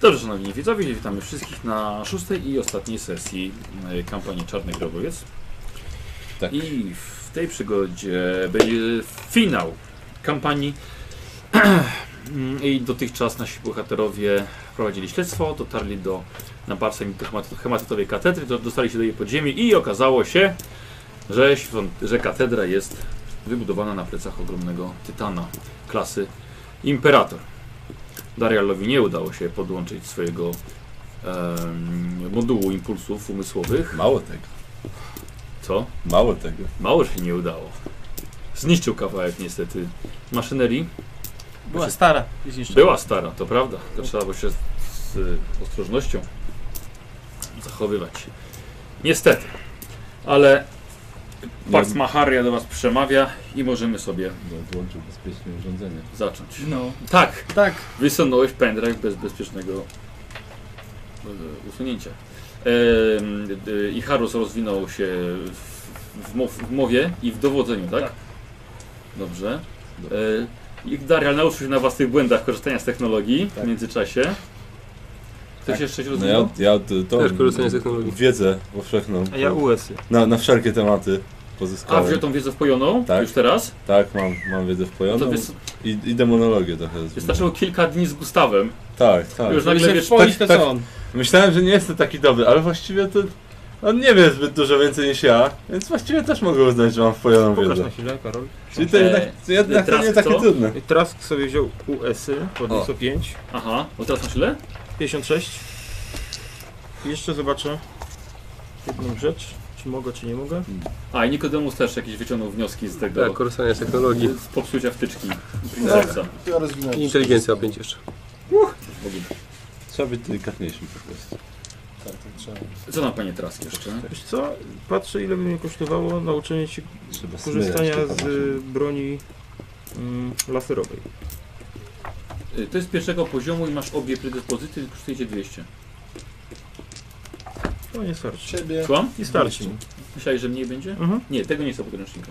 dobrze, szanowni widzowie, witamy wszystkich na szóstej i ostatniej sesji e, kampanii Czarny Grobowiec. Tak. I w tej przygodzie będzie finał kampanii. I dotychczas nasi bohaterowie prowadzili śledztwo, dotarli do na barce hematytowej katedry, do- dostali się do jej podziemi i okazało się, że, świąt- że katedra jest wybudowana na plecach ogromnego tytana klasy Imperator. Darialowi nie udało się podłączyć swojego em, modułu impulsów umysłowych. Mało tego, Co? mało tego. Mało się nie udało. Zniszczył kawałek niestety maszynerii. Była stara i zniszczona. Była stara, to prawda. To trzeba było się z, z ostrożnością zachowywać. Niestety. Ale Pax Macharia do Was przemawia i możemy sobie No, Włączył bezpieczne urządzenie. zacząć. No. Tak, Tak. Wysunąłeś pendrive bez bezpiecznego e, usunięcia. Ehm, e, I Harus rozwinął się w, w, mo- w mowie i w dowodzeniu, tak? Tak. Dobrze. E, I Darial nauczył się na własnych błędach korzystania z technologii w Tak. międzyczasie. Ktoś Tak. jeszcze się No rozwinął? ja, ja to, to Też korzystanie z technologii. wiedzę powszechną. A ja USy. Na, na wszelkie tematy A, pozyskałem. wziął tą wiedzę wpojoną Tak. już teraz? Tak, mam, mam wiedzę No to wpojoną wys- i, i demonologię trochę. zmieniłem. wystarczyło kilka dni z Gustawem. Tak, tak. Już nagle Nagle wiesz, wpomnieć to tak- co on. Myślałem, że nie jestem taki dobry, ale właściwie to on nie wie zbyt dużo więcej niż ja, więc właściwie też mogę uznać, że mam wpojoną Pokaż na wiedzę. chwilę, Karol. Czyli to E, jednak, jednak to teraz nie takie co? trudne. I Trask sobie wziął USy, podniósł o 5, Aha, bo teraz masz ile? 56. I jeszcze zobaczę jedną rzecz, czy mogę, czy nie mogę. A, i Nikodemus też jakieś wyciągnął wnioski z tego. Tak, korzystanie z technologii. z popsucia wtyczki. Tak. Princesa. Ja rozwinąłem. I inteligencja o 5 jeszcze. W ogóle. Trzeba być delikatniejszym po prostu. Tak, tak, trzeba. Co nam panie Trask jeszcze? Wiesz co, patrzę ile by mnie kosztowało nauczenie się Trzeba smyrać korzystania tylko z maszyn. y, broni mm, laserowej. Y, To jest pierwszego poziomu i masz obie predyspozycje, kosztujecie 200. To nie starczy. Ciebie. Słucham? Nie starczy mi. Myślałeś, że mniej będzie? Mhm. Nie, tego nie są podręcznika.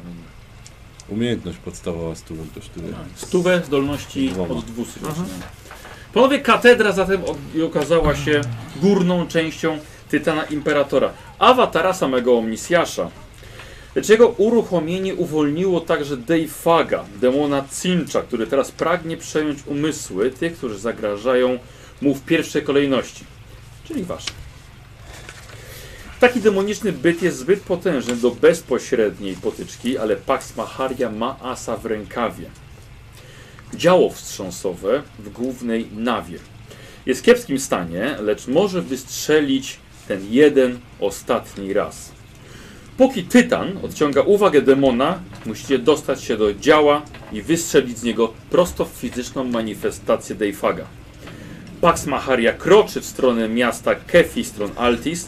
Umiejętność podstawowa z tubem kosztuje. Stówę zdolności Dwoma. od 200. Mhm. rocznie. Panowie, katedra zatem o- okazała się górną częścią Tytana Imperatora, awatara samego Omnisjasza, lecz jego uruchomienie uwolniło także Deifaga, demona Cincha, który teraz pragnie przejąć umysły tych, którzy zagrażają mu w pierwszej kolejności, czyli wasze. Taki demoniczny byt jest zbyt potężny do bezpośredniej potyczki, ale Pax Macharia ma asa w rękawie. Działo wstrząsowe w głównej nawie. Jest w kiepskim stanie, lecz może wystrzelić ten jeden ostatni raz. Póki Tytan odciąga uwagę demona, musicie dostać się do działa i wystrzelić z niego prosto w fizyczną manifestację Deifaga. Pax Macharia kroczy w stronę miasta Kefi, stron Altis,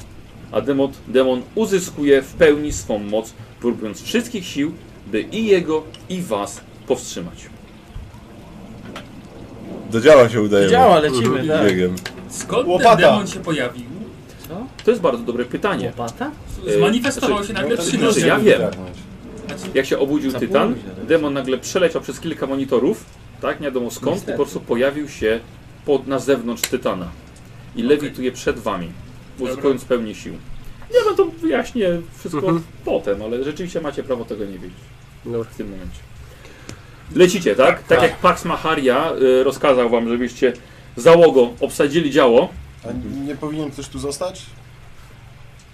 a demon, demon uzyskuje w pełni swą moc, próbując wszystkich sił, by i jego, i was powstrzymać. Do działa się udaje. Działa, lecimy, tak. Biegiem. Skąd Łopata. ten demon się pojawił? To jest bardzo dobre pytanie. Łopata? Zmanifestował się nagle to przy znaczy, nocy. ja wiem. Znaczy, Jak się obudził Zapomnij Tytan, się. demon nagle przeleciał przez kilka monitorów, tak, nie wiadomo skąd, i po prostu pojawił się pod, na zewnątrz Tytana. I lewituje przed wami, uzyskując pełni sił. Nie no to wyjaśnię wszystko Mhm. potem, ale rzeczywiście macie prawo tego nie wiedzieć Dobra. w tym momencie. Lecicie, tak? Tak, jak Pax Macharia y, rozkazał wam, żebyście załogą obsadzili działo. A nie powinien ktoś tu zostać?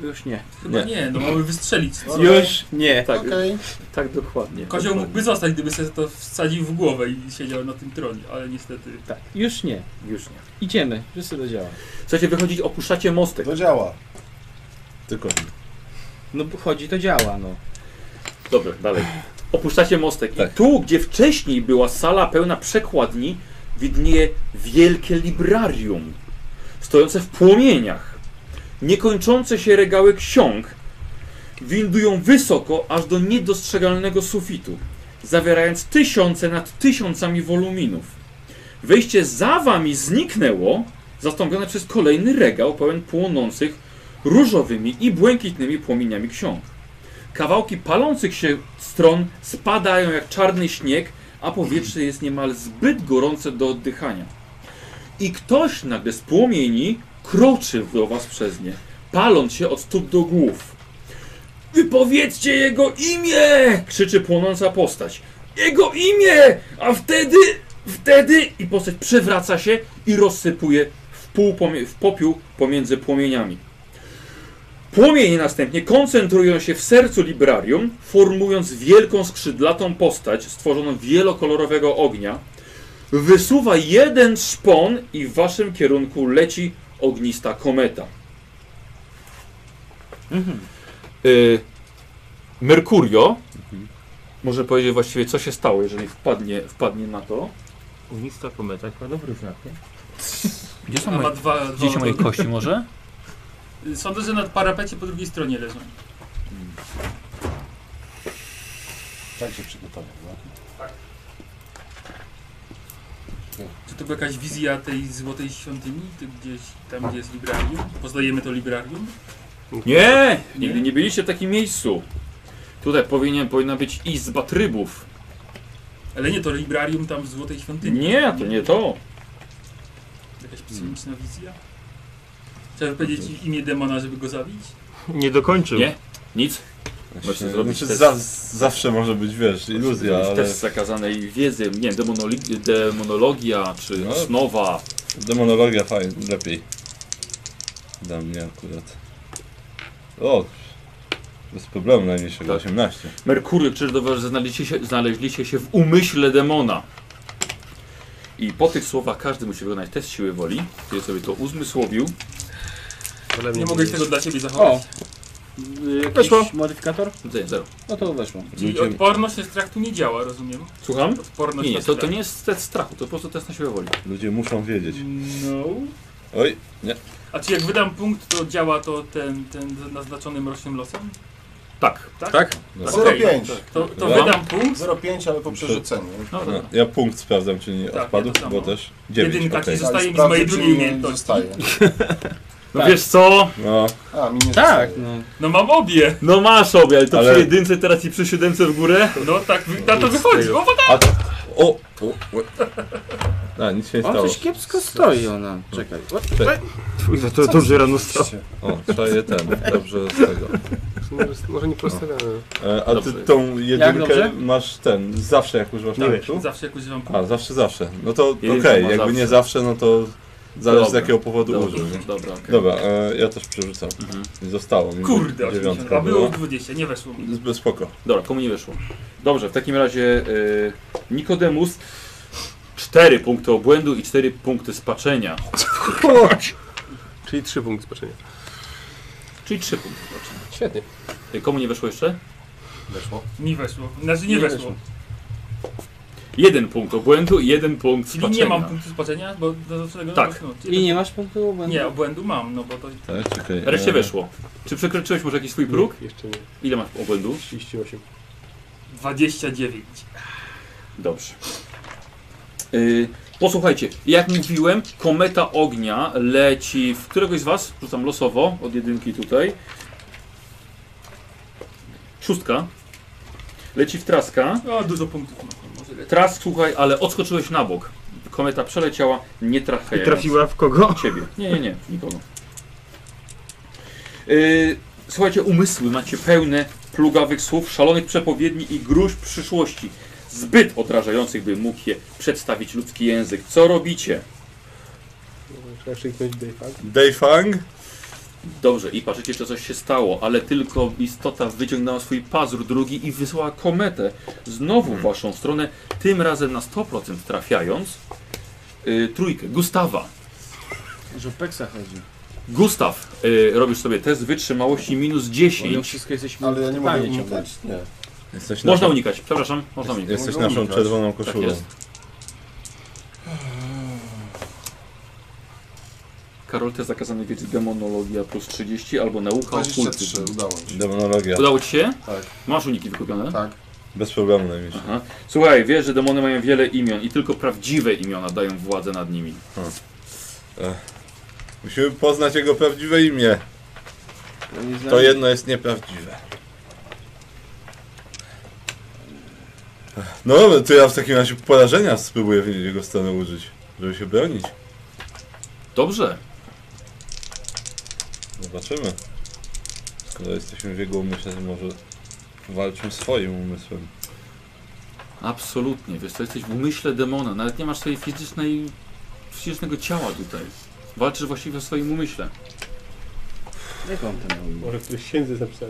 Już nie. Chyba nie, no mamy wystrzelić. Już nie. Tak, Okej. tak dokładnie. Kozioł mógłby zostać, gdyby sobie to wsadził w głowę i siedział na tym tronie, ale niestety... Tak. Już nie. Już nie. Idziemy. Wszyscy do działa. Chcecie wychodzić, opuszczacie mostek. Do działa. Tylko No bo chodzi, to działa, no. Dobrze, dalej. Opuszczacie mostek. I Tak. tu, gdzie wcześniej była sala pełna przekładni, widnieje wielkie librarium, stojące w płomieniach. Niekończące się regały ksiąg windują wysoko, aż do niedostrzegalnego sufitu, zawierając tysiące nad tysiącami woluminów. Wyjście za wami zniknęło, zastąpione przez kolejny regał pełen płonących różowymi i błękitnymi płomieniami ksiąg. Kawałki palących się stron spadają jak czarny śnieg, a powietrze jest niemal zbyt gorące do oddychania. I ktoś nagle z płomieni kroczy do was przez nie, paląc się od stóp do głów. Wypowiedzcie jego imię! krzyczy płonąca postać. Jego imię! A wtedy, wtedy! I postać przewraca się i rozsypuje w, pół pomie- w popiół pomiędzy płomieniami. Płomienie następnie koncentrują się w sercu librarium, formując wielką skrzydlatą postać stworzoną wielokolorowego ognia. Wysuwa jeden szpon i w waszym kierunku leci ognista kometa. Mhm. Y, Merkurio może powiedzieć właściwie, co się stało, jeżeli wpadnie, wpadnie na to. Ognista kometa, chyba dobry znak, nie? Gdzie są A ma moje, dwa, dwa gdzie są moje otoki. kości może? Sądzę, że na parapecie po drugiej stronie leżą. Tak się przygotował, no. Tak. Czy to była jakaś wizja tej złotej świątyni, ty gdzieś tam, gdzie jest librarium? Poznajemy to librarium? Nie! Nigdy nie byliście w takim miejscu. Tutaj powinien, powinna być izba trybów. Ale nie to librarium tam w złotej świątyni. Nie, to nie to. Jakaś psychiczna wizja? Trzeba powiedzieć imię demona, żeby go zabić? Nie dokończył. Nie. Nic. Możecie zrobić Znaczy, test. za, zawsze może być, wiesz, iluzja, Zrobić ale Test zakazanej wiedzy, nie wiem, demonoli- demonologia czy No. osnowa. demonologia fajnie, lepiej. Dla mnie akurat. O, bez problemu najmniejszego, Tak. 18. Merkury krzyżowe, że znaleźliście się, znaleźliście się w umyśle demona. I po tych słowach każdy musi wykonać test siły woli, który sobie to uzmysłowił. Nie mogę tego dla siebie O! zachować. Y, Jakiś Weszło. modyfikator? Tutaj, zero. No to weszło. Czyli Będziemy- odporność na strach tu nie działa, rozumiem? Słucham? Odporność Nie, na nie to, to strach. nie jest test strachu, to po prostu test na siłę woli. Ludzie muszą wiedzieć. Mhm. No. Oj, A czy jak wydam punkt, to działa to ten, ten naznaczony mrocznym losem? Tak. tak? Tak, okej. 0,5. To, to Wydam. wydam punkt, 0,5, ale po przerzuceniu. No, No, dobra. ja punkt sprawdzam, czy nie Tak, odpadł, ja to samo. bo też 9. Jedynka ci okej. zostaje Ale mi z mojej sprawdzę, czy drugiej mi umiejętności. Zostaje. no wiesz co? No, A, mi nie Tak, zostaje. no. no mam obie. No masz obie, ale to Ale- przy jedynce teraz i przy siódemce w górę. No tak, wy- na to wychodzi. O, a to... O! o, o. A, nic się nie On stało. coś kiepsko stoi ona. Czekaj. Kurwa, to dobrze rano stało. Oczywiście. O, trzeba je ten, dobrze z tego. Może nie postawiamy. E, a Dobrze. ty tą dobrze? jedynkę masz ten, zawsze jak używasz Nie tarczu? Zawsze jak używam punktu. A, zawsze, zawsze. No to okej, Jedynka ma jakby nie zawsze, no to zależy z Dobra. jakiego powodu Dobra, użył. nie? dobra, okej. Dobra, e, ja też przerzucam. Mhm. Zostało mi Kurde, dziewiątka 80. A było była. 20, nie weszło mi. Zbyt spoko. Dobra, komu nie wyszło? Dobrze, w takim razie y, Nikodemus 4 punkty obłędu i 4 punkty spaczenia. Czyli trzy punkty spaczenia. Czyli 3 punkty spaczenia. Świetnie. Y, Komu nie wyszło jeszcze? Weszło. Mi weszło. Znaczy nie, Nie weszło. weszło. Jeden punkt obłędu i jeden punkt Czyli spaczenia. nie mam punktu spaczenia, bo do no, zawsze Tak. I nie masz punktu obłędu? Nie, obłędu mam, no bo to... Tak, czekaj. Reszcie e, weszło. Czy przekroczyłeś może jakiś swój próg? Jeszcze nie. Ile masz obłędu? 38. 29. Dobrze. Y, posłuchajcie, jak mówiłem, kometa ognia leci w któregoś z was, rzucam losowo, od jedynki tutaj. Szóstka. Leci w traska. O, No, dużo punktów mam. Może lepiej. Trask, słuchaj, ale odskoczyłeś na bok. Kometa przeleciała, nie trafiając. I trafiła w kogo? ciebie. Nie, nie, nie, nikogo. Yy, słuchajcie, umysły macie pełne plugawych słów, szalonych przepowiedni i gruźb przyszłości. Zbyt odrażających, by mógł je przedstawić ludzki język. Co robicie? Trzeba kliknąć Dayfag. Dayfang? Dobrze, i patrzycie, czy coś się stało, ale tylko istota wyciągnęła swój pazur drugi i wysłała kometę znowu w waszą stronę, tym razem na 100% trafiając yy, trójkę, Gustawa. Że w peksa chodzi. Gustaw, yy, robisz sobie test wytrzymałości minus 10. Mimo wszystko jesteśmy Ale ja nie mogę totalnie ciągle. unikać? Nie. Jesteś Można naszą, unikać, przepraszam, można unikać. jesteś Mogę naszą unikać. czerwoną koszulą. jest. Karol, te zakazane wiedzy demonologia plus 30 albo nauka okultyzm. 23, udało mi się. Demonologia. Udało ci się? Tak. Masz uniki wykupione? Tak. Bez problemu najmniejszy. Aha. Słuchaj, wiesz, że demony mają wiele imion i tylko prawdziwe imiona dają władzę nad nimi. Musimy poznać jego prawdziwe imię. Ja nie znam- To jedno jest nieprawdziwe. No dobra, to ja w takim razie porażenia spróbuję w jego stronę użyć, żeby się bronić. Dobrze. Zobaczymy. Skoro jesteśmy w jego umyśle, to może walczmy swoim umysłem. Absolutnie. Wiesz, to jesteś w umyśle demona. Nawet nie masz swojej fizycznej, fizycznego ciała tutaj. Walczysz właściwie o swoim umyśle. Jak on ten umie? Może któryś księdzy napisał.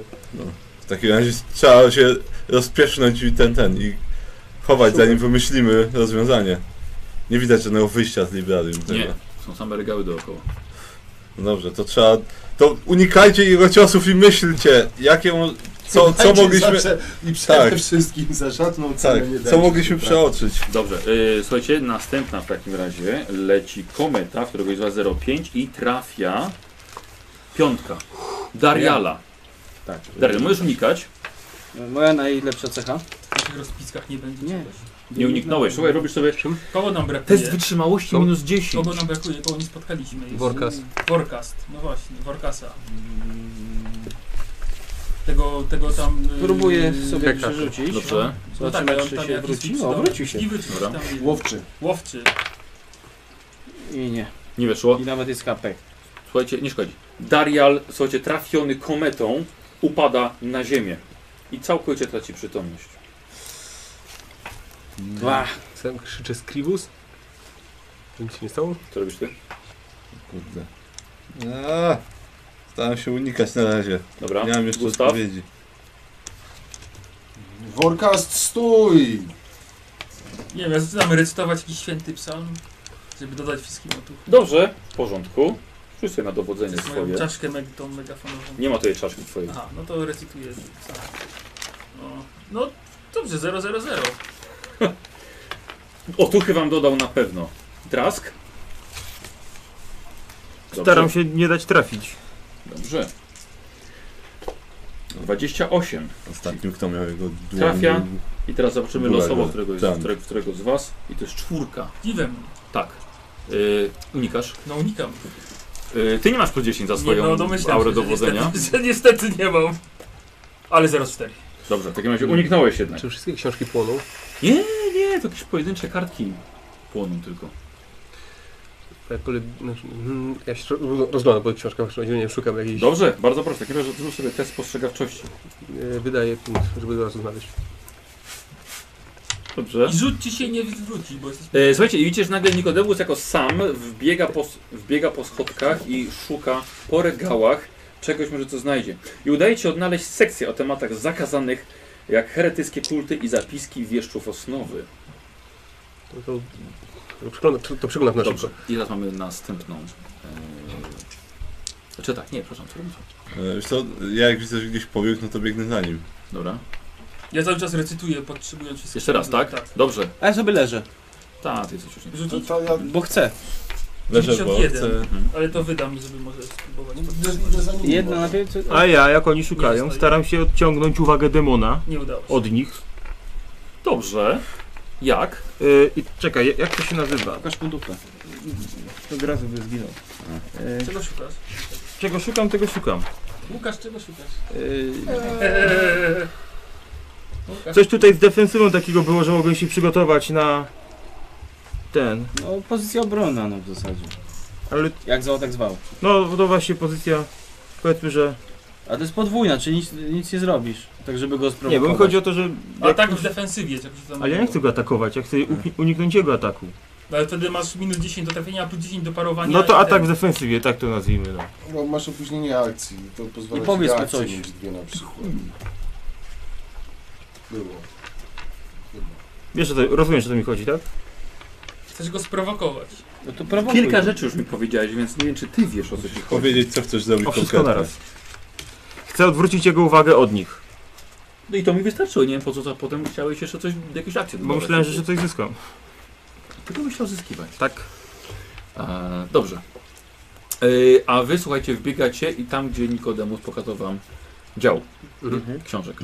W takim razie trzeba się rozpiesznąć i ten, ten i chować, zanim wymyślimy rozwiązanie. Nie widać żadnego wyjścia z librarium. Nie. tego. Są same regały dookoła. No Dobrze, to trzeba... To unikajcie jego ciosów i myślcie, jakie... mo- Co, co Dajcie mogliśmy... zawsze I przede Tak. wszystkim za żadną cenę Tak, nie dajcie co mogliśmy tak. przeoczyć? Dobrze. Yy, słuchajcie, następna w takim razie leci kometa, którego jest 05 i trafia piątka. Dariala. Tak. Darial, możesz unikać. No, Moja najlepsza cecha? W tych rozpiskach nie będzie Nie. czegoś. Nie uniknąłeś. Słuchaj, robisz sobie Kogo nam brakuje? test wytrzymałości Co? minus 10. Kogo nam brakuje? Kogo nie spotkaliśmy? Jest- Workas. Workast. No właśnie, Workasa. Mm. Tego, tego tam... y, Próbuję sobie Hekaka. przerzucić. Dobrze. No tak, Zobaczymy, ale on czy tam się jakiś wróci. switch, O, no, wrócił się. I wrócił się Dobra. tam. jest. Łowczy. Łowczy. I nie. Nie wyszło. I nawet jest kapek. Słuchajcie, nie szkodzi. Darial, słuchajcie, trafiony kometą upada na ziemię i całkowicie traci przytomność. Dwa. Sam krzyczy Scribus. To nic się nie stało? Co robisz ty? Kurde. Aaa, staram się unikać na razie. Dobra, Miałem jeszcze Gustaw. odpowiedzi. Workast, stój! Nie wiem, ja zaczynam recytować jakiś święty psalm, żeby dodać wszystkim otuchy. Dobrze, w porządku. Rzuć sobie na dowodzenie Przez moją swoje. czaszkę meg- tą megafonową. Nie ma tutaj czaszki twojej. Aha, no to recytuję psalm. No, no dobrze, 0, 0, 0. Otuchy wam dodał na pewno. Drask. Dobrze, Staram się nie dać trafić. Dobrze. 28. Ostatnim kto miał jego dłoń. Trafia. I teraz zobaczymy Była, losowo, była. którego, jest, Tak. Tam. którego, którego z was. I to jest czwórka. Dziwem, Tak. Yy, unikasz. no unikam. Yy, ty nie masz plus 10 za swoją nie, no, domyślam aurę się, że dowodzenia. Niestety, że niestety nie mam. Ale 0,4. Dobrze, w takim razie uniknąłeś jednak. Czy wszystkie książki płoną? Nie, to jakieś pojedyncze kartki płoną tylko. Tak, pole- znaczy, mm, Ja się roz- rozglądam po książkach, nie wiem, szukam jakiejś. Dobrze, bardzo proszę. W takim razie zrób sobie test spostrzegawczości. E, Wydaję punkt, żeby od razu znaleźć. Dobrze. I rzut ci się nie wróci, bo jesteś... E, słuchajcie, i widzicie, że nagle Nikodemus jako sam wbiega po, wbiega po schodkach i szuka po regałach czegoś może co znajdzie. I udaje ci odnaleźć sekcję o tematach zakazanych, jak heretyckie kulty i zapiski wieszczów osnowy. To, to, to przeglądam, to przeglądam na szybko. Dobrze. I teraz mamy następną. E, znaczy tak, nie, przepraszam, co robisz? E, Wiesz co, ja jak widzę, że gdzieś pobiegł, no to biegnę za nim. Dobra. Ja cały czas recytuję, podtrzymując wszystko. Jeszcze raz, tak? Tak. Dobrze. A ja sobie leżę, Tak, ty jesteś już nie. To, Rzucić, to ja bo chcę. Leżę, bo 91. chcę... ale to wydam, żeby może spróbować. idę za nim. Jedna może. na więcej. A ja, jak oni Nie szukają, dostaję. staram się odciągnąć uwagę demona Nie udało się. od nich. Dobrze. Jak? Yy, I czekaj, jak- jak to się nazywa? Pokaż mu dupę. To gra by zginął. Yy, Czego szukasz? czego szukam, tego szukam. Łukasz, czego szukasz? Yy, Eee. Łukasz, E, coś tutaj z defensywą takiego było, że mogłem się przygotować na ten. No, pozycja obronna, no w zasadzie. Ale Jak zwał, tak zwał. no to właśnie pozycja, powiedzmy, że... A to jest podwójna, czyli nic, nic nie zrobisz. Tak, żeby go Nie, sprowokować. bo mi chodzi o to, że... A tak w defensywie, czegoś tam. Ale ja nie chcę go atakować, ja chcę u- uniknąć jego ataku. No, ale wtedy masz minus 10 do trafienia, a plus 10 do parowania. No to i atak w ten. defensywie, tak to nazwijmy, no. Bo masz opóźnienie akcji, to pozwala No I ci powiedz na mi akcję coś. mieć dwie na przykład. Było. Wiesz, o to, rozumiesz, o co mi chodzi, tak? Chcesz go sprowokować. No to prowokuj. Kilka rzeczy już mi powiedziałeś, więc nie wiem, czy ty wiesz o co ci chodzi. Powiedzieć, co chcesz zrobić O wszystko konkretnie. naraz. Chcę odwrócić jego uwagę od nich, No i to mi wystarczyło, nie wiem po co to potem chciałeś jeszcze coś, jakieś akcje bo myślałem, że jeszcze coś zyskam. Tylko myślał zyskiwać. Tak? E, dobrze. E, a wy słuchajcie, wbiegacie i tam, gdzie Nikodemus pokazał wam dział Mhm. książek.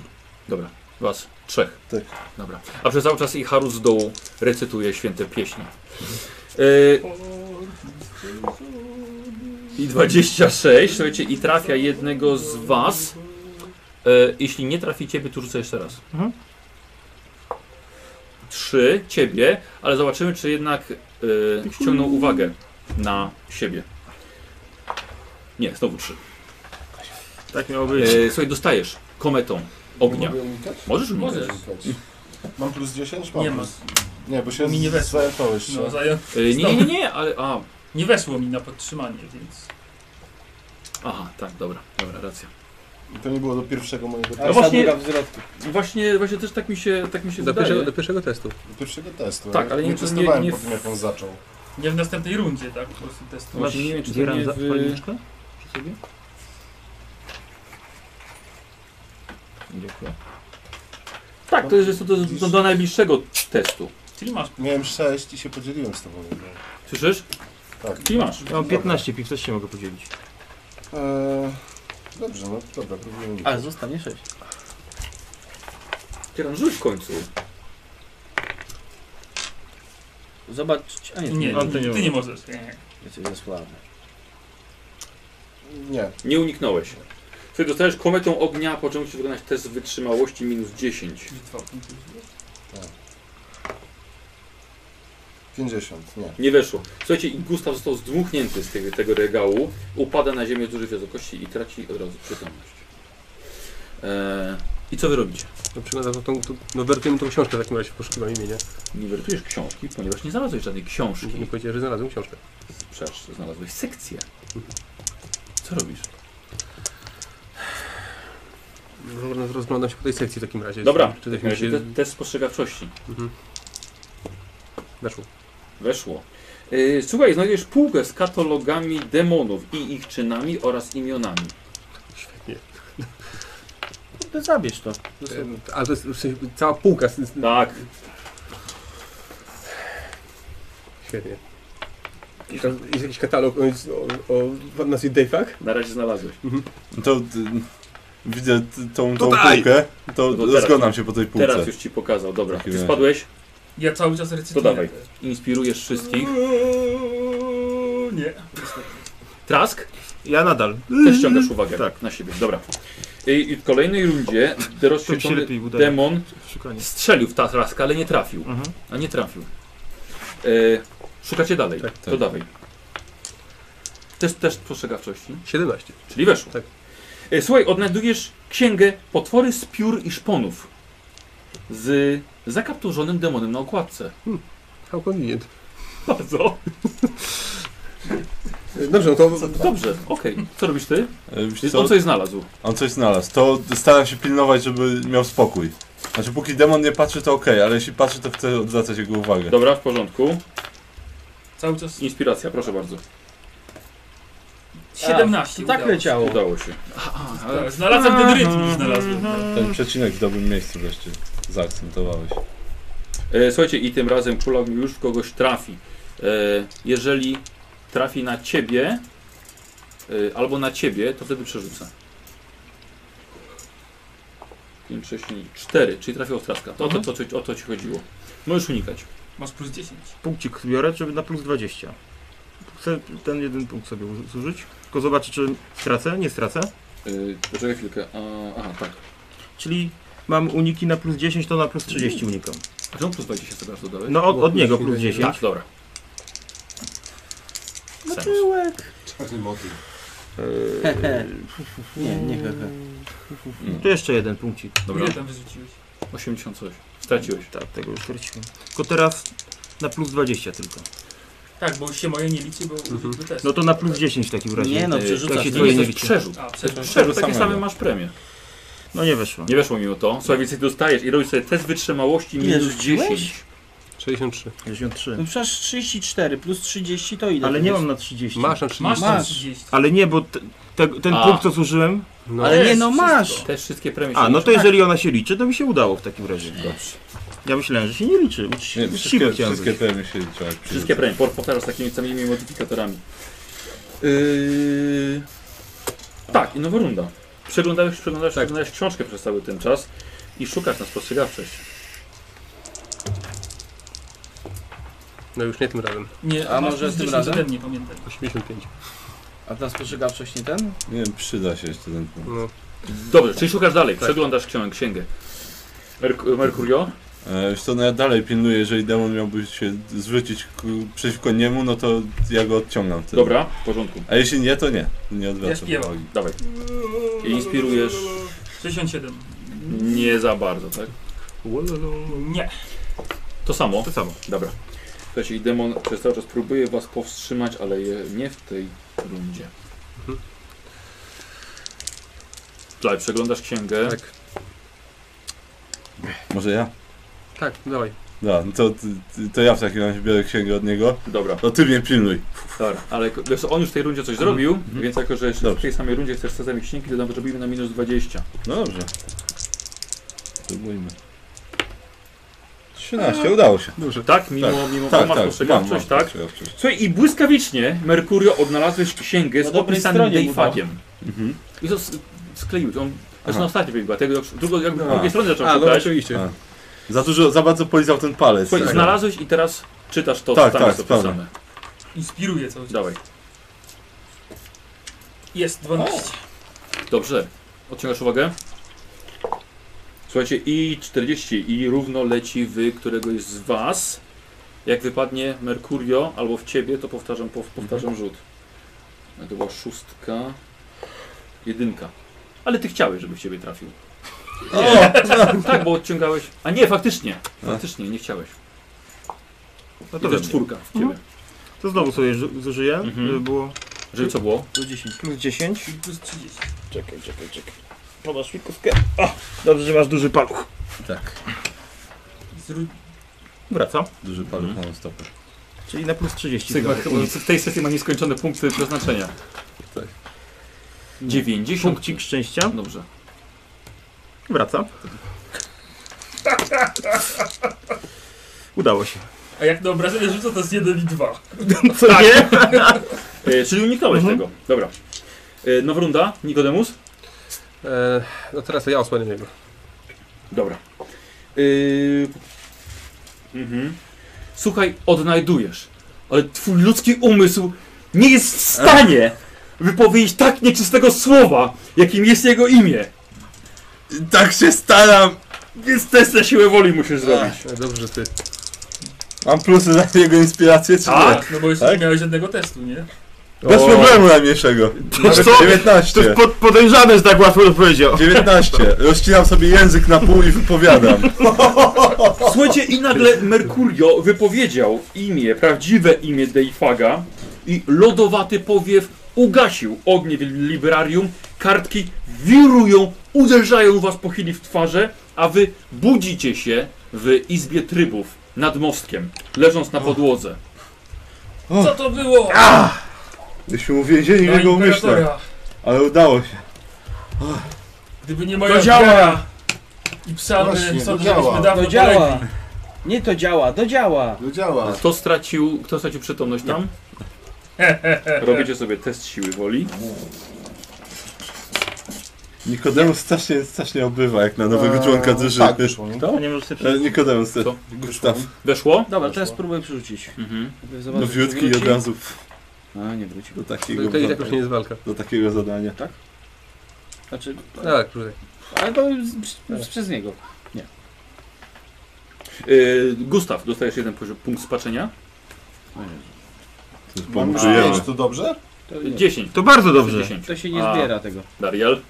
Dobra, was trzech. Tak. Dobra. A przez cały czas i Haru z dołu recytuje święte pieśni. E, I 26, słuchajcie, i trafia jednego z was. E, jeśli nie trafi ciebie, to rzucę jeszcze raz. Mhm. Trzy, ciebie, ale zobaczymy, czy jednak e, ściągnął uwagę y, na siebie. Nie, znowu trzy. Tak miało być. E, słuchaj, dostajesz kometą ognia. Mogę unikać? Możesz unikać. Możesz. unikać. Mam plus 10? Mam Nie ma. plus- Nie, bo się Mi nie weszło. zajętałeś się. No, zają... E, nie, nie, nie, nie, ale... A, Nie weszło mi na podtrzymanie, więc... aha, tak, dobra, dobra, racja. No To nie było do pierwszego mojego A testu. właśnie- właśnie... wzrostu. Właśnie, właśnie też tak mi się, tak mi się Do wydaje. pierwszego, do pierwszego testu. Do pierwszego testu. Tak, Ja ale nie- nie nie- testowałem nie po w- tym, jak on zaczął. Nie w następnej rundzie, tak? Po prostu testu. Właśnie nie wiem, czy to Dzieran nie za w- palniczkę? Przy sobie? Dziękuję. Tak, to jest, to jest do, do najbliższego testu. Czyli masz Miałem 6 i się podzieliłem z tobą. jedną. Słyszysz? Tak. Czyli masz. Ja mam 15 piw, też się mogę podzielić. Eee, dobrze, no dobra, próbuję unikać. A, zostanie 6. Kieran, rzuć w końcu. Zobacz... A nie, Nie, A, to ty, nie nie możesz. Nie. Jesteś zasławny. Nie, Nie uniknąłeś. Słuchaj, dostajesz kometą ognia, po czym musisz wykonać test wytrzymałości minus 10. Bitwa o punkty. 50, nie. Nie weszło. Słuchajcie, i Gustaw został zdmuchnięty z tego, tego regału, upada na ziemię dużej wysokości i traci od razu przytomność. Eee, I co wy robicie? No przyglądam tą, tą, no wertujemy tą książkę w takim razie, poszukiwam imienia. Nie wertujesz książki, ponieważ nie znalazłeś żadnej książki. Nie powiedziałem, że znalazłem książkę. Przecież znalazłeś sekcję. Co robisz? No, Rozglądam się po tej sekcji w takim razie. Dobra, Czy coś mi się... te- test spostrzegawczości. Mhm. Weszło. Weszło. Yy, słuchaj, znajdziesz półkę z katalogami demonów i ich czynami oraz imionami. Świetnie. To zabierz to. E, Ale to jest w sensie, cała półka. z- z- Tak. Świetnie. I tam Jest jakiś katalog o, o, o nazwie Dayfuck? Na razie znalazłeś. To y, widzę t- tą, tą Tutaj! półkę, to No to teraz. rozglądam się po tej Teraz półce. już ci pokazał. Dobra, Taki ty razie. spadłeś, Ja cały czas To recytuję. dawaj. te- inspirujesz wszystkich. Uuu, Nie. Trask, Ja nadal. też ściągasz uwagę Tak. na siebie. Dobra. I, I w kolejnej rundzie To mi się rozświetlony lepiej udaje. demon Szukanie. strzelił w ta Traska, ale nie trafił. Mhm. A nie trafił. Yy, szukacie dalej. Tak, to tak. dawaj. Też, też spostrzegawczości. 17. Czyli weszło. Tak. E, Słuchaj, odnajdujesz księgę Potwory z piór i szponów z zakapturzonym demonem na okładce. How convenient. Bardzo. E, Dobrze, no to... Dobrze, okej. Co robisz ty? Y, wiesz On co? coś znalazł. On coś znalazł. To staram się pilnować, żeby miał spokój. Znaczy, póki demon nie patrzy, to okej, ale jeśli patrzy, to chcę odwracać jego uwagę. Dobra, w porządku. Cały czas Inspiracja, proszę bardzo. 17 A, tak udało się. leciało. Udało się. A, a, Tak, Znalazłem ten rytm, znalazłem. tak. Ten przecinek w dobrym miejscu wreszcie zaakcentowałeś. E, słuchajcie, i tym razem kula już w kogoś trafi. E, jeżeli trafi na ciebie e, albo na ciebie, to wtedy przerzucę. 5, 6, 4, czyli trafił traska. To, to, to, to, o to ci chodziło. Możesz unikać. Masz plus 10. Punkcik biorę, żeby na plus 20. Chcę ten jeden punkt sobie u- zużyć. Tylko zobaczę, czy stracę, nie stracę. E, poczekaj chwilkę. A, aha, tak. Czyli mam uniki na plus 10, to na plus 30 unikam. A czemu plus 20 sobie aż dodałeś? No od, od niego plus tak, 10. dobra. Sens. Czarny motyl. Eee. Hehe. Nie, nie hehe. To jeszcze jeden punkcik. Dobra, Ile tam wyrzuciłeś? 80 coś. Straciłeś. Tak, tego już straciłem. Tylko teraz na plus 20 tylko. Tak, bo już się moje nie liczy, bo Mhm. użyliśmy testu. No to na plus 10 w takim razie. Nie no, Yy, przerzucasz. to się to twoje nie nie jest- liczy. Przerzut. A, przepraszam. Przerzut, takie samego. same masz premię. No nie weszło. Nie weszło mimo to. Słuchaj, więc ty dostajesz i robisz sobie test wytrzymałości Ile minus rzuciłeś? 10. 63. 53. No przecież 34 plus 30 to ile? Ale to nie jest? mam na 30. Masz na 30. Masz, tam Masz. 30. Ale nie, bo te, te, ten A. punkt co zużyłem. No, Ale nie Jest no wszystko. masz! Też wszystkie premie A, się no liczą. to jeżeli ona się liczy, to mi się udało w takim razie. Tak. Dobrze. Ja myślałem, że się nie liczy. Uczci- Nie, Uczciwe wszystkie, chciałem wszystkie być. premie się liczą. jak Wszystkie premie. Por- Powtarzam z takimi samymi modyfikatorami. Yy... Tak, i nowa runda. Przeglądałeś, przeglądałeś, przeglądałeś książkę przez cały ten czas i szukasz na spostrzegawczość. no już nie tym razem. Nie, A masz może plus tym 10 razem? ode mnie, pamiętaj. 85. A teraz postrzegawczość nie ten? Nie wiem, przyda się jeszcze ten punkt. No. Tak. Dobrze, czyli szukasz dalej, przeglądasz księ- księgę. Merk Mercurio? E, Wiesz co, no ja dalej pilnuję, jeżeli demon miałby się zwrócić ku- przeciwko niemu, no to ja go odciągam. Wtedy. Dobra, w porządku. A jeśli nie, to nie. Nie Ja odwracam. śpiewam. Dawaj. I inspirujesz 67. nie za bardzo, tak? Nie. To samo. To samo. Dobra. Słuchajcie, i demon przez cały czas próbuje was powstrzymać, ale je, nie w tej rundzie. Daj, przeglądasz księgę. Tak, Może ja? tak, dawaj. Da, no to, ty- ty- to ja w takim razie biorę księgę od niego. Dobra, No ty mnie pilnuj. dobra. Ale ko- wiesz co, on już w tej rundzie coś zrobił, więc jako, że jeszcze w Dobrze. tej samej rundzie chcesz te same księgi, to nawet robimy na minus 20. No dobrze. Spróbujmy. 13, udało się. Dobrze. Tak? Mimo, mimo tak, masz postrzegawczość, tak? postrzegawczość. Słuchaj, i błyskawicznie Merkurio odnalazłeś księgę Na z dobrej opisanym stronie mu to. Deifakiem. Mhm. I to s- skleił. On, Aha. zresztą ostatnio wybiegła, tego drugą, jakby z A. drugiej strony zaczął A, no szukać. oczywiście. A. Za dużo, za bardzo polizał ten palec. Słuchaj, Tak. znalazłeś i teraz czytasz to, Tak, co tam tak, jest opisane. sprawdzam. Inspiruje cały czas. Dawaj. Jest 12. Dobrze. Odciągasz uwagę? Słuchajcie, i 40 i równo leci w któregoś z was. Jak wypadnie Merkurio albo w ciebie, to powtarzam, pow, powtarzam rzut. To była szóstka, jedynka. Ale ty chciałeś, żeby w ciebie trafił. Nie. tak, bo odciągałeś. A nie, faktycznie. Faktycznie, nie chciałeś. No I to, też też czwórka w ciebie. to znowu sobie żu- zużyję, Mhm. żeby było Żeby co było? Do 10. plus 10. I plus 30. Czekaj, czekaj, czekaj. Podasz łikówkę. O, dobrze, że masz duży paluch. Tak, Zrób... Wracam. duży paluch Mhm. na stopę. Czyli na plus 30. Sygma znowu. chyba w tej sesji ma nieskończone punkty przeznaczenia. Tak. 90. Punkcik szczęścia. Dobrze. Wracam. Udało się. A jak na obrażenie rzuca, to jest 1 i 2. Co nie? E, czyli uniknąłeś Mhm. tego. Dobra. E, nowa runda, Nikodemus? E, no teraz to ja osłaniam jego. Dobra. Y, mhm. Słuchaj, odnajdujesz, ale twój ludzki umysł nie jest w stanie wypowiedzieć tak nieczystego słowa, jakim jest jego imię. Tak się staram! Więc test na siłę woli musisz zrobić. E, Dobrze, ty. Mam plusy na jego inspirację, czy nie? Tak, no bo jeszcze Tak? nie miałeś żadnego testu, nie? Bez O. problemu najmniejszego. co? To 19. jest pod, podejrzane, że tak łatwo odpowiedział. 19. Rozcinam sobie język na pół i wypowiadam. Słuchajcie, i nagle Mercurio wypowiedział imię, prawdziwe imię Deifaga i lodowaty powiew ugasił ognie w librarium, kartki wirują, uderzają was po chwili w twarze, a wy budzicie się w izbie trybów nad mostkiem, leżąc na podłodze. Co to było? Jeśli uwięzieni No w Na jego umyśle. imperatora. Ale udało się. Gdyby nie moja To działa! wiara I psa, by- Właśnie, psa to by działa. żebyśmy dawno To polegli. działa. Nie to działa, do działa. To działa. Kto stracił, kto stracił przytomność tam? Robicie sobie test siły woli. Nikodemus strasznie, strasznie obywa jak na nowego Eee, członka drużyny. Tak, wyszło, nie? No, Nie możesz sobie E, Nikodemus, te- Co? Gustaw, Weszło? Dobra, teraz spróbuj przerzucić. Mhm. Żeby zobaczyć, No czy nowiutki i od wróci. razu w- A, nie wrócił. do takiego, To, to i tak już nie jest walka. do takiego zadania. Tak? Znaczy, Tak, krócej. ale to z- z- przez niego. Yy, Gustaw, dostajesz jeden poziom, punkt spaczenia. To już Mam już pomóżujemy. pięć, to dobrze? To, Yy, nie, 10. To bardzo dobrze. 10. to się nie A. zbiera tego. Darial.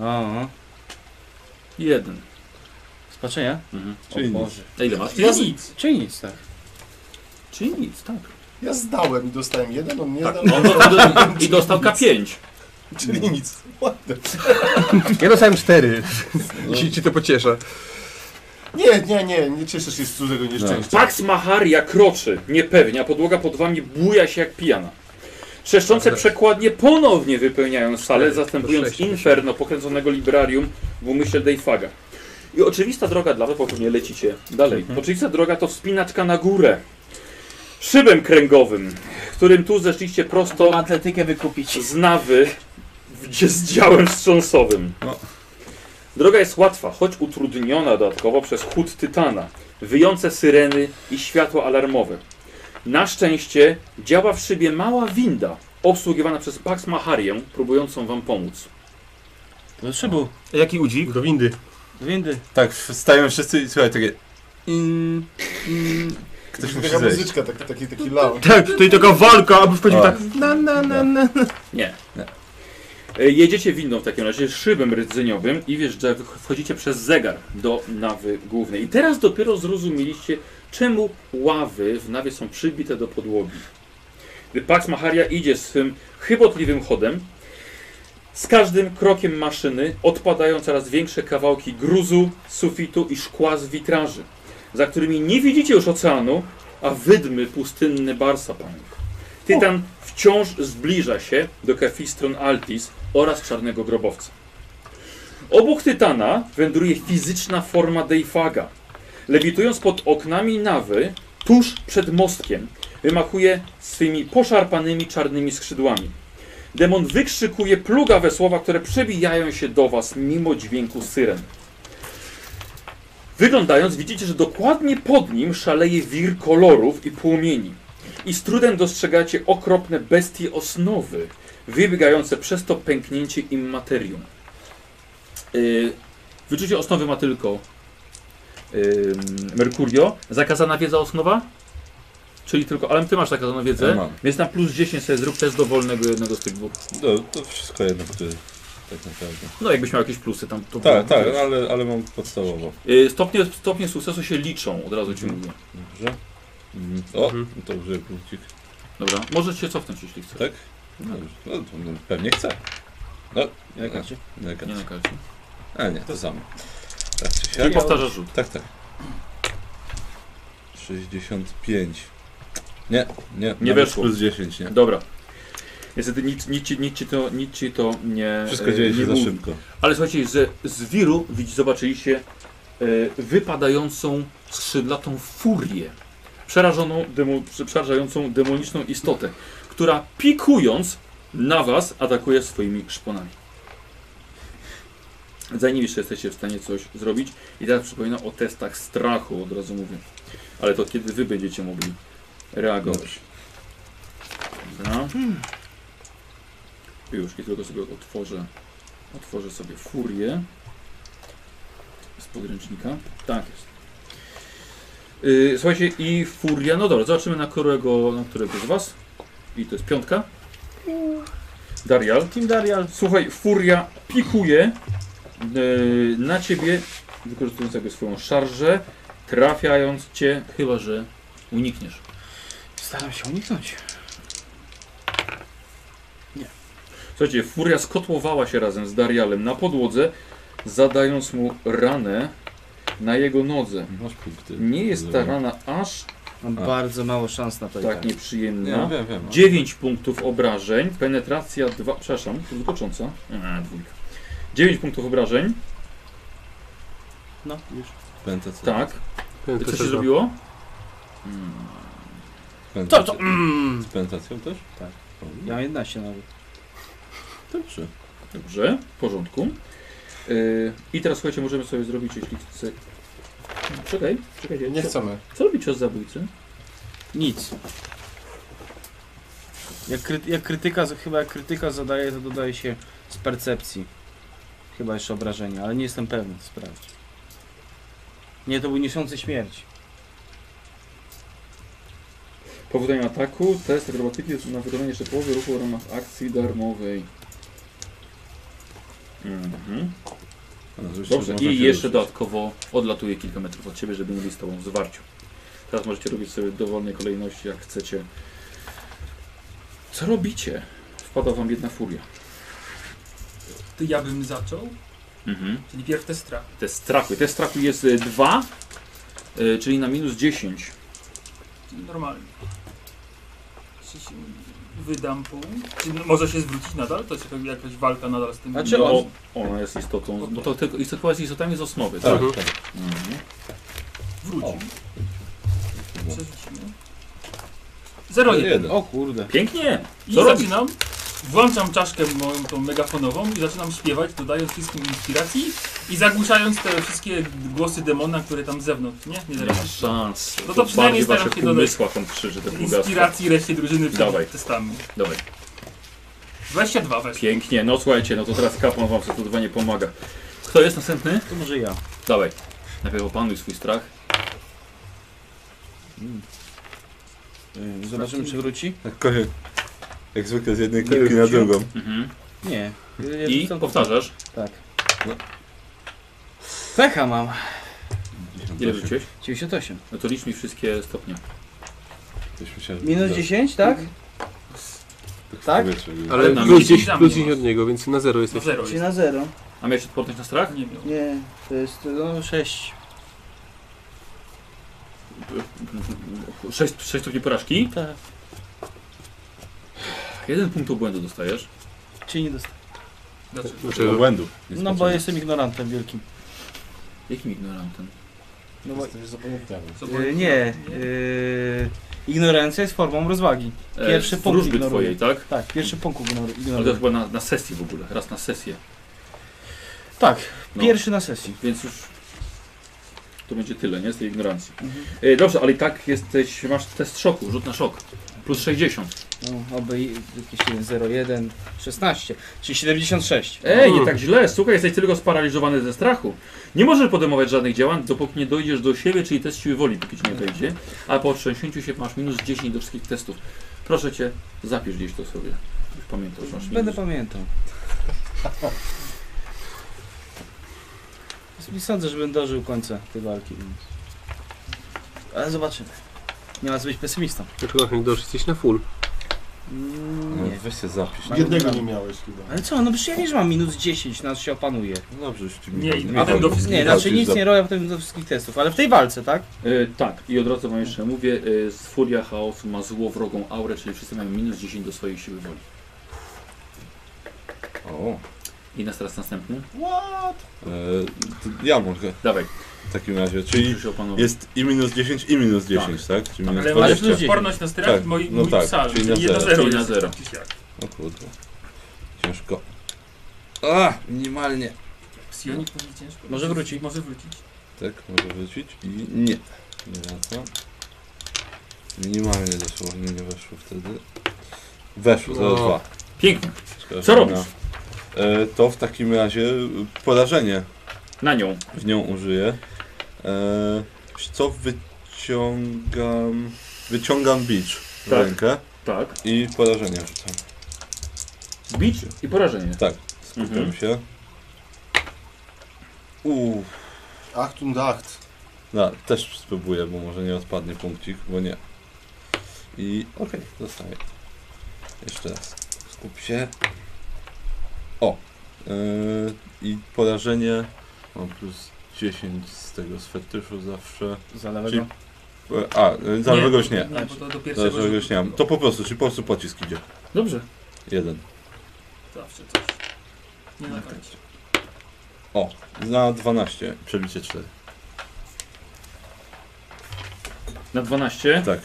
Aha. Jeden. Spaczenia? Mhm. Czyli o nic. Boże. A ile masz? Ja nic. Czy nic, tak. Czyli nic, tak. Ja zdałem i dostałem jeden, on nie tak. zdał. On dostał, I dostał K5. Czyli nic. Ładne. Ja dostałem cztery. Jeśli ci to pociesza. Nie, nie, nie, nie cieszę się z cudzego No. nieszczęścia. Pax Maharia kroczy, niepewnie, a podłoga pod wami buja się jak pijana. Trzeszczące przekładnie ponownie wypełniają salę, Cztery, to zastępując sześć. inferno pokręconego librarium w umyśle Deifaga. I oczywista droga dla was, bo pewnie lecicie dalej. Mhm. Oczywista droga to wspinaczka na górę. Szybem kręgowym, którym tu zeszliście prosto To atletykę wykupić. z nawy w- gdzie z działem wstrząsowym. No. Droga jest łatwa, choć utrudniona dodatkowo przez chód tytana, wyjące syreny i światła alarmowe. Na szczęście działa w szybie mała winda, obsługiwana przez Pax Maharię, próbującą wam pomóc. Do szybu, Jaki udzik? Do windy. do windy. Tak, w- stajemy wszyscy i słuchaj, takie... Mm, mm. Ktoś Taka musi zejść. muzyczka, tak, taki, taki lounge. Tak, tutaj taka walka, aby wchodził O. tak. Na, na, na, na. Nie. E, Jedziecie windą w takim razie, szybem rdzeniowym i wjeżdża, wych- wchodzicie przez zegar do nawy głównej. I teraz dopiero zrozumieliście, czemu ławy w nawie są przybite do podłogi. Gdy Pax Macharia idzie swym chybotliwym chodem, z każdym krokiem maszyny odpadają coraz większe kawałki gruzu, sufitu i szkła z witraży, za którymi nie widzicie już oceanu, a wydmy pustynne Barsa Punk. Tytan wciąż zbliża się do Kefistron Altis oraz Czarnego Grobowca. Obok Tytana wędruje fizyczna forma Deifaga. Lewitując pod oknami nawy, tuż przed mostkiem, wymachuje swymi poszarpanymi czarnymi skrzydłami. Demon wykrzykuje plugawe słowa, które przebijają się do was mimo dźwięku syren. Wyglądając widzicie, że dokładnie pod nim szaleje wir kolorów i płomieni i z trudem dostrzegacie okropne bestie osnowy, wybiegające przez to pęknięcie im materium. Yy, wyczucie osnowy ma tylko yy, Mercurio. Zakazana wiedza osnowa? Czyli tylko, ale ty masz zakazaną wiedzę, Ja mam. więc na plus 10 sobie zrób test dowolnego jednego z tych dwóch. No, to wszystko jedno, które tak naprawdę. No jakbyś miał jakieś plusy tam. To Tak, no. tak, ale, ale mam podstawowo. Yy, stopnie, stopnie sukcesu się liczą, od razu ci Mhm. mówię. Dobrze. Mm, O, Mhm. to użyję punkcik. Dobra, możesz się cofnąć, jeśli chcesz. Tak? Dobrze. No, to, no, pewnie chcę. No, nie Jakaś. Nie Negacja. na karcie. A nie, to samo. Tak czy Czyli siak. powtarzasz rzut. Tak, tak. 65. Nie, nie. Nie E, nawet weszło. Plus 10, nie. Dobra. Niestety nic, nic, ci- nic, ci, to, nic ci to nie. Wszystko e, dzieje nie się za mówi. szybko. Ale słuchajcie, że z wiru widz, zobaczyliście e, wypadającą skrzydlatą furię. Przerażoną, demo, prze- przerażającą demoniczną istotę, która pikując na was atakuje swoimi szponami. Zanim jeszcze jesteście w stanie coś zrobić, i teraz przypominam o testach strachu, od razu mówię. Ale to kiedy wy będziecie mogli reagować. Dobra. Już, i tylko sobie otworzę. Otworzę sobie furię z podręcznika. Tak jest. Yy, słuchajcie, i furia. No dobra, zobaczymy na którego, na którego z was. I to jest piątka. Darial. Team Darial. Słuchaj, furia pikuje yy, na ciebie, wykorzystując jakby swoją szarżę, trafiając cię, chyba że unikniesz. Staram się uniknąć. Słuchajcie, furia skotłowała się razem z Darialem na podłodze, zadając mu ranę na jego nodze. Masz punkty. Nie jest ta rana aż Mam A. bardzo mało szans na to i tak Nie, nieprzyjemna. no, wiem, wiem. 9 punktów obrażeń, penetracja 2, przepraszam, to wykocząca. A, dwójka. 9 punktów obrażeń, No, już. Pęta co? tak. Ten Co też się ma. zrobiło? Pęta, To, to, mm. Z pętacją też? Tak. O, Ja mam 11 nawet. Dobrze. Dobrze, w porządku. Yy, I teraz słuchajcie, możemy sobie zrobić, jeśli chce. Czekaj, czekajcie. Nie co- chcemy. Co robi cios zabójcy? Nic. Jak, kry, jak krytyka, chyba jak krytyka zadaje, to dodaje się z percepcji. Chyba jeszcze obrażenia, ale nie jestem pewny, sprawdź. Nie, to był niosący śmierć. Powodzenie ataku, test akrobatyki na wykonanie jeszcze połowy ruchu w ramach akcji darmowej. Mhm. A, żebyś Dobrze, można i się jeszcze ruszyć. dodatkowo odlatuje kilka metrów od ciebie, żeby nie byli z tobą w zwarciu. Teraz możecie robić sobie w dowolnej kolejności, jak chcecie. Co robicie? Wpada wam jedna furia. To ja bym zaczął, Mhm. czyli pierw te strach. Te strachy. Te strachu jest 2, czyli na minus 10. Czyli normalnie. Czy się Wydam punkt. Czy no, może się zwrócić nadal? To jest jakaś walka nadal z tym. A czy no, on- Ona jest istotą. No to tylko istotą jest istotami z osnowy, tak? Tak, Mhm. tak. Mhm. Wrócił. O. Przerzucimy. 0 1. Jeden. O kurde. Pięknie! I Co robisz? zaczynam. Włączam czaszkę moją tą megafonową i zaczynam śpiewać, dodając wszystkim inspiracji i zagłuszając te wszystkie głosy demona, które tam z zewnątrz, nie? Nie Nie zaraz. masz szans. No to To bardziej przynajmniej staram wasze się dodać umysłach on krzyży te plugastwa. Inspiracji reszcie drużyny Dawaj. przed testami. Dawaj. 22 weszło. Pięknie, no słuchajcie, no to teraz kapłan wam zdecydowanie pomaga. Kto jest następny? To może ja. Dawaj. Najpierw opanuj swój strach. Y, Zobaczymy, czy wróci. Jak, kozie- Tak, jak zwykle z jednej kropki na drugą. Mhm. Nie. Ja I tylko- powtarzasz, Tak. Pecha mam. ile rzuciłeś? 98. No to licz mi wszystkie stopnie. Coś myślałem, że Minus tak, 10, tak? tak w tak? powietrzu było. no. Ale na plus mnie. 10, plus Na 10 od niego, więc na zero To jesteś. zero Czyli jest. na 0. A miałeś odporność na strach? Nie miał. Nie, to jest no 6. 6, 6 stopni porażki. Tak. Jeden punkt błędu dostajesz. Czyli nie dostałem. Znaczy, Do Znaczy, błędu. No bo jestem ignorantem wielkim. Jakim ignorantem? No bo, Jesteś zapomniany. co było- y, nie. Y, ignorancja jest formą rozwagi. E, Pierwszy z punkt wróżby ignoruję. twojej, tak? Tak, pierwszy punkt ignor- Ale to ignoruję. chyba na, na sesji w ogóle, raz na sesję. Tak, No. pierwszy na sesji. Więc już to będzie tyle, nie? Z tej ignorancji. Mhm. E, dobrze, ale i tak jesteś, masz test szoku, rzut na szok. Plus 60. No, oby i- jakieś 1, 0, 1, 16, czyli 76. Ej, nie tak źle, słuchaj, jesteś tylko sparaliżowany ze strachu. Nie możesz podejmować żadnych działań, dopóki nie dojdziesz do siebie, czyli test siły woli, póki ci nie wejdzie. A po otrząśnięciu się masz minus 10 do wszystkich testów. Proszę cię, zapisz gdzieś to sobie. Już pamiętasz, masz minus. Będę pamiętał. Nie sądzę, żebym dożył końca tej walki. więc- Ale zobaczymy. Nie ma co być pesymistą. dlaczego Hengdorz jesteś na full? Mm, No, Nie. Weź się zapisz. Jednego nie miałeś chyba. Ale co, no przecież ja wiem, że mam minus 10, nas się opanuje. No Dobrze, już ci Nie, Michał- a ten do wszystkich Nie, Michał znaczy ci nic zap- nie robię potem do wszystkich testów, ale w tej walce, tak? E, tak, i od razu wam jeszcze mówię, e, z furia chaosu ma zło wrogą aurę, czyli wszyscy mają minus 10 do swojej siły woli. O, I nas teraz następny? e, to ja mogę Dawaj, w takim razie. Czyli musisz opanować. jest i minus 10 i minus 10, tak? Czyli minus Ale masz 20. plus odporność na strach Tak, i moi, no mój tak, psal, czyli na czyli 1-0 jest. zero. Czyli na zero. jakiś jak. O kurde. Ciężko. A, minimalnie. Psionik będzie ciężko. Może wróci. Może wrócić. Tak, może wrócić i nie. Nie wraca. Minimalnie dosłownie nie weszło wtedy. Weszło, No. 0,2. Pięknie. Szkoda, Co że robisz? na- E, to w takim razie y, porażenie Na nią. w nią użyję. E, wiesz co wyciągam... Wyciągam bicz w Tak. rękę Tak. i porażenie rzucam. Bić i porażenie. Tak, skupiam Mhm. się. Uuu, Achtung dacht. no, też spróbuję, bo może nie odpadnie punkcik, bo nie. I okej, dostaję. Jeszcze raz. Skup się. O! Yy, I porażenie. Mam plus 10 z tego z fetyszu zawsze. Za lewego. Czyli- E, A, yy, za lewego już nie. Nie, bo to Za do pierwszego lewego już rzutu nie mam. To po prostu, czyli po prostu pocisk idzie. Dobrze. Jeden. Zawsze coś. Nie tak. na końcu. Na 12, przebicie 4. Na 12. Tak.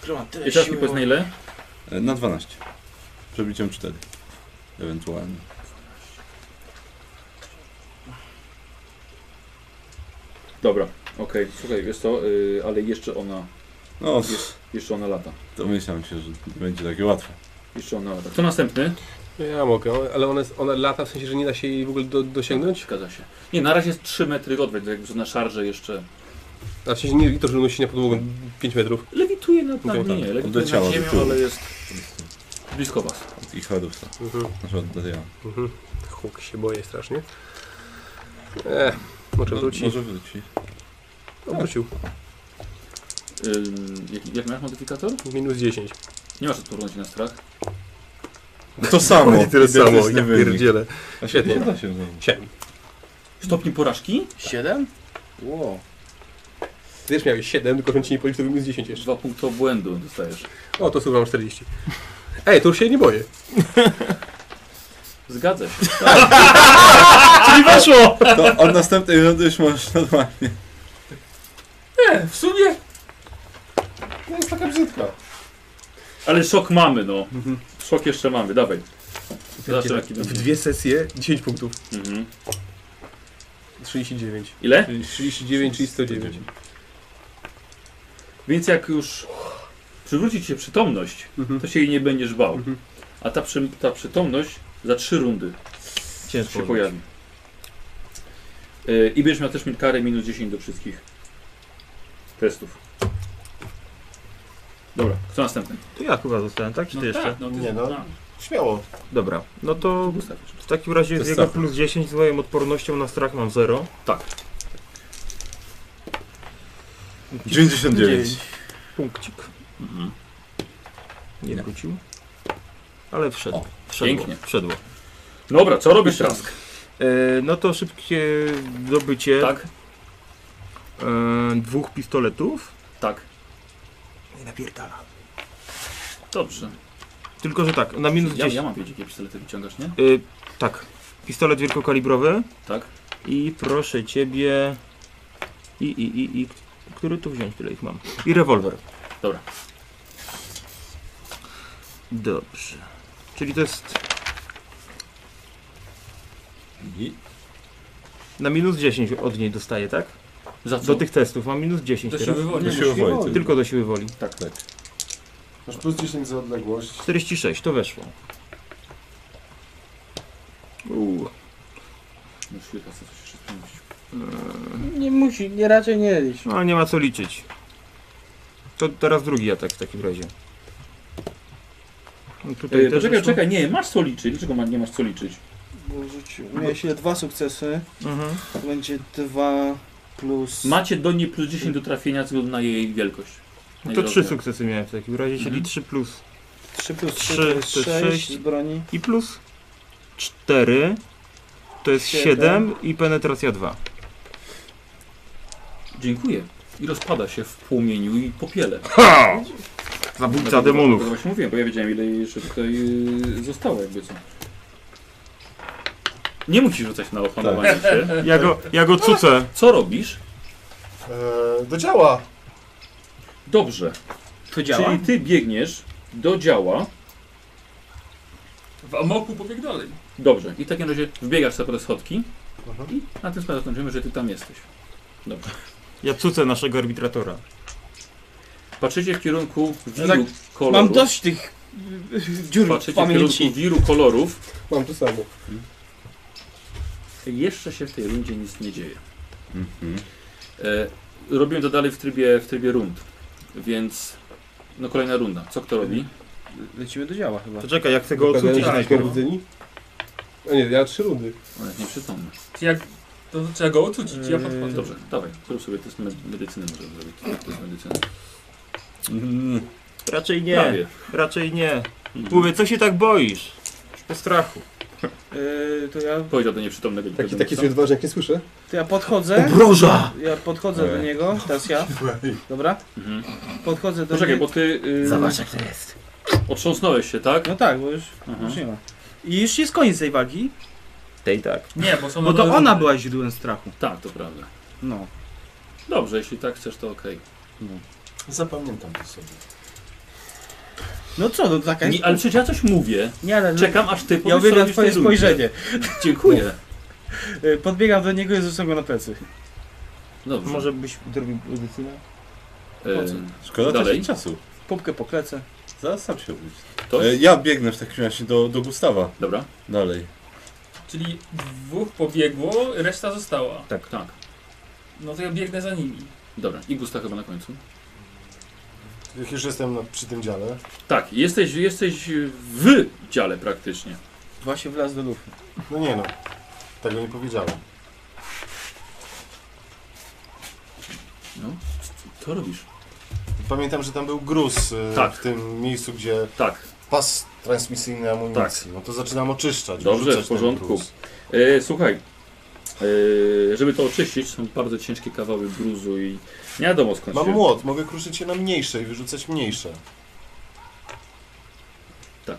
Kurwa, tyle I teraz mi siły, powiedz na ile? E, Na 12. Przebiciem 4. Ewentualnie. Dobra, okej, słuchaj, jest to, y, ale jeszcze ona, No, jeszcze ona lata. domyślam się, że nie będzie takie łatwe. Jeszcze ona lata. Kto następny? No, Ja mogę, ale ona, jest, ona lata w sensie, że nie da się jej w ogóle do, dosięgnąć? Zgadza się. Nie, na razie jest 3 metry odwet, jakby to na szarże jeszcze. A w sensie nie to, że unosi na podłogę 5 metrów. Lewituje nad nami, Okej, nie, tak. lewituje Odleciała nad do ziemią, tyłu. ale jest blisko was. Od ich harusa. Mhm. Znaczy od Dariana. Mhm. Huk się boję strasznie. Eee, może wróci. Może wróci. No, wrócił. Ym, Y, jak, jak masz modyfikator? Minus 10. Nie masz odporności na strach. To samo. I tyle samo, ja identyczny wynik. pierdzielę. A Świetnie. się da się zrobić. 7. Stopni porażki? 7? Wow. Wiesz, miałeś 7, tylko że on ci nie policzył, to był minus 10 jeszcze. Dwa punkty obłędu dostajesz. O, to słucham 40. Ej, to już się nie boję. Zgadza się. To od następnej rundy już możesz normalnie. E, w sumie No jest taka brzydka. Ale szok mamy, no. Mhm. Szok jeszcze mamy, dawaj. tak. Zobaczmy, jaki W będzie. dwie sesje 10 punktów. Mhm. 39. Ile? 39, czyli 109. Więc jak już przywróci ci się przytomność, Mhm. to się jej nie będziesz bał. Mhm. A ta, przy, ta przytomność za trzy rundy się pojawi. Y, I będziesz miał też mi- karę minus 10 do wszystkich testów. Dobra, kto następny? To ja chyba zostałem, tak? Czy No ty jeszcze? tak, no ty Nie, no. a, Śmiało. Dobra, no to Gustaw jeszcze. w takim razie To z jest jego strach. plus 10 z moją odpornością na strach mam 0. Tak. 99. Punkcik. Mhm. Nie Nie. wrócił. Ale wszedł. O, wszedł. pięknie. Wszedł. Dobra, co robisz teraz? E, no to szybkie dobycie Tak, e, dwóch pistoletów. tak. Nie napierdala. Dobrze. Tylko, że tak, na minus Ja, 10. ja mam wiedzieć, jakie pistolety wyciągasz, nie? E, tak, pistolet wielkokalibrowy. Tak. I proszę ciebie. I, i, i, i. Który tu wziąć? Tyle ich mam. I rewolwer. Dobra. Dobrze. Czyli to jest I na minus 10 od niej dostaję, tak? Za co? Do tych testów mam minus 10 no to się teraz. wywodzi. to się woli. Tylko Tylko do siły woli. tak, tak. Masz plus 10 za odległość. 46, to weszło. Uuu. Już chwilka, chcę coś jeszcze sprawdzić. Nie musi, nie raczej nie liczyć. No nie ma co liczyć. To teraz drugi atak w takim razie. No, tutaj Ej, też E, Poczekaj, weszło. czekaj, nie, masz co liczyć. Dlaczego ma, nie masz co liczyć? Bo rzucił- Miałeś ile? Dwa sukcesy. Mhm. To będzie dwa plus... Macie do niej plus 10 do trafienia ze względu na jej wielkość. Na No jej to trzy rozmiar. sukcesy miałem w takim razie, czyli Mhm. 3 plus. Trzy plus Trzy, trzy, to jest to jest sześć sześć. z broni. I plus 4 to jest Siedem. 7 i penetracja 2. Dziękuję. I rozpada się w płomieniu i popiele. Ha! Zabójca demonów. To właśnie mówiłem, bo ja wiedziałem ile jeszcze tutaj yy, zostało jakby co. Nie musisz rzucać na opanowanie Tak. się. Ja go, ja go cucę. Co robisz? Eee, do działa! Dobrze. To działa? Czyli ty biegniesz do działa. W amoku pobieg dalej. Dobrze. I w takim razie wbiegasz sobie po te schodki Mhm. i na tym składzie zakończymy, że ty tam jesteś. Ja cucę naszego arbitratora. Patrzycie w kierunku wiru tak, kolorów. Mam dość tych y, y, dziur w Patrzycie w kierunku pamięci. wiru kolorów. Mam to samo. Jeszcze się w tej rundzie nic nie dzieje. Mhm. E, robiłem to dalej w trybie, w trybie rund. Więc no kolejna runda. Co kto robi? Lecimy do działa chyba. To czekaj, jak chcę go ocucić Pokazałeś najpierw. Korwdyni? A nie, ja trzy rundy. On jest nieprzytomny. Czy jak, to trzeba go ocucić, ja podchodzę. Dobrze, dawaj. Zrób sobie test me- medycyny możemy zrobić. Test medycyny. Mm. Raczej nie, Prawie. raczej nie. Mhm. Mówię, co się tak boisz? Już po strachu. Y, to, ja, Powiedział do nieprzytomnego. Taki, wiadomo taki co. jest odważny, jak nie słyszę. to ja podchodzę. Broża! Ja podchodzę do Ej. niego, teraz ja. Dobra? Mhm. Podchodzę do Poczekaj, niego. bo ty y, jak to jest. otrząsnąłeś się, tak? Mhm. No tak, bo już, Aha. już nie ma. I już jest koniec tej walki, Tej tak. Nie, bo są bo nowe to ona rundy. była źródłem strachu. Tak, to prawda. No. Dobrze, jeśli tak chcesz, to okej. Zapamiętam to sobie. No co, no taka jest... Nie, Ale przecież ja coś mówię. Nie, ale... Czekam aż ty ja powiesz, co uwielbiam robisz w tej twoje rundzie. spojrzenie. Dziękuję. Y, Podbiegam do niego i zrzucam go na plecy. Dobrze. Może byś zrobił medycynę? E, Szkoda Dalej. Dalej. czasu. Pupkę po klece. Zastaw się obudzić. to? E, Ja biegnę w takim razie do, do Gustawa. Dobra. Dalej. Czyli dwóch pobiegło, reszta została. Tak. Tak. No to ja biegnę za nimi. Dobra. I Gusta chyba na końcu. Jak już jestem na, przy tym dziale. Tak, jesteś, jesteś w dziale praktycznie. Właśnie wlazł do lufy. No nie no. Tego nie powiedziałem. No. Co robisz? Pamiętam, że tam był gruz y, Tak. w tym miejscu, gdzie Tak. pas transmisyjny amunicji. No to zaczynam oczyszczać. Dobrze, wyrzucać w ten porządku. gruz. E, słuchaj. E, żeby to oczyścić, są bardzo ciężkie kawały gruzu i nie wiadomo skąd Mam się... młot, mogę kruszyć je na mniejsze i wyrzucać mniejsze. Tak.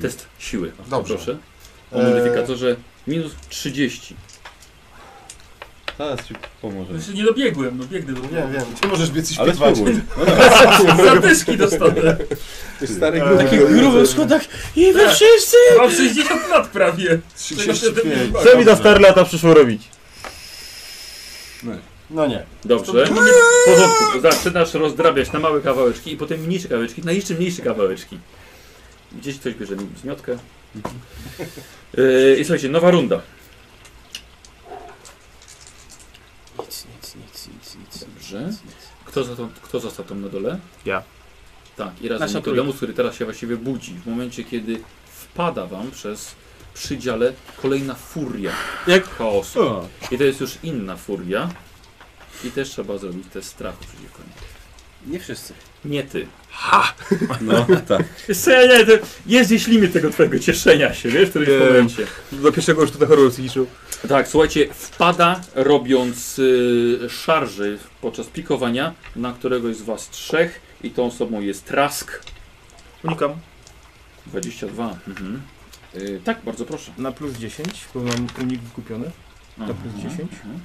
Test siły. Dobrze. Proszę. O Eee. modyfikatorze minus 30. Zaraz ci pomoże. Jeszcze nie dobiegłem, no biegnę do Nie wiem, ty możesz biec i Ale śpiewać. spróbuj. Zadyszki dostanę. Stary gruz. Taki gruby w schodach i wy Tak. wszyscy! Mam 60 lat prawie. Tego wtedy nie 35. było. Co mi ta stare lata przyszło robić? No nie. Dobrze. W porządku. Zaczynasz rozdrabiać na małe kawałeczki i potem mniejsze kawałeczki, na jeszcze mniejsze kawałeczki. Gdzieś ktoś bierze mi zmiotkę. E, I Yy, słuchajcie, nowa runda. Dobrze. Kto został, kto został tam na dole? Ja. Tak, i razem Nasza Nikodemus, który teraz się właściwie budzi. W momencie, kiedy wpada wam przez przydziale kolejna furia Jak- chaosu. O. I to jest już inna furia. I też trzeba zrobić test strachu przeciwko niej. Nie wszyscy. Nie ty. No tak. Ja, ja, to jest gdzieś limit tego twojego cieszenia się, wiesz, w którymś Nie. momencie. No Do pierwszego już tu na chorobę psychiczną. E, Tak, słuchajcie, wpada robiąc y, szarży podczas pikowania na któregoś z was trzech i tą osobą jest Trask Unikam. 22. Mhm. Y, tak, bardzo proszę. Na plus 10, bo mam unik wykupiony. Aha, plus 10? mhm.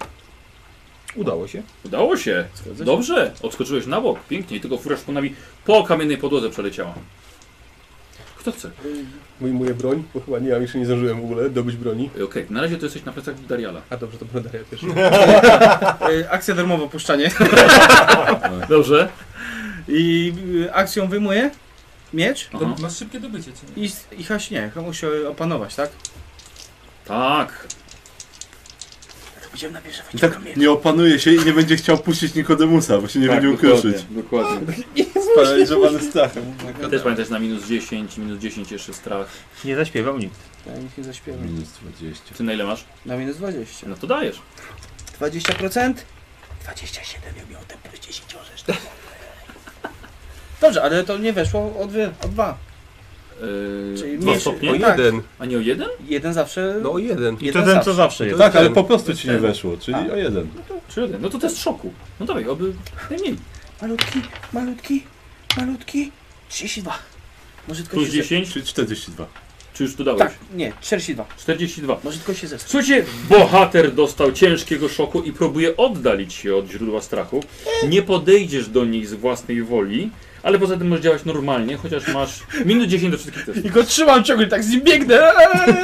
Udało się. Udało się. Zgadza się? Dobrze, odskoczyłeś na bok. Pięknie, i tylko fura szponami po kamiennej podłodze przeleciała. Kto chce? Mój, moja broń, bo chyba nie mam, jeszcze nie zdążyłem w ogóle dobyć broni. Y, Okej, na razie to jesteś na plecach Dariala. A dobrze, to będę ja pierwszy. E, Akcja darmowa puszczanie. Dobrze. I e, akcją wyjmuję miecz Aha. Masz szybkie dobycie, czy nie? i, i haśnie. Musi opanować, tak? Tak, Będziemy nabierze I tak nie opanuje się i nie będzie chciał puścić Nikodemusa, bo się nie tak, będzie dokładnie, ukruszyć. Dokładnie. Sparaliżowany No, strachem. tak, Też pamiętasz na minus 10, minus 10 jeszcze strach. Nie zaśpiewał nikt. Ja nic nie zaśpiewam. Minus 20. Ty na ile masz? Na minus 20. No to dajesz. 20%? 27 jak miał ten plus 10 orzesz. Dobrze, ale to nie weszło o 2. O 2. Yy, Czyli dwa mniejszy- O stopnie? tak. jeden. A nie o jeden? Jeden zawsze. No o jeden. I to ten, co zawsze jest. Tak, ale po prostu ci nie Ten. weszło, czyli o jeden. Czy jeden? No to test szoku. No dawaj, oby najmniej. Malutki, malutki, malutki. 32. Może tylko Plus się. 10, Czyli 42. czy już dodałeś? Tak, nie, 42. 42. Może tylko się zestrzeć. Słuchajcie, bohater dostał ciężkiego szoku i próbuje oddalić się od źródła strachu. Nie podejdziesz do nich z własnej woli, ale poza tym możesz działać normalnie, chociaż masz minus 10 do wszystkich testów. I go trzymam ciągle, tak z nim biegnę.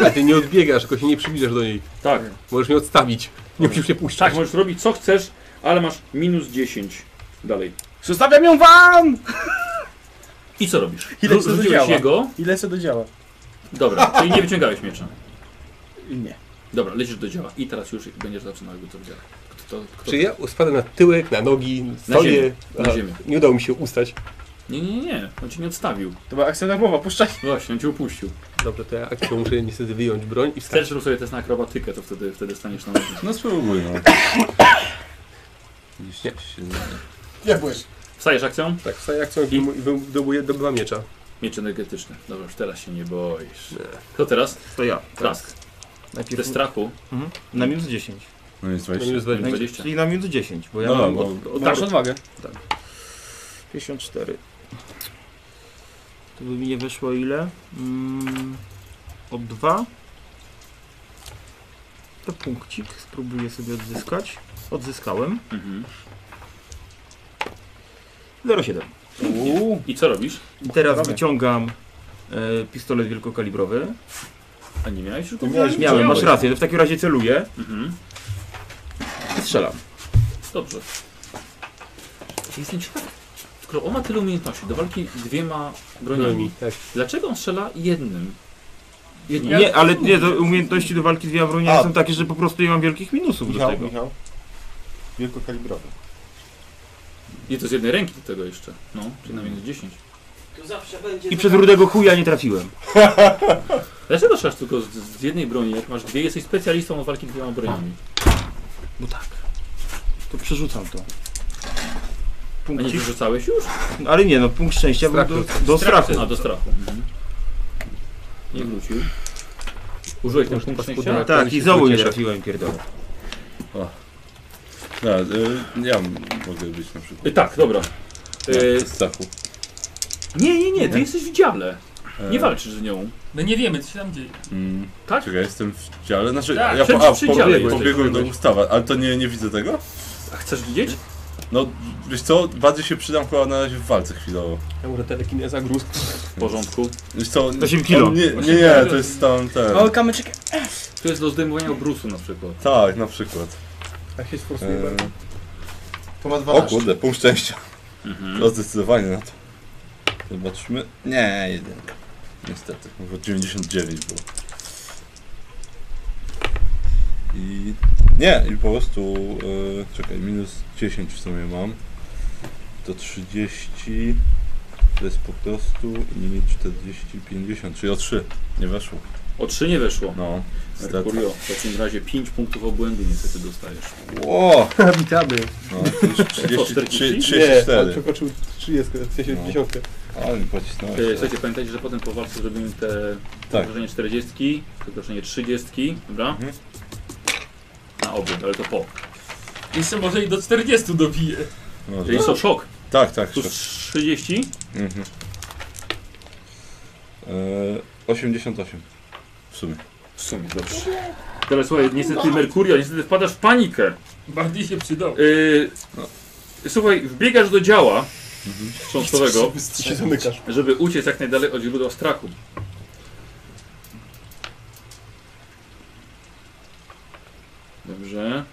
A ty nie odbiegasz, tylko się nie przybliżasz do niej. Tak, Możesz mnie odstawić. Nie musisz mnie puszczać. tak, możesz robić co chcesz, ale masz minus 10 dalej. Zostawiam ją wam! I co robisz? Ile Rzu- się tak to Rzuciłeś działa? jego. Ile się dodziała? Dobra, czyli nie wyciągałeś miecza. Nie. Dobra, lecisz do działa i teraz już będziesz zaczynał jakby to działa. Kto, kto, kto? Czy ja spadłem na tyłek, na nogi, ziemię, stoję. na Aha, ziemię. Nie udało mi się ustać. Nie, nie, nie, on cię nie odstawił. To była akcja darmowa, puszczaj. Tak. Właśnie, on cię upuścił. Dobrze, to ja akcją muszę niestety wyjąć broń i wstać. Chcesz, żeby sobie test na akrobatykę, to wtedy, wtedy staniesz na nogi. No spróbuj, no. Jeśli się nie- Nie byłeś. Wstajesz akcją? Tak, wstaję akcją i wyjmu- i wydobuję do dwa miecza. Miecz energetyczny. Dobra, już teraz się nie boisz. To teraz? To ja. Trask. Te Najpierw strachu? na minus 10. No jest No 20. minus 20. Minus 20. Czyli na minus 10, bo ja No, mam bo- od, od, Masz odwagę. 54. To by mi nie wyszło ile? Mm, od 2. To punkcik spróbuję sobie odzyskać. Odzyskałem. Mhm. 0,7. Uuu. I co robisz? I teraz Robię. wyciągam e, pistolet wielkokalibrowy. A nie miałeś już go? Nie miałeś Miałem, masz miałeś. rację, to w takim razie celuję Mhm. i strzelam. Dobrze. Jestem ciekaw. Skoro on ma tyle umiejętności, do walki dwiema broniami, Tak. dlaczego on strzela jednym? Jednym. Nie, ale nie, to umiejętności do walki z dwiema broniami A. są takie, że po prostu nie mam wielkich minusów do Michał, tego. Michał. Wielkokalibrowy. I to z jednej ręki do tego jeszcze. No, czyli na minus 10. I przez rudego chuja nie trafiłem. Dlaczego strzelasz tylko z, z jednej broni? Jak masz dwie, jesteś specjalistą od walki dwiema broniami. No tak. To przerzucam to. A nie Punkcik. wyrzucałeś już? Ale nie, no punkt szczęścia był Strach do, rzucam. do strachu. A, do strachu. Mhm. Nie wrócił. Użyłeś ten punkt szczęścia? podmiot. Tak, i znowu nie Pocieszę. trafiłem, pierdolę. No, y, ja mogę być na przykład. Y, Tak, dobra. Y, Na strachu. nie, nie, nie, ty jesteś w dziale. Nie E, walczysz z nią. My No nie wiemy, co się tam dzieje. mm, Tak? Czekaj, jestem w dziale. Znaczy, Tak, ja przed- po, a, przy dziale pobiegłem, jesteś. pobiegłem do Gustawa, ale to nie, nie widzę tego? A chcesz widzieć? No, wiesz co, bardziej się przydam chyba na razie w walce chwilowo. Ja może telekineza, gruz. W porządku. Wiesz co, Osiem kilo. on Nie, nie, nie, to jest tam ten. Mały kamyczek. To jest do zdejmowania obrusu na przykład. Tak, na przykład. A Tak się sforsuje E, bardzo. To ma o 12. kurde, punkt szczęścia. Mhm. No zdecydowanie na to. Zobaczmy. Nie, jedynka. Niestety, bo 99 było. I I nie, i po prostu e, czekaj, minus 10 w sumie mam. To 30 to jest po prostu i 40, 50, czyli o 3 nie weszło. O 3 nie weszło. No, niestety. Mercurio, w takim razie 5 punktów obłędu niestety dostajesz. Tak. Ło! Witamy. No, to już 30, 40? 34. przekroczył 30, w sensie No. 10. Ale mi pocisnąłeś. E, Słuchajcie, pamiętajcie, że potem po walce zrobimy te Tak. wrażenie 40, wrażenie 30, dobra? Mhm. Na obu, ale to po. Jeszcze może i do 40 dobiję. No, Czyli dobra. są szok. tak, tak. Plus 30, Mhm. E, 88 w sumie. w sumie dobrze. Teraz słuchaj, niestety Merkurio, niestety wpadasz w panikę. Bardziej się przydał. Yy, słuchaj, wbiegasz do działa Mhm. cząstkowego, Ty się zamykasz. żeby uciec jak najdalej od źródła strachu. Dobrze.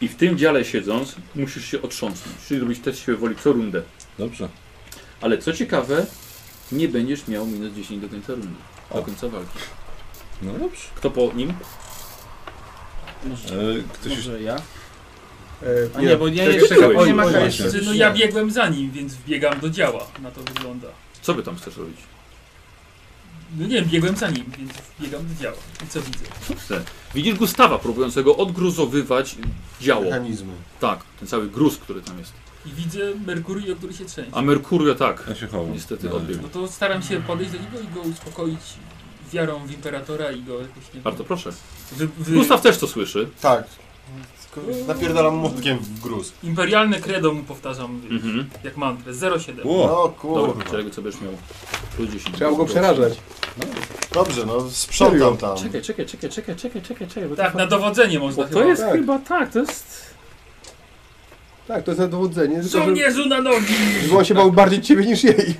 I w tym dziale siedząc, musisz się otrząsnąć, czyli robić test siły woli co rundę. Dobrze. Ale co ciekawe, nie będziesz miał minus 10 do końca rundy. Do O. końca walki. No dobrze. Kto po nim? E, ktoś już... Może ja? E, A nie, bo ja Czekaj, jeszcze czekaj, nie ma oj, kary. właśnie. Znaczy, no ja biegłem za nim, więc biegam do działa. Na to wygląda. Co by tam chcesz robić? No nie, biegłem za nim, więc biegam do działa. I co widzę? Co chce? Widzisz Gustawa próbującego odgruzowywać działo. Mechanizmy. Tak, ten cały gruz, który tam jest. I widzę Merkurio, który się trzęsie. A Merkurio tak. Ja się chowam. Niestety Dobra. odbiegł. No to staram się podejść do niego i go uspokoić wiarą w imperatora i go jakoś nie Bardzo proszę. Wy, wy... Gustaw też to słyszy. Tak. Tylko Napierdalam młotkiem w gruz. Imperialne credo mu powtarzam wiesz, Mhm. jak mantrę. 07. Ło! No Dobra, kurwa. czyli co będziesz miał? Plus 10. Trzeba go przerażać. Dobrze, no sprzątam tam. Czekaj, czekaj, czekaj, czekaj, czekaj, czekaj, czekaj. Bo Tak, to, na dowodzenie bo można to chyba. jest tak. chyba tak, to jest... Tak, to jest zadowodzenie, tylko że, Żołnierzu na nogi! żeby on się bał bardziej ciebie niż jej.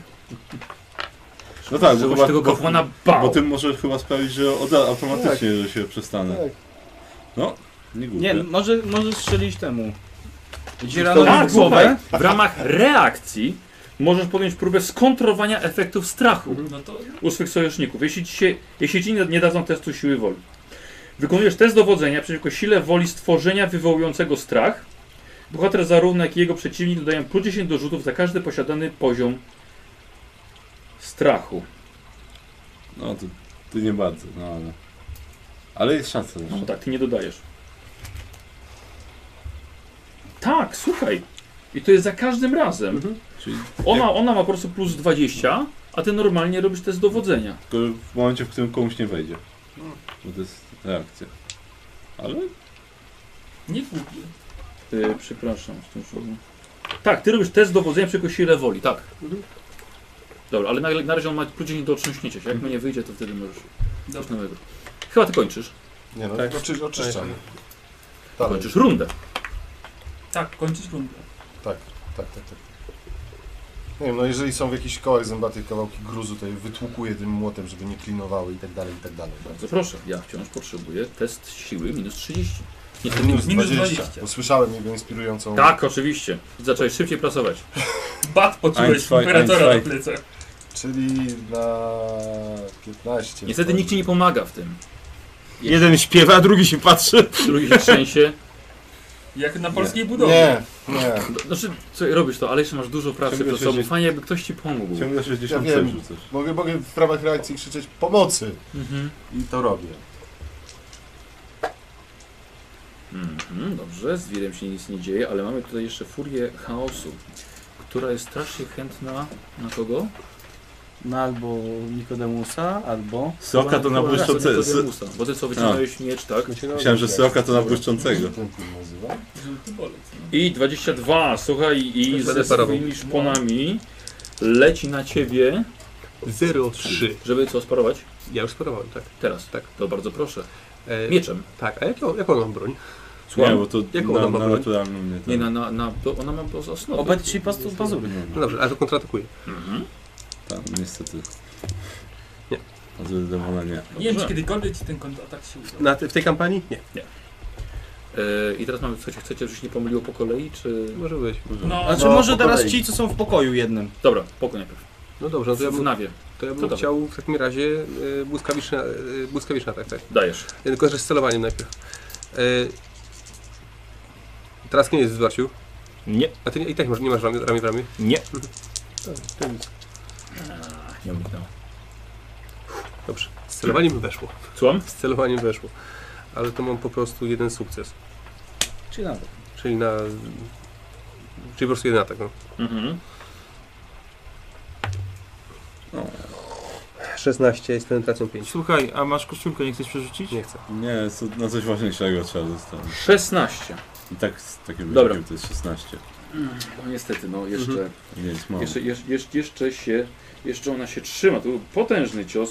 No tak, bo, Żebyś chyba, tego bo, Tak, kapłana bo bał. tym może chyba sprawić, że od, automatycznie że się przestanę. Tak. No, nie głupie. Nie, może, może strzelić temu. Tak, Dzieranowi w słuchaj, głowę. w ramach reakcji możesz podjąć próbę skontrowania efektów strachu No to u swych sojuszników, jeśli ci, się, jeśli ci nie- nie dadzą testu siły woli. Wykonujesz test dowodzenia przeciwko sile woli stworzenia wywołującego strach. Bohater zarówno jak i jego przeciwnik dodają plus 10 do rzutów za każdy posiadany poziom strachu. No to, to nie bardzo, no ale. Ale jest szansa No zawsze. tak, ty nie dodajesz. Tak, słuchaj. I to jest za każdym razem. Czyli Ona, ona ma po prostu plus 20, a ty normalnie robisz test dowodzenia. tylko w momencie, w którym komuś nie wejdzie. No. Bo to jest reakcja. Ale nie kupię. Ty, przepraszam. z tym słowem. Tak, ty robisz test dowodzenia przeciwko sile woli, tak. Dobra, ale na, na razie on ma plus 10 do otrząśnięcia się. Jak mu nie wyjdzie, to wtedy możesz Dobra. coś nowego. Chyba ty kończysz. Nie no, Tak. oczy, oczyszczam. Dalej. Kończysz rundę. Tak, kończysz rundę. Tak, tak, tak. Nie wiem, no jeżeli są w jakichś kołach zębatych kawałki gruzu, to je wytłukuję tym młotem, żeby nie klinowały i tak dalej, i tak dalej. Bardzo proszę. Ja wciąż potrzebuję test siły minus 30. Nie, to Minus minus... 20, 20. bo słyszałem jego inspirującą... Tak, oczywiście. Zacząłeś szybciej pracować. Bat Ein, poczułeś zwei, ein, imperatora na zwei. plecach. Czyli na 15. Niestety nikt ci nie pomaga w tym. Jeden śpiewa, a drugi się patrzy. Drugi się trzęsie. Jak na polskiej budowie. Nie, nie. Znaczy, co, robisz to, ale jeszcze masz dużo pracy Ciągle przed się sobą. dzieje. Fajnie, jakby ktoś ci pomógł. ciągle Ja 60 wiem. rzucasz. Mogę, mogę w ramach reakcji krzyczeć pomocy Mhm. i to robię. Mhm, dobrze, z wirem się nic nie dzieje, ale mamy tutaj jeszcze furię chaosu, która jest strasznie chętna na kogo? No albo Nikodemusa, albo... Soka to na Chyba błyszczącego. Nikodemusa, Bo ty co wyciągnąłeś miecz, tak? Myślałem, że soka to na błyszczącego. Jak ten film nazywa? Żółty bolec. No. I 22, słuchaj, i ze swoimi szponami leci na ciebie, 03. żeby co sparować? Ja już sparowałem, tak. Teraz. Tak. To bardzo proszę. E, Mieczem. Tak, a jaką, jaką mam broń? Nie, Słucham. bo to Jaką na, ona ma na broń? naturalną tak. mnie Nie, tam- na, na, na, to ona ma osnowę. Obetrzy pastu pazury. No dobrze, a to kontratakuję. Mhm. Tam, niestety. Nie. A Zdecydowanie nie. Nie wiem, czy Dobrze. kiedykolwiek ci ten kontratak się uda. Na, w tej kampanii? Nie, E, I teraz mamy, coś chcecie, żeby się nie pomyliło po kolei, czy... może być. No, Znaczy No, może po teraz kolei. ci, co są w pokoju jednym. Dobra, pokój najpierw. No dobrze, no to ja W bym... nawie. To ja bym To dobra. chciał w takim razie y, błyskawiczny, y, błyskawiczny atak, tak? Dajesz. Y, Tylko że z celowaniem najpierw. Y, teraz nie jest w zwarciu, Nie, a ty nie- i tak masz- nie masz ramię, ramię w ramię. nie. To nic. Nie uniknął. Dobrze. Z celowaniem weszło. Słucham? Z celowaniem weszło. Ale to mam po prostu jeden sukces. Czy nawet. Czyli na... Czyli po prostu jeden atak, no. Mhm. 16 jest penetracją 5. Słuchaj, a masz koszulkę, nie chcesz przerzucić? Nie chcę. Nie, co- na coś ważniejszego trzeba zostawić. 16. I tak z takim Dobra. wynikiem to jest 16. No niestety, no jeszcze, Nie jest mało. jeszcze, jeszcze, jeszcze, jeszcze się, jeszcze ona się trzyma. To był potężny cios,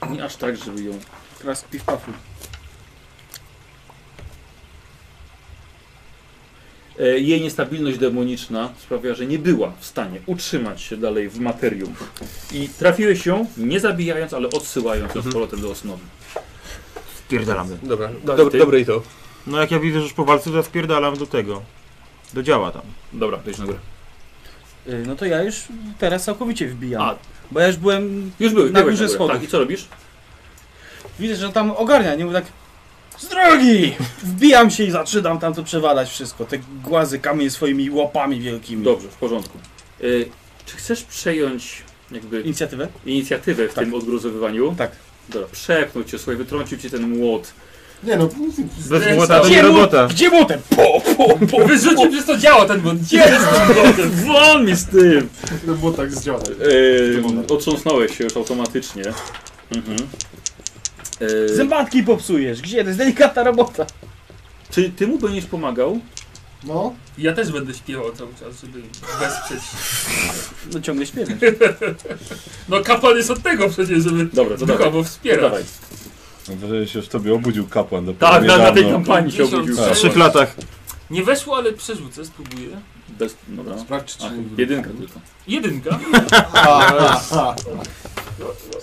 ale nie aż tak, żeby ją... Teraz piw pafu. E, Jej niestabilność demoniczna sprawia, że nie była w stanie utrzymać się dalej w materium. I trafiłeś ją, nie zabijając, ale odsyłając ją z powrotem do osnowy. Spierdalamy. Dobra, Dob- ty? dobre i to. No jak ja widzę, że już po walce, to ja spierdalam do tego. Do działa tam. Dobra, to idź na górę. Y, No to ja już teraz całkowicie wbijam. A. Bo ja już byłem... Już były, Na byłeś górze górę. schodów. Tak, i co robisz? Widzę, że tam ogarnia, nie mów tak... Z drogi! Wbijam się i zaczynam tam to przewalać wszystko. Te głazy kamień swoimi łapami wielkimi. Dobrze, w porządku. E, Czy chcesz przejąć jakby Inicjatywę? inicjatywę w Tak. tym odgruzowywaniu? Tak. Dobra, przepnął cię, słuchaj, wytrącił cię ten młot. Nie no, Bez młota to nie Gdzie mu- robota. Gdzie młotem? Bo no. wyrzucił przez to działa ten błąd. Won mi z tym! no było tak z działa. E, otrząsnąłeś się już automatycznie. Mhm. E, Zębatki popsujesz. Gdzie? To jest delikatna robota. czy ty mu będziesz pomagał? No, Ja też będę śpiewał cały czas, żeby wesprzeć. No ciągle śpiewasz. No kapłan jest od tego przecież, żeby No Dobra, to dawaj. duchowo To wspierać. dawaj. Mam wrażenie, że się już tobie obudził kapłan dopiero Tak, na, na tej niedawno. kampanii się obudził. Tak. W trzech latach. Nie weszło, ale przerzucę, spróbuję. Bez, dobra. sprawdź czy A, nie wróci. jedynka tylko. Jedynka?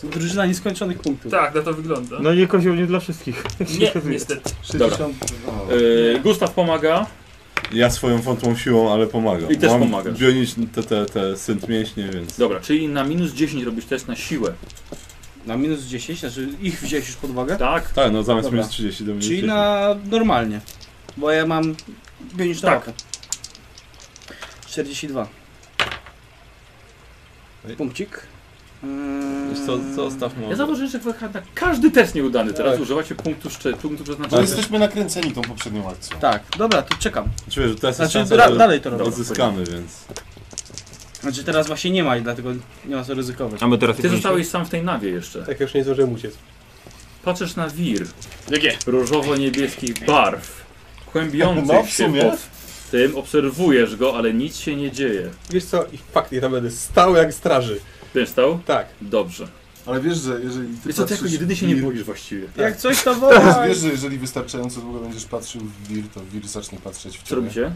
Drużyna nieskończonych punktów. Tak, na to wygląda. No nie kozioł nie dla wszystkich. Nie, niestety. 60. O. E, Gustaw pomaga. Ja swoją wątłą siłą, ale pomagam. I też Mam pomagasz. Bionić te, te, te synt mięśnie, więc... Dobra, czyli na minus 10 robisz test na siłę. Na minus 10, znaczy ich wziąłeś już pod uwagę? Tak? Tak, no zamiast Dobra. minus 30 do minus Czyli 10. na normalnie. Bo ja mam bioniczną Tak. tak. 42. Ej. Punkcik. Yy... Wiesz co, zostaw mu. Ja zauważyłem, że na każdy test nieudany teraz Tak. używacie punktu, szcze, punktu No przeznaczenia. jesteśmy nakręceni tą poprzednią akcją. Tak, dobra, to czekam. Czuję, że teraz jest Znaczy szansa, ra- że dalej to robię. odzyskamy, więc... Znaczy teraz właśnie nie ma i dlatego nie ma co ryzykować. A my teraz Ty zostałeś sam w tej nawie jeszcze. Tak, ja już nie zdążyłem uciec. Patrzysz na wir Jakie? różowo-niebieskich barw, kłębiących No, w się sumie. pod tym, obserwujesz go, ale nic się nie dzieje. Wiesz co, i fakt, ja tam będę stał jak straży. Będziesz stał? Tak. Dobrze. Ale wiesz, że jeżeli ty Wiesz co, ty jako patrzysz jedyny w się nie wir- boisz właściwie. Jak coś to Wiesz, wołaj. Wiesz, że jeżeli wystarczająco długo będziesz patrzył w wir, to wir zacznie patrzeć w Co ciebie. robicie?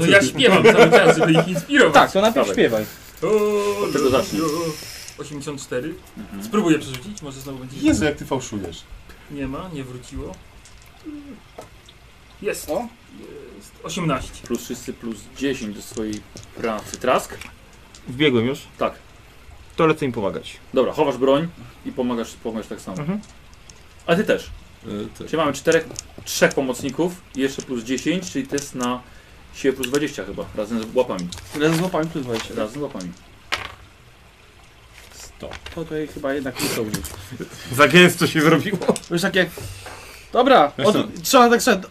No ja śpiewam cały czas, żeby ich inspirować. Tak, to najpierw Dawaj. śpiewaj. O, Od czego zacznij? 84. Spróbuję przerzucić, może znowu będzie. Jezu, jak ty fałszujesz. Nie ma, nie wróciło. Jest. O. Jest. 18. Plus wszyscy plus 10 do swojej pracy. Trask? Wbiegłem już? Tak. To lecę im pomagać. Dobra, chowasz broń i pomagasz, pomagasz tak samo. Mhm. A ty też. E, y, tak. te- Czyli mamy czterech, trzech pomocników i jeszcze plus 10, czyli test na siłę plus 20 chyba, razem z łapami. Razem z łapami plus 20. Razem z łapami. No To tutaj chyba jednak nie to użyć. Za gęsto się zrobiło. Już tak jak... Dobra, Wiesz od... co? trzeba tak sobie...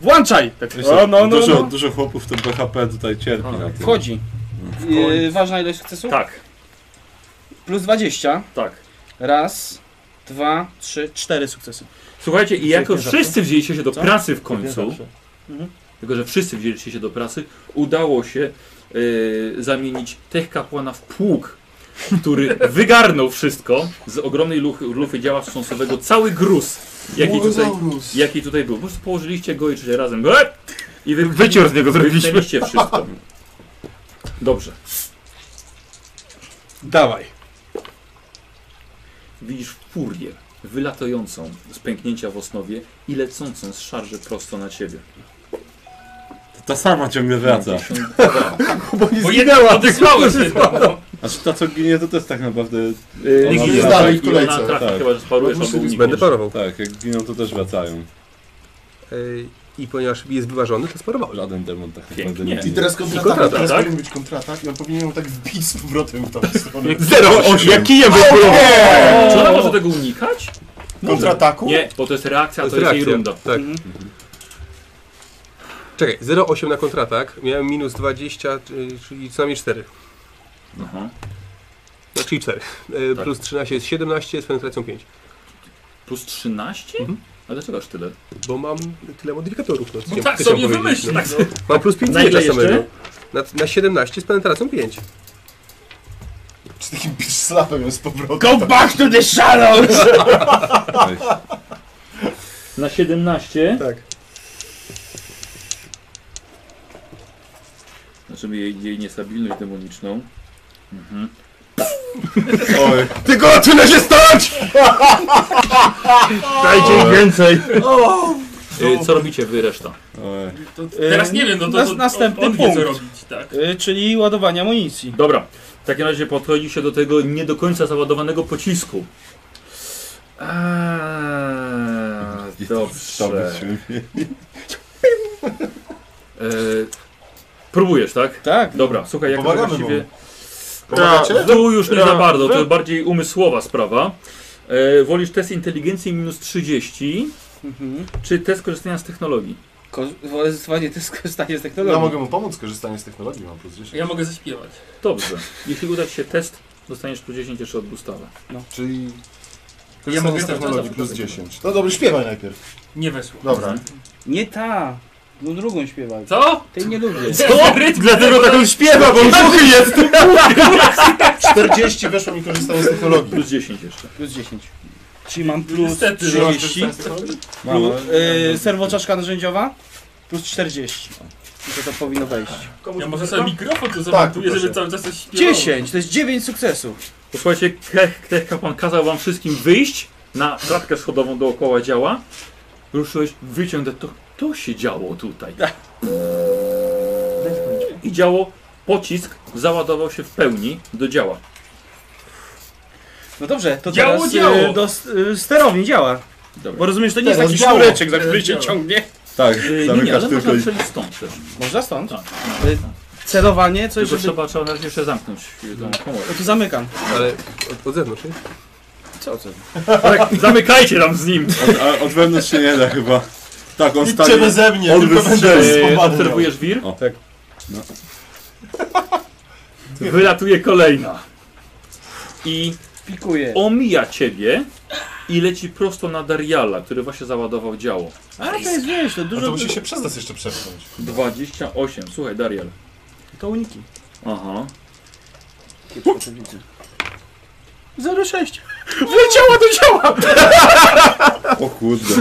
Włączaj! Tak, Wiesz o, co, no, no, dużo, no. dużo chłopów to BHP tutaj cierpi na tym. Wchodzi. Yy, ważna ilość sukcesów? Tak, Plus 20. tak. Raz, dwa, trzy, cztery sukcesy. Słuchajcie, i jako wszyscy wzięliście się do Co? pracy w końcu, Mhm. tylko że wszyscy wzięliście się do pracy, udało się e, zamienić tech kapłana w pług, który wygarnął wszystko z ogromnej lufy, lufy działa wstrząsowego, cały gruz, jaki tutaj, Urozaurus. jaki tutaj był. Po prostu położyliście go i czyli razem e! i wy, Wycior z niego zrobiliśmy. wypchnęliście wszystko. Dobrze. Dawaj. Widzisz furię wylatującą z pęknięcia w osnowie i lecącą z szarży prosto na ciebie. Ta sama ciągle wraca. No. 52. Bo jednak odesłałeś się. A Znaczy, czy ta co ginie to też tak naprawdę... Yy, Ona no, Nigdy nie jest trafi, dalej w kolejce. No, ona trafi, Tak. chyba że sparujesz Musi albo być- unikniesz. Będę parował. Tak, jak giną to też wracają. Ej, I ponieważ jest wyważony, to sparowałem. Żaden demon tak naprawdę Pięknie. nie I ginie. teraz kontratak, kontratak, teraz tak? powinien być kontratak i on powinien ją tak wbić z powrotem w tą stronę. Jak kijem Czy ona może tego unikać? no, Kontrataku? Nie, bo to jest reakcja, to To jest, jest jej reakcja. runda. Tak. Czekaj, 0,8 na kontratak, miałem minus 20, czyli- czyli co najmniej 4. Aha. No, Czyli 4. Tak. Plus 13 jest 17, z penetracją 5. Plus 13? Mhm. A dlaczego aż tyle? Bo mam tyle modyfikatorów. No, co Bo chciałem- tak co chciałem sobie powiedzieć, wymyśl, no. tak sobie. Mam plus 5 Na ile miecza jeszcze? samego. no. Na, na 17 z penetracją 5. Czy takim bitch slapem ją z powrotem? back to the shadows! Weź. Na 17? Tak. Znaczy jej, jej niestabilność demoniczną. Mhm. Oj, Ty go, tyle się stać! Dajcie ich więcej! Y, Co robicie wy reszta? Oj. To teraz nie wiem, no to, to Yy, Nas- następny on, on wie co punkt. robić, tak. Y, czyli ładowanie amunicji. Dobra, w takim razie podchodzi się do tego nie do końca załadowanego pocisku. Eee, Tam dobrze. byśmy mieli. Eee, próbujesz, tak? Tak. Dobra, słuchaj, jak to Pomagamy właściwie... Tak. pomagacie? No, No. Tu już nie Ra- za bardzo, to ra- bardziej umysłowa sprawa. E, wolisz test inteligencji minus 30, Mhm. czy test korzystania z technologii? Ko- wolę zdecydowanie to jest korzystanie z technologii. Ja mogę mu pomóc korzystanie z technologii, mam plus 10. Ja mogę zaśpiewać. Dobrze. Jeśli uda ci się test, dostaniesz plus 10 jeszcze od Gustawa. Czyli Ja korzystanie mogę z też technologii na- plus 10. No dobrze, śpiewaj najpierw. Nie weszło. Dobra. Nie ta. No drugą śpiewaj. Co? Tej nie lubię. Co? Rytm, Dlatego tak on śpiewa, bo on suchy jest! 40 weszło mi korzystanie z technologii. Plus 10 jeszcze. Plus 10. Czyli mam tak plus Niestety, no, że masz 30. korzystanie z technologii. Mama, Plus, y, serwoczaszka narzędziowa plus 40. I to, to powinno wejść. Ja może sobie mikrofon tu zamontuję, Tak, proszę. żeby cały czas coś śpiewał. 10, to jest 9 sukcesów. Posłuchajcie, Kech- Kech Kapłan kazał wam wszystkim wyjść na klatkę schodową dookoła działa. Ruszyłeś, wyciągnę to. To się działo tutaj. I działo, pocisk załadował się w pełni do działa. No dobrze, to Działo, teraz działo. Y, do s- y, sterowni działa. Dobra. Bo rozumiesz, to nie jest Teraz jakiś działo. sznureczek, za który się Działa. ciągnie. Tak, Y, Yy, nie, nie, zamykasz ale tylko można i... przejść stąd też. Można stąd. Tak. Y, Celowanie, coś, Tylko żeby... trzeba, trzeba najpierw jeszcze zamknąć y, tą komorę. No to zamykam. Ale od, od zewnątrz, nie? Co to? Tak, Y, zamykajcie tam z nim! Od, a- od wewnątrz się nie da chyba. Tak, on Idźcie stanie... beze mnie, on tylko będę wystrzeli. z pomadą miał. Obserwujesz wir? O. Tak. No. Wylatuje kolejna. I Pikuje. omija ciebie i leci prosto na Dariala, który właśnie załadował działo. Ale to jest, wiesz, to A dużo... to musi się przez nas jeszcze przepchnąć. 28. Słuchaj, Darial. To uniki. Aha. Kiepsko to widzę. 0,6. O kurde.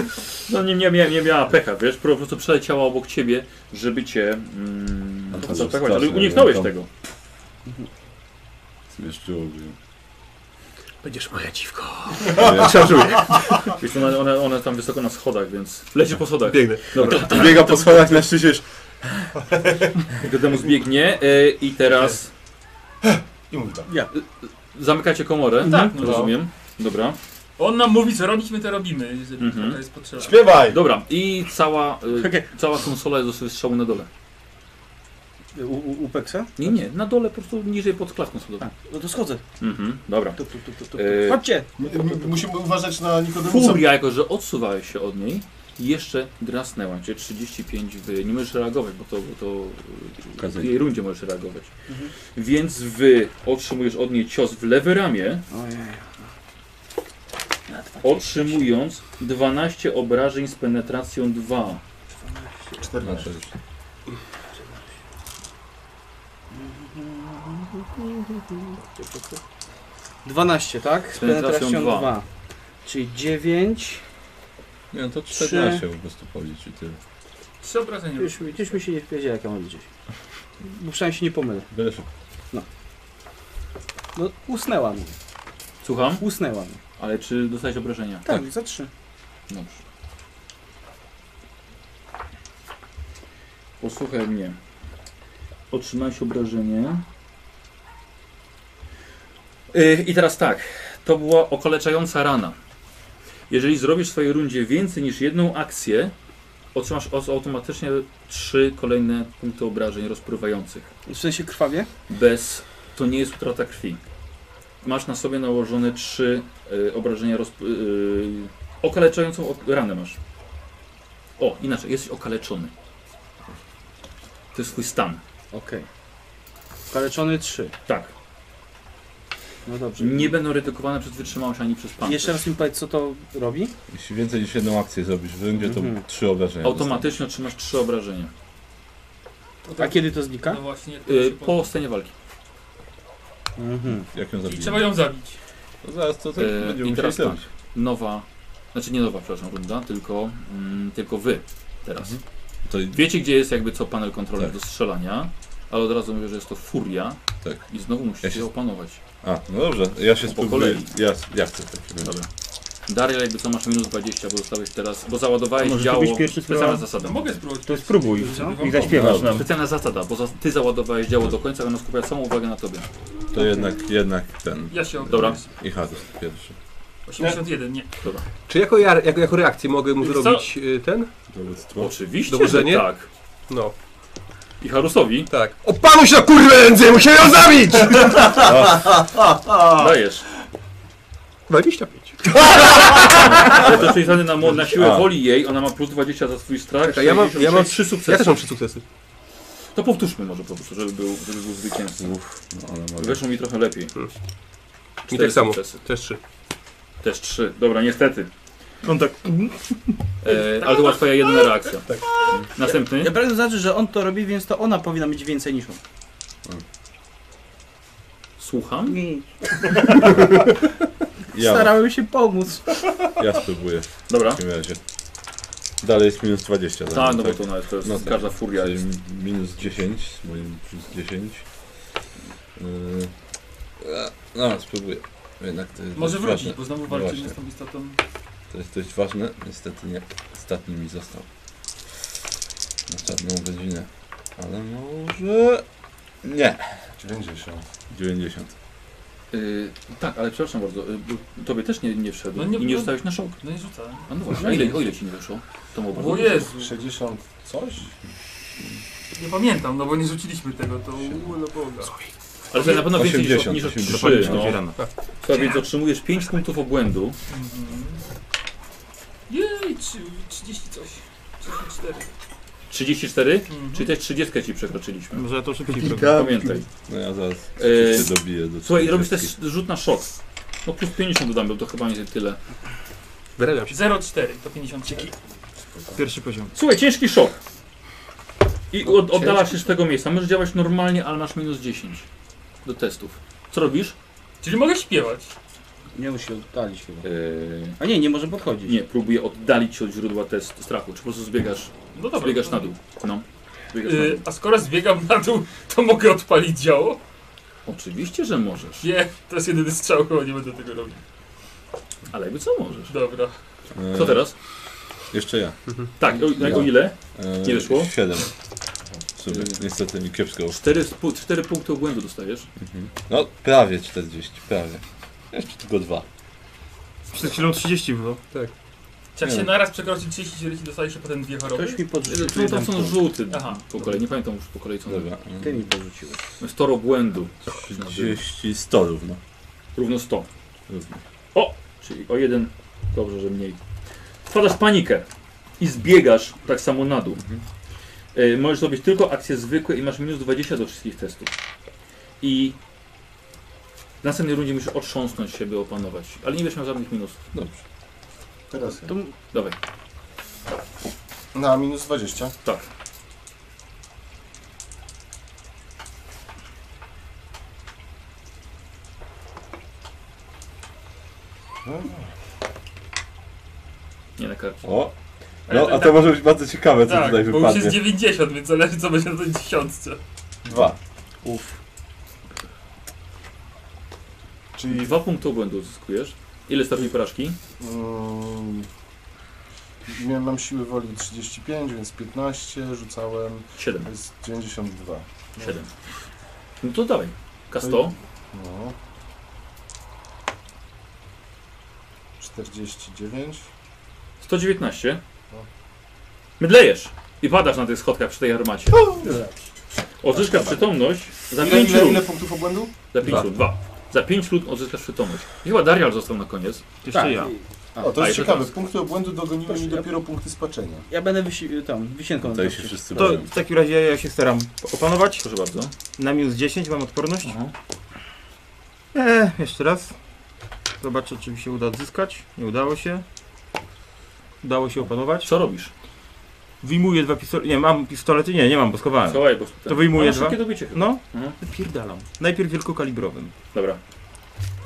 No nie, nie, nie, nie miała pecha, wiesz, po prostu przeleciała obok ciebie, żeby cię mm, A No to zaatakować, straszne, ale uniknąłeś tam. tego. Zmieszczyłoby. Będziesz moja dziwko. Szarżuję. Wiesz, co, one, one, one tam wysoko na schodach, więc leci po schodach. Biegnę. Dobra. Biega po schodach na szczycie już... Tylko temu zbiegnie e, i teraz I mówi tak. zamykacie komorę. Tak, no. Rozumiem. Dobra. On nam mówi co robić, my to robimy, jeżeli Mhm. taka jest potrzeba. Śpiewaj! Dobra, i cała, y, Okej. cała konsola jest do strzału na dole. U, u, u Peksa? Nie, nie, na dole, po prostu niżej pod klatką schodową. A, no to schodzę. Mhm, dobra. Tu, tu, tu, tu, tu. E, Chodźcie. M- m- Musimy uważać na Nikodemusa. Furia, jako że odsuwałeś się od niej, jeszcze drasnęła cię 35 w... Nie możesz reagować, bo to, bo to w Okazji. jej rundzie możesz reagować. Mhm. Więc wy otrzymujesz od niej cios w lewe ramię, otrzymując 12 obrażeń z penetracją 2. 14. Ojej. 12, tak? Z Penetracją penetracją dwa. 2. Czyli 9. Nie, no to Trzy. 14 po prostu policzy tyle. Trzy obrażenia. Już, mi- już mi się nie wpierdzie, jak ja mam liczyć. Bo przynajmniej się nie pomylę. Byle szybko. No, usnęła mnie. Słucham? Usnęła mnie. Ale czy dostałeś obrażenia? Tak, za 3. Dobrze. Posłuchaj mnie. Otrzymałeś obrażenie. Y, I teraz tak, to była okaleczająca rana. Jeżeli zrobisz w swojej rundzie więcej niż jedną akcję, otrzymasz os- automatycznie trzy kolejne punkty obrażeń rozpływających. W sensie krwawie? Bez, to nie jest utrata krwi. Masz na sobie nałożone trzy y, obrażenia rozp- y, okaleczającą ok- ranę masz. O, inaczej, jesteś okaleczony. To jest twój stan. Okej. Kaleczony 3. Tak. No dobrze. Nie będą redukowane przez wytrzymałość ani przez pancerz. Jeszcze raz mi powiedz, co to robi? Jeśli więcej niż jedną akcję zrobisz w rundzie, to Mhm. trzy obrażenia. Automatycznie otrzymasz trzy obrażenia. A kiedy to znika? No właśnie, to Y, się po... po scenie walki. Mhm. dostaniesz. Jak ją I zabijesz? trzeba ją zabić. To zaraz to tak E, będziemy i musieli teraz zrobić. Nowa, znaczy nie nowa, przepraszam, runda, tylko, mm, tylko wy Mhm. teraz. To i- Wiecie, gdzie jest jakby co panel kontrolny Tak. do strzelania, ale od razu mówię, że jest to furia Tak. i znowu musicie Ja się- ją opanować. A, no dobrze, ja się Po spróbuję. kolei. Ja, ja chcę tak. Dobra. Daria, jakby co masz minus 20, bo dostałeś teraz, bo załadowałeś To może działo. to być pierwszy specjalna strzał? zasada. No mogę spróbować. To spróbuj no, Żeby wam i pomóc. zaśpiewasz nam. Specjalna zasada, bo za, ty załadowałeś działo do końca, ono skupia całą uwagę na tobie. To jednak, jednak ten. Ja się Dobra. obronię. I Hadus pierwszy. 81, nie. Czy jako, ja, jako, jako reakcję mogę mu Co? zrobić y, ten? Dowództwo. Oczywiście, Dowodzenie? że tak. No, I Harusowi tak. Opanuj się na kurwę ręce, musimy ją zabić! dajesz. 25. Ale to jest na, mo- na siłę A. woli jej, ona ma plus 20 za swój strach. Czekaj, ja mam- ja mam- 3 Ja sukcesy. też mam trzy sukcesy. To powtórzmy może po prostu, żeby był, żeby był zwycięzcą. No, ale mogę. Weszło mi trochę lepiej. Hmm. Cztery tak samo. sukcesy. Też trzy. Też 3. Dobra, niestety. On tak... E, ale to była twoja jedyna reakcja. Następny. Ja pragnę zaznaczyć, że on to robi, więc to ona powinna mieć więcej niż on. Słucham. Ja, Starałem się pomóc. ja spróbuję w Dobra. takim razie. Dalej jest minus 20. dla Tak, mnie, no bo to, nawet, to jest No tak. każda furia. E, Czyli Jest. Minus 10, z moim plus 10. Yy, e, No, spróbuję. Jednak to jest Może dość wrócić, ważne. bo znowu walczymy właśnie. z tą istotą. To jest dość ważne. Niestety nie. Ostatni mi został. Na czarną godzinę. Ale może... Nie. 90. 90. Y, tak, ale przepraszam bardzo, y, bo tobie też nie, nie wszedł No nie- i nie no- dostałeś na szok. No i rzucałem. A no właśnie, a ile, o ile ci nie weszło? Tą obronę? O Jezu, 60 coś? nie pamiętam, no bo nie rzuciliśmy tego, to ule Boga. Ale to na pewno więcej niż, 80, niż od 3. 80. No. Słuchaj, więc otrzymujesz 5 punktów obłędu. Mhm. Jej, trzy- 30 coś. 34. 34? Mhm. Czyli też 30 ci przekroczyliśmy. Może ja to szybciej Pamiętaj. No ja zaraz Eee, się dobiję do Słuchaj, 40. robisz też rzut na szok. No plus 50 dodam, bo to chyba nie tyle. Wyrabiam się. 0,4 to 54. Pierwszy poziom. Słuchaj, ciężki szok. No, I od, oddalasz się z tego miejsca. Możesz działać normalnie, ale masz minus 10 do testów. Co robisz? Czyli mogę śpiewać. Nie musi oddalić E, chyba. Eee, A nie, nie może podchodzić. nie, próbuję oddalić się od źródła testu strachu. Czy po prostu zbiegasz, No dobra. zbiegasz na dół? No. Zbiegasz na Y, dół. a skoro zbiegam na dół, to mogę odpalić działo? Oczywiście, że możesz. Nie, to jest jedyny strzał, chyba nie będę tego robił. Ale jakby co możesz? Dobra. Eee, Co teraz? Jeszcze ja. Tak, o, o ile? Eee, Nie wyszło? 7. W sumie, Eee. niestety mi kiepsko. 4, 4 punkty obłędu dostajesz. No, prawie 40, prawie. Jeszcze tylko dwa. Przed chwilą 30 było. Czy jak Nie. się naraz przekroczy 34 i dostajesz się potem dwie choroby? Ktoś mi podrzucił. No to są żółty Aha. po kolei, nie pamiętam już po kolei co one Dobra. Ty mi podrzuciłeś. były. Tor obłędu, 30, 100 równo. równo 100. równo. Czyli o jeden, dobrze, że mniej. Wpadasz w panikę i zbiegasz tak samo na dół. E, możesz zrobić tylko akcje zwykłe i masz minus 20 do wszystkich testów. I w następnej rundzie musisz otrząsnąć się, by opanować. Ale nie będziesz miał żadnych minusów. Dobrze. Teraz ja. To Dawaj. Na minus 20. Tak. Nie na kartę. O! Ale No, a tak- to może być bardzo ciekawe, co tak, tutaj bo już jest wypadnie. 90, więc zależy co będzie na tej dziesiątce. Dwa. Czyli Dwa punkty obłędu uzyskujesz. Ile stawni porażki? mm, miałem mam siły woli 35, więc 15, rzucałem Siedem. to jest 92. Siedem. No to dawaj. K100. No. 49. 119. No. Mydlejesz i padasz na tych schodkach przy tej armacie. Odzyskasz przytomność za Ile, 5 ile, rund. ile punktów obłędu? Za 5 rund, dwa. Za 5 rund odzyskasz przytomność. I Chyba Darial został na koniec. Jeszcze ja. O, to a, jest i to ciekawe. teraz. Punkty obłędu dogoniły Proszę, mi ja- dopiero punkty spaczenia. Ja będę wisi- tam, wisienką Tutaj się naciskać. wszyscy No To boją. w takim razie ja się staram opanować. Proszę bardzo. Na minus 10 mam odporność. Aha. Eee, jeszcze raz. Zobaczę, czy mi się uda odzyskać. Nie udało się. Udało się opanować. Co robisz? Wyjmuję dwa pistolety. Nie, mam pistolety? Nie, nie mam, bo schowałem. Słuchaj, bo To wyjmuję A, dwa. szybkie dobicie chyba. No, Mhm. wypierdalam. Najpierw wielkokalibrowym. Dobra.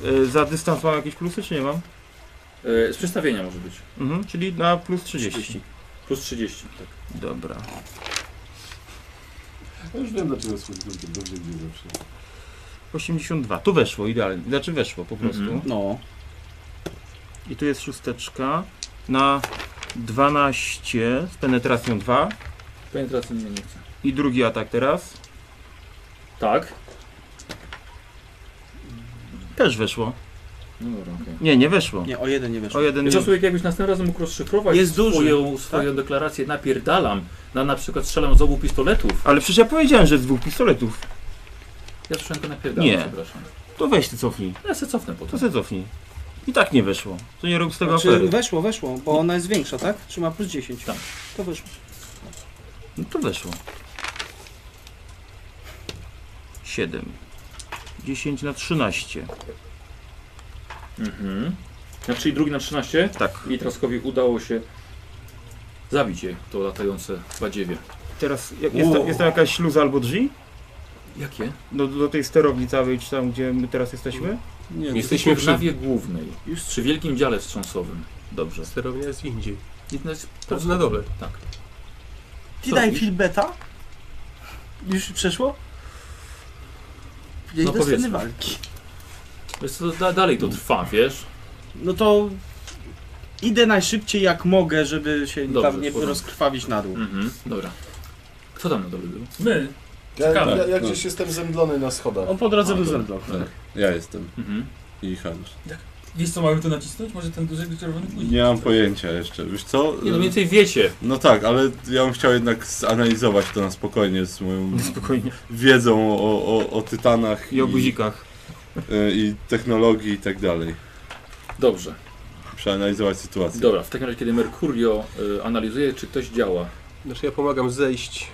Yy, za dystans mam jakieś plusy, czy nie mam? Yy, z przestawienia może być. Mhm, czyli na plus 30. Plus 30. Tak. Dobra. Ja już wiem dlaczego słyszę dobrze gdzie zawsze. 82. Tu weszło idealnie. Znaczy weszło po prostu. Mhm. No. I tu jest szósteczka na 12 z penetracją 2. Penetracja nie chce. I drugi atak teraz. Tak. Też weszło. No dobra, okej. Nie, nie weszło. Nie, o jeden nie weszło. O jeden. Czasem jak jakbyś następnym razem mógł rozszyfrować Jest duży, swoją, swoją deklarację napierdalam, na na przykład strzelam z obu pistoletów. Ale przecież ja powiedziałem, że z dwóch pistoletów. Ja słyszałem to napierdalam, Nie. przepraszam. To weź ty cofnij. Ja se cofnę potem. To se cofnij. I tak nie weszło. To nie rób z tego Znaczy, afery. weszło, weszło, bo ona jest większa, tak? Czy ma plus 10? Tak. To weszło. No to weszło. 7. 10 na 13. Mhm. Na czyli drugi na 13 Tak. i Traskowi udało się zabić jej, to latające badziewie. Teraz jak- jest, tam- Wow. jest tam jakaś śluza albo drzwi? Jakie? Do, do tej sterowni całej, czy tam gdzie my teraz jesteśmy? Nie, Jesteśmy w przy- nawie głównej, przy wielkim dziale wstrząsowym. Dobrze. Sterownia jest indziej. Jedna jest To jest na dole. Tak. Ty Co daj robisz? film beta? Już przeszło? No No do powiedzmy. sceny walki. Wiesz co, da, dalej to trwa, wiesz? No to idę najszybciej jak mogę, żeby się Dobrze, tam nie porządku. rozkrwawić na dół. Mhm. Dobra. Kto tam na dole był? My. Ja, Ciekawe. ja, ja No. gdzieś jestem zemdlony na schodach. On po drodze A, był to- zemdlał. Ja jestem Mhm. i Hans. Wiesz co, mamy tu nacisnąć? Może ten duży czerwony pójdzie? Nie mam pojęcia jeszcze. Wiesz co? Nie, no więcej wiecie. No tak, ale ja bym chciał jednak zanalizować to na spokojnie z moją Spokojnie. wiedzą o, o, o tytanach I o guzikach. y, i technologii i tak dalej. Dobrze. Przeanalizować sytuację. Dobra, w takim razie, kiedy Mercurio y, analizuje, czy ktoś działa. Znaczy ja pomagam zejść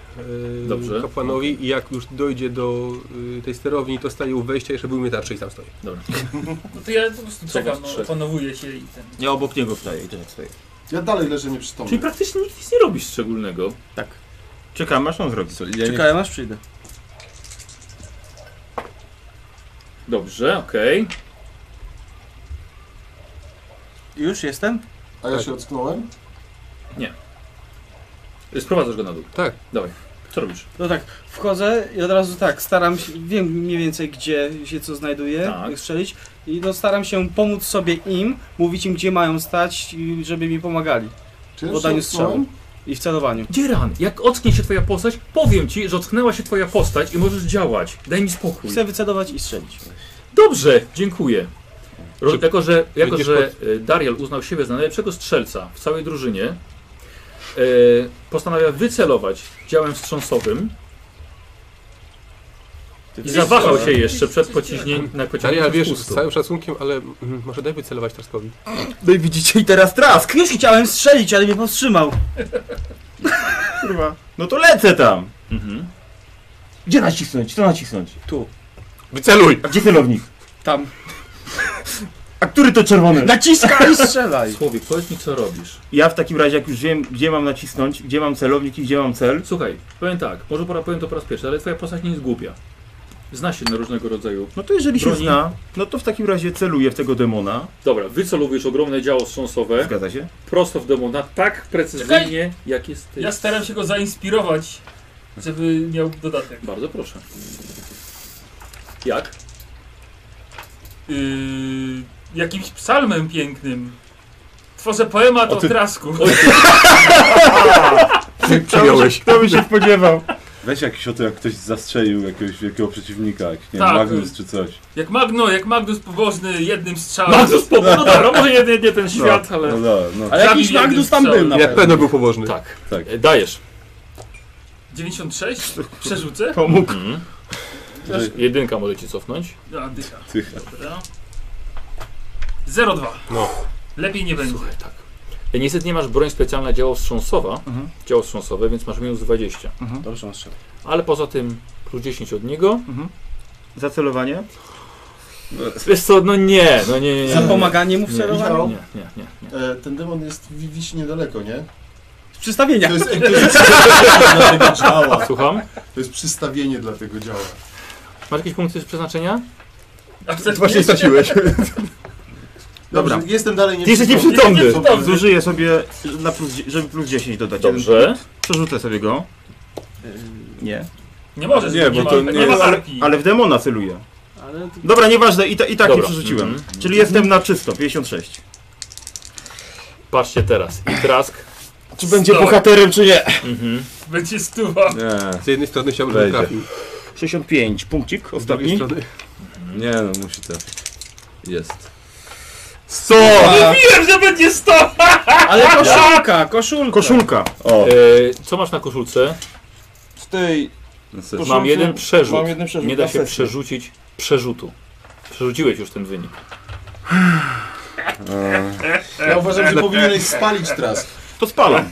e, Dobrze. kapłanowi i jak już dojdzie do e, tej sterowni, to staje u wejścia i żeby mnie tarczy i tam stoi. No to ja po prostu czekam, Trzeba- no, opanowuję się i ten. Ja obok niego wstaję i tak stoję. Ja dalej leżę Czyli nieprzytomny. praktycznie nic, nic nie robisz szczególnego. Czekam, aż on zrobi. Co, ja nie, Czekałem aż przyjdę. Dobrze, okej. Już jestem? A ja się ocknąłem? Sprowadzasz go na dół. Tak. Dawaj. Co robisz? No tak, wchodzę i od razu tak, staram się, wiem mniej więcej gdzie się co znajduje, Tak. jak strzelić i no staram się pomóc sobie im, mówić im gdzie mają stać, i żeby mi pomagali Czy ja w już się oddaniu ocknąłem? strzału i w celowaniu. Dzieran, jak ocknie się twoja postać, powiem ci, że ocknęła się twoja postać i możesz działać. Daj mi spokój. Chcę wycelować i strzelić. Dobrze, dziękuję. Ro, jako, że, jako, będziesz że e, Dariel uznał siebie za najlepszego strzelca w całej drużynie, e, postanawia wycelować działem wstrząsowym i zawahał się jeszcze przed pociśnieniem na Daria, pociągnięciem wiesz, z spustu. całym szacunkiem, ale mm, może daj wycelować Traskowi. No i widzicie i teraz trask! Już chciałem strzelić, ale mnie powstrzymał. Kurwa. No to lecę tam! Mhm. Gdzie nacisnąć? Co nacisnąć? Wyceluj! A gdzie celownik? Tam. A który to czerwony? Naciskaj i strzelaj. Słowik, powiedz mi, co robisz. Ja w takim razie, jak już wiem, gdzie mam nacisnąć, gdzie mam celownik i gdzie mam cel, Słuchaj, powiem tak, może pora powiem to po raz pierwszy, ale twoja postać nie jest głupia. Zna się na różnego rodzaju no to jeżeli się Broni. zna, no to w takim razie celuję w tego demona. Dobra, wycelowujesz ogromne działo wstrząsowe Zgadza się? prosto w demona, tak precyzyjnie, jak jest ty. Ja staram się go zainspirować, żeby miał dodatek. Bardzo proszę. Jak? Yy, jakimś psalmem pięknym. Tworzę poemat o, O ty- trasku. Oj, Przejąłeś. Kto by się spodziewał? Weź jakiś o to, jak ktoś zastrzelił jakiegoś wielkiego przeciwnika, jak nie Tak, wiem, Magnus y- czy coś. Jak Magno, jak Magnus pobożny jednym strzałem. Bardzo spoko, no dobra, może nie, nie ten świat, no, ale... No, dobra, no, Ale Zabij jakiś jednym Magnus tam strzałem. był no. na Jak pewno. pewno był pobożny. Tak, tak. E, dajesz. 96? Przerzucę? Pomógł. Mhm. Że- Jedynka może ci cofnąć. No, A, dycha. Tych, Dobra. 0,2. No. Lepiej nie będzie. Słuchaj, tak. E, Niestety nie masz broń specjalna działo wstrząsowa, Mhm. działo wstrząsowe, więc masz minus 20. Dobrze, on strzelał. Ale poza tym plus 10 od niego. Zacelowanie. Wiesz co, no nie, no nie, nie, nie. Za pomaganie mu w Nie, nie, celowaniu? nie, nie, nie, nie. E, ten demon jest wi- wisi niedaleko, nie? Z przystawienia. To jest egzekucja dla tego działa. Słucham? To jest przystawienie dla tego działa. Masz jakieś punkty przeznaczenia? A chcesz Właśnie straciłeś. Dobra. jestem dalej nie Ty jesteś nieprzytomny. Zużyję sobie, na plus, dzie- żeby plus 10 dodać. Dobrze. Przerzucę sobie go. Yy, Nie. Nie możesz, Nie, bo ma, to nie nie ma jest- arki. Ale w demona celuję. Ale to- Dobra, nieważne, i, ta, i tak Dobra. nie przerzuciłem. Mhm. Czyli jestem na czysto, 56. Patrzcie teraz. I trask. Czy będzie bohaterem, czy nie? Mhm. Będzie stuwa. nie, Z jednej strony chciałbym, żeby Wejdzie. trafił. 65, punkcik, Z drugiej ostatni. strony... nie no, musi trafić. Jest. Co? Wiem, że będzie stuwa! Ale koszulka, koszulka. Koszulka. O, E, co masz na koszulce? Z tej... następny. Mam jeden przerzut. jeden przerzut. Nie da się przerzucić przerzutu. Przerzuciłeś już ten wynik. Ja uważam, że powinieneś spalić teraz. To spalam.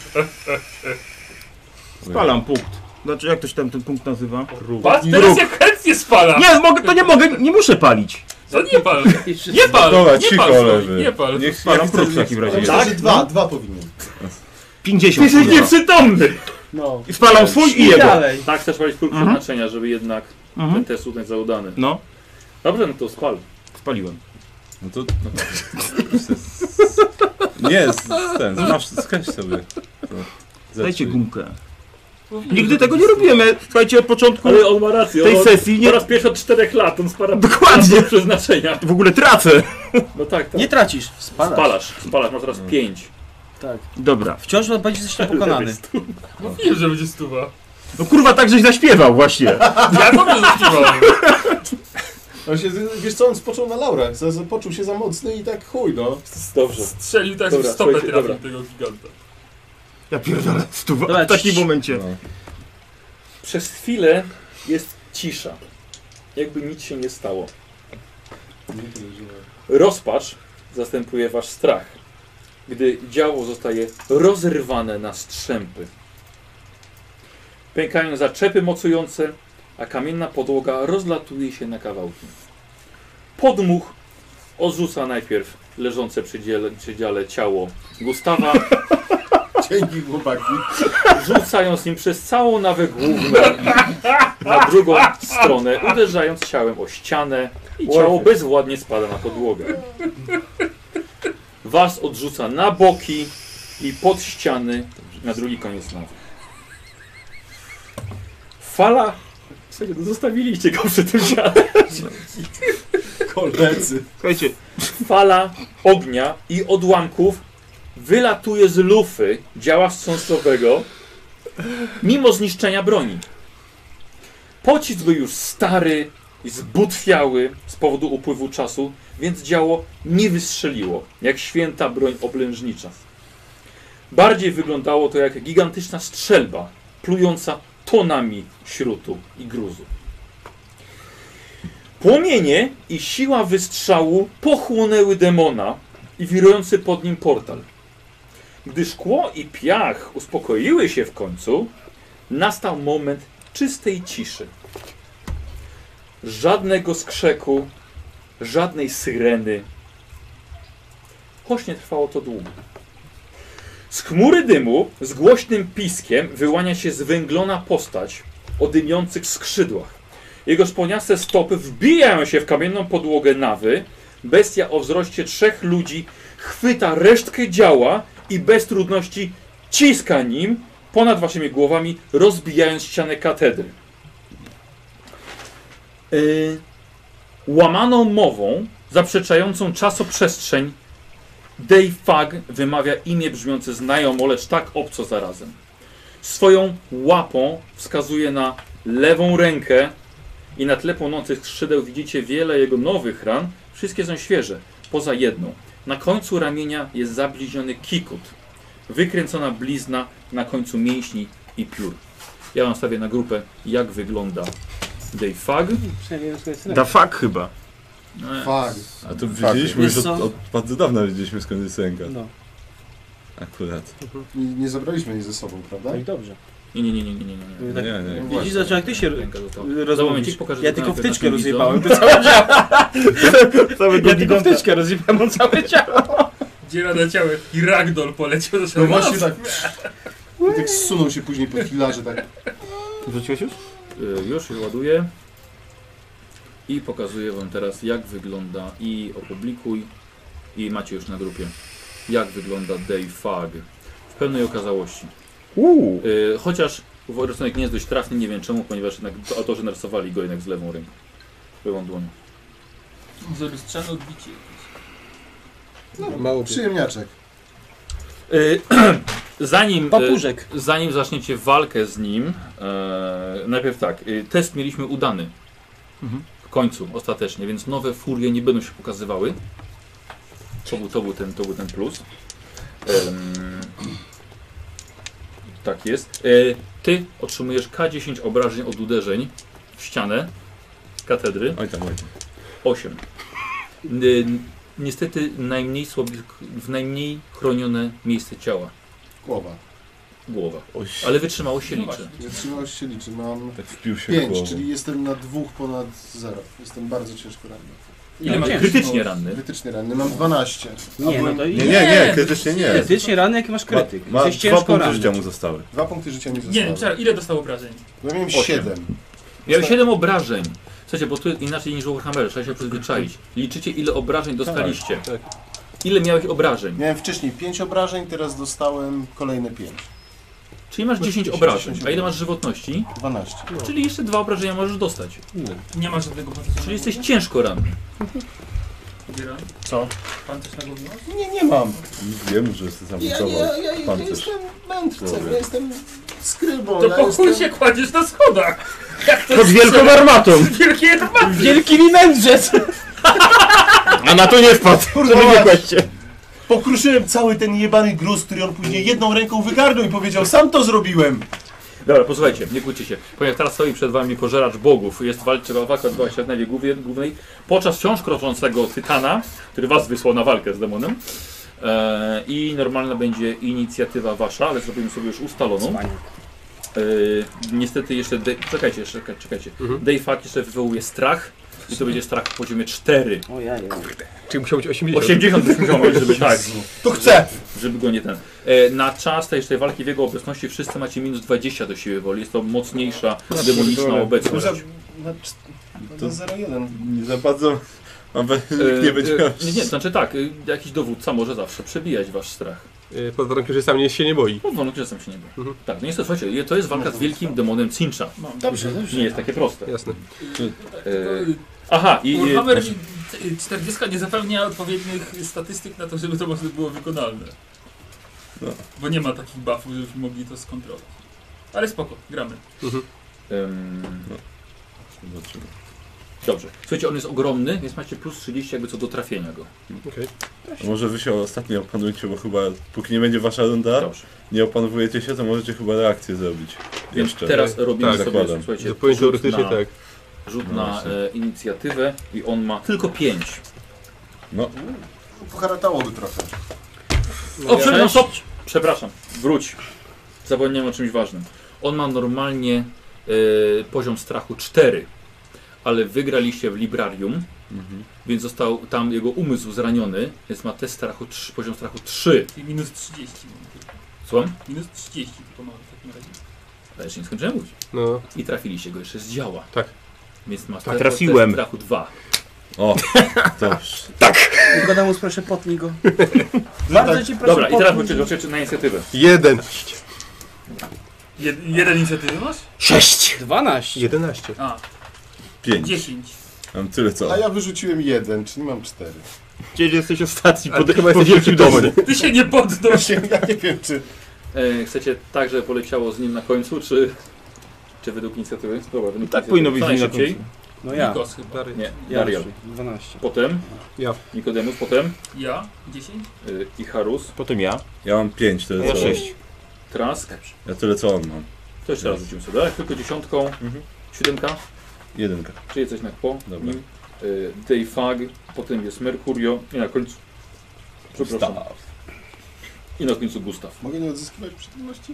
Spalam punkt. Znaczy, jak to się tam ten punkt nazywa? Patrz, teraz jak chętnie spala. Nie, mogę, to nie mogę, nie muszę palić. To nie pal. Nie pal. Dobra, nie cicho pal, stoi, leży. Nie pal. Niech Spalam niech próg w chce- takim razie. Myślę, że dwa, dwa powinien. 50. Ty jesteś nieprzytomny. No. I spalam swój i I jego. dalej. Tak, chcesz palić próg Mhm. przeznaczenia, żeby jednak ten Mhm. test uznać za udany. No, Dobrze, no to spal. spaliłem. No to... Nie, z, z ten, masz, skręć sobie. To, Dajcie zepsuj. gumkę. Nigdy tego nie robiłem. ja- Słuchajcie, od początku Ale on ma rację. tej on, sesji nie... nie... Po raz pierwszy od czterech lat on spala Dokładnie. próg przeznaczenia. W ogóle tracę. No tak, tak. Nie tracisz. Spalasz. Spalasz, spalasz, masz teraz pięć. Tak. Dobra. Wciąż będziesz jeszcze pokonany. Mówiłem, że będzie stuwa. No kurwa, tak żeś zaśpiewał właśnie. Ja Tak, dobrze zaśpiewałem. On się, wiesz co, on spoczął na laurach, za- za- poczuł się za mocny i tak chuj, no. Dobrze. Strzelił tak Dobra, w stopę słuchajcie, trafił dobra. tego giganta. Ja pierdolę, stuwa. Dobra, W takim cii- momencie. No. Przez chwilę jest cisza. Jakby nic się nie stało. Rozpacz zastępuje wasz strach, gdy działo zostaje rozrywane na strzępy. Pękają zaczepy mocujące, a kamienna podłoga rozlatuje się na kawałki. Podmuch odrzuca najpierw leżące przy dziele, przy dziale ciało Gustawa, Dzięki chłopaki. rzucając nim przez całą nawę główną na drugą stronę, uderzając ciałem o ścianę i ciało bezwładnie spada na podłogę. Was odrzuca na boki i pod ściany na drugi koniec nawy. Fala... Słuchajcie, no zostawiliście go przy tym ciele. Koledzy. Słuchajcie, Fala ognia i odłamków wylatuje z lufy działa wstrząsowego mimo zniszczenia broni. Pocisk był już stary i zbutwiały z powodu upływu czasu, więc działo nie wystrzeliło, jak święta broń oblężnicza. Bardziej wyglądało to jak gigantyczna strzelba, plująca tonami śrutu i gruzu. Płomienie i siła wystrzału pochłonęły demona i wirujący pod nim portal. Gdy szkło i piach uspokoiły się w końcu, nastał moment czystej ciszy. Żadnego skrzeku, żadnej syreny. Choć nie trwało to długo. Z chmury dymu z głośnym piskiem wyłania się zwęglona postać o dymiących skrzydłach. Jego sponiaste stopy wbijają się w kamienną podłogę nawy. Bestia o wzroście trzech ludzi chwyta resztkę ciała i bez trudności ciska nim ponad waszymi głowami, rozbijając ścianę katedry. Yy, łamaną mową, zaprzeczającą czasoprzestrzeń, Dave Fag wymawia imię brzmiące znajomo, lecz tak obco zarazem. Swoją łapą wskazuje na lewą rękę i na tle płonących skrzydeł widzicie wiele jego nowych ran. Wszystkie są świeże, poza jedną. Na końcu ramienia jest zabliźniony kikut. Wykręcona blizna na końcu mięśni i piór. Ja wam stawię na grupę, jak wygląda Dave Fag. Przynajmniej wiem, co jest Da fuck chyba. Fag. A to wiedzieliśmy już Wiesz od, co? od bardzo dawna wiedzieliśmy skąd jest ręka. No, Akurat. Nie, nie zabraliśmy jej ze sobą, prawda? no i dobrze. Nie, nie, nie, nie, nie, nie. nie. Nie, Tak- nie. Właśnie. Widzisz, zaczął jak ty się Ręka do to. Za rozumiesz. momencik pokażę Ja to tylko kamerę wtyczkę naszym widzom. rozjebałem, to całe ciało. Cały Ja tylko wtyczkę rozjebałem, on całe ciało. Dziera na ciało i ragdoll poleciał do No szalona. właśnie tak. I tak zsunął się później pod filarze, tak. Wrzuciłeś już? Y, Już je ładuję. I pokazuję Wam teraz, jak wygląda i opublikuj. I macie już na grupie, jak wygląda Day Fag w pełnej okazałości. Uuu. Y, chociaż w- rysunek nie jest dość trafny, nie wiem czemu, ponieważ jednak autorzy narysowali go jednak z lewą ręką. Lewą dłonią. Może lustrzane odbicie jakieś. No. Mało Przyjemniaczek. Y, zanim. y, Papużek. Zanim zaczniecie walkę z nim, e, najpierw tak, e, test mieliśmy udany. Mhm. W końcu, ostatecznie, więc nowe furie nie będą się pokazywały. To był, to był, ten, to był ten plus. Em, tak jest. E, ty otrzymujesz K10 obrażeń od uderzeń w ścianę katedry. Oj tam, oj tam. 8. Niestety najmniej słabi, w najmniej chronione miejsce ciała. Głowa. Głowa. Oj, Ale wytrzymało się No liczy. Nie trzymałość się liczy. Mam tak wpił się 5, głową. czyli jestem na dwóch ponad 0. Jestem bardzo ciężko ranny. Ile masz? Krytycznie ranny. Krytycznie ranny. Mam 12. Nie, no to Nie, i... nie, nie, krytycznie nie. Krytycznie rany, jakie masz krytyk. Ma, ma Jesteś dwa ciężko punkty ranny. życia mu zostały. Dwa punkty życia mi Nie wiem, zostały. czekaj, ile dostał obrażeń? Ja miałem Osiem. 7. Miałem 7 obrażeń. Słuchajcie, bo tu jest inaczej niż w Warhammerze, trzeba się przyzwyczaić. Liczycie ile obrażeń dostaliście. Tak. Ile miałeś obrażeń? Miałem wcześniej 5 obrażeń, teraz dostałem kolejne 5. Czyli masz 10 obrażeń. A ile masz żywotności? 12. Czyli jeszcze dwa obrażenia możesz dostać. Nie ma żadnego procesu. Czyli jesteś ciężko ranny. Dzieran, Co? pan też na głowie masz? Nie, nie mam. Wiem, że jestem zamontował pancerz. mędrcem, Dobra. jestem skrybą. To ja po chuj jestem- się kładziesz na schodach! Jak to Pod wielką armatą. Wielkie armaty! Wielki mi mędrzec! A na to nie wpadł. Kurde, Zobacz. nie kładźcie. Pokruszyłem cały ten jebany gruz, który on później jedną ręką wygarnął i powiedział, sam to zrobiłem. Dobra, posłuchajcie, nie kłóćcie się. Ponieważ teraz stoi przed wami pożeracz bogów, jest walczywa walka odbyła się w najwie głównej, głównej podczas wciąż kroczącego tytana, który was wysłał na walkę z demonem. E, I normalna będzie inicjatywa wasza, ale zrobimy sobie już ustaloną. E, niestety jeszcze. De- czekajcie, jeszcze, czekajcie. Mhm. Dayfuck jeszcze wywołuje strach. I to będzie strach w poziomie 4. O ja, ja. E, Czyli musiał być 80. 80 byśmy chciał mieć, żeby tak. To chcę. Żeby go nie ten. E, na czas tej, tej walki w jego obecności wszyscy macie minus 20 do siły woli. Jest to mocniejsza No, demoniczna obecność. Za- Na, cz- To- na 0,1. Nie za bardzo. Mam wrażenie, że E, nikt nie będzie miał. e, nie, nie, znaczy tak, e, jakiś dowódca może zawsze przebijać wasz strach. Y, Pod warunkiem, że sam nie, się nie boi. No, wolno, że sam się nie da. Mhm. Tak, no niestety, słuchajcie, je- to jest walka z wielkim demonem Cincha. Dobrze, dobrze. Nie jest takie proste. Jasne. E, aha, i... i- Warhammer y, 40 nie zapewnia odpowiednich statystyk na to, żeby to może było wykonalne. No. Bo nie ma takich buffów, żebyśmy mogli to skontrolować. Ale spoko, gramy. em, Zobaczymy. Dobrze. Słuchajcie, on jest ogromny, więc macie plus 30 jakby co do trafienia go. Okej. A Może wy się ostatnio opanujcie, bo chyba póki nie będzie wasza runda, Dobrze. nie opanowujecie się, to możecie chyba reakcję zrobić. Więc Jeszcze. teraz robimy Tak, sobie, zakładam. słuchajcie, Zupełnie rzut teoretycznie na, tak. rzut No na właśnie. e, inicjatywę i on ma tylko 5. Poharatałoby trochę. O, przepraszam, stop! Przepraszam, wróć. Zapomniałem o czymś ważnym. On ma normalnie e, poziom strachu 4, ale wygraliście w Librarium, Mhm. więc został tam jego umysł zraniony, więc ma test strachu 3, poziom strachu 3. Czyli minus 30. mam tu. Słucham? Minus 30 tylko mamy w takim razie. Ale jeszcze nie skończyłem mówić. No. I trafiliście go jeszcze z działa. Tak. Więc ma Tak, trafiłem. test strachu 2. O, dobrze. Nikodemus, proszę potnij go. Tak. Bardzo ci proszę Dobra, i teraz potnij. oczy, oczy, na inicjatywę. Jedenaście. Jed, jeden inicjatywy masz? 12. 11. A, Pięć. 10. Mam tyle co. A ja wyrzuciłem jeden, czyli mam cztery. Gdzie jesteś ostatni Ale po, chyba po jesteś wielkim przeciwny. domu. Ty się nie poddał. Ja nie wiem, czy E, chcecie tak, żeby poleciało z nim na końcu, czy, czy według inicjatywy? Dobra, według Tak inicjatywy. powinno być Co z nim na najszybciej? końcu. No ja. Nikos chyba. Nie, Ja Darial. raczej. 12. Potem Ja. Nikodemus, potem Ja? 10? y, Icharus, Potem ja. Ja mam 5, A tyle Ja co. sześć. Trask. Ja tyle co on mam. To jeszcze raz rzucimy sobie, tak? Tylko dziesiątką, Mhm. siódemka, Jedynka. czyli coś na po. Dobra. nim. Y, Dayfag, potem jest Mercurio i na końcu. Przepraszam. I na końcu Gustaw. Mogę nie odzyskiwać przytomności?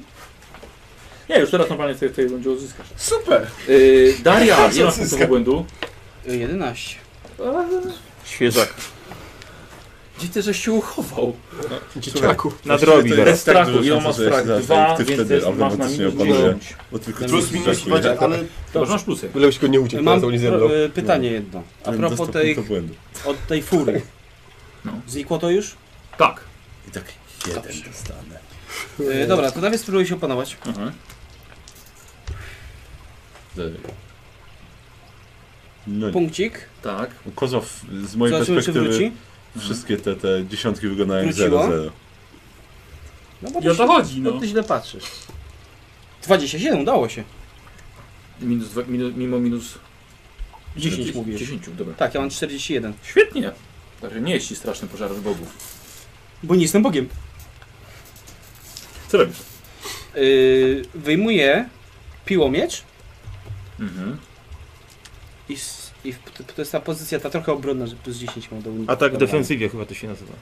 Nie, już teraz normalnie w tej, w tej będzie odzyskasz. Super! Yy, Daria, ile masz Odzyska. punktów błędu? Y, 11. Świeżak. Gdzie ty, że się uchował? Dzieciaku. Nadrobi to zaraz. jest tak Strachu, duża ile szansa, masz że jak strach? zaraz, Dwa, jak ty więc wtedy też masz na automatycznie minus opanuje. dziewięć. Bo tylko Plus ci minus brakuje. 20, ale To masz plusy. Byle byś go nie uciekł, Mam to nie pro- zemdlał. y, pytanie jedno. A Ten propos dostał tej, punktów błędu. od tej fury. No. Znikło to już? Tak. I tak jeden dostanę. Y, dobra, to nawet spróbuję się opanować. Mhm. No nie. Punkcik. Tak. Kozow z mojej Zobaczymy, czy perspektywy wróci. wszystkie te, te dziesiątki wyglądają jak Wróciło? 0-0. No bo I o to chodzi, no. ty źle patrzysz. 27, udało się. Minus dwa, minu, mimo minus 10 mówisz. 10, dobra. Tak, ja mam 41. Świetnie. Także nie jeśli straszny pożar z bogów. Bo nie jestem bogiem. Co robisz? Y, wyjmuję piłomiecz Mhm. i, s- i w, to jest ta pozycja, ta trochę obronna, że plus 10 mam do unika. A tak w defensywie chyba to się nazywa.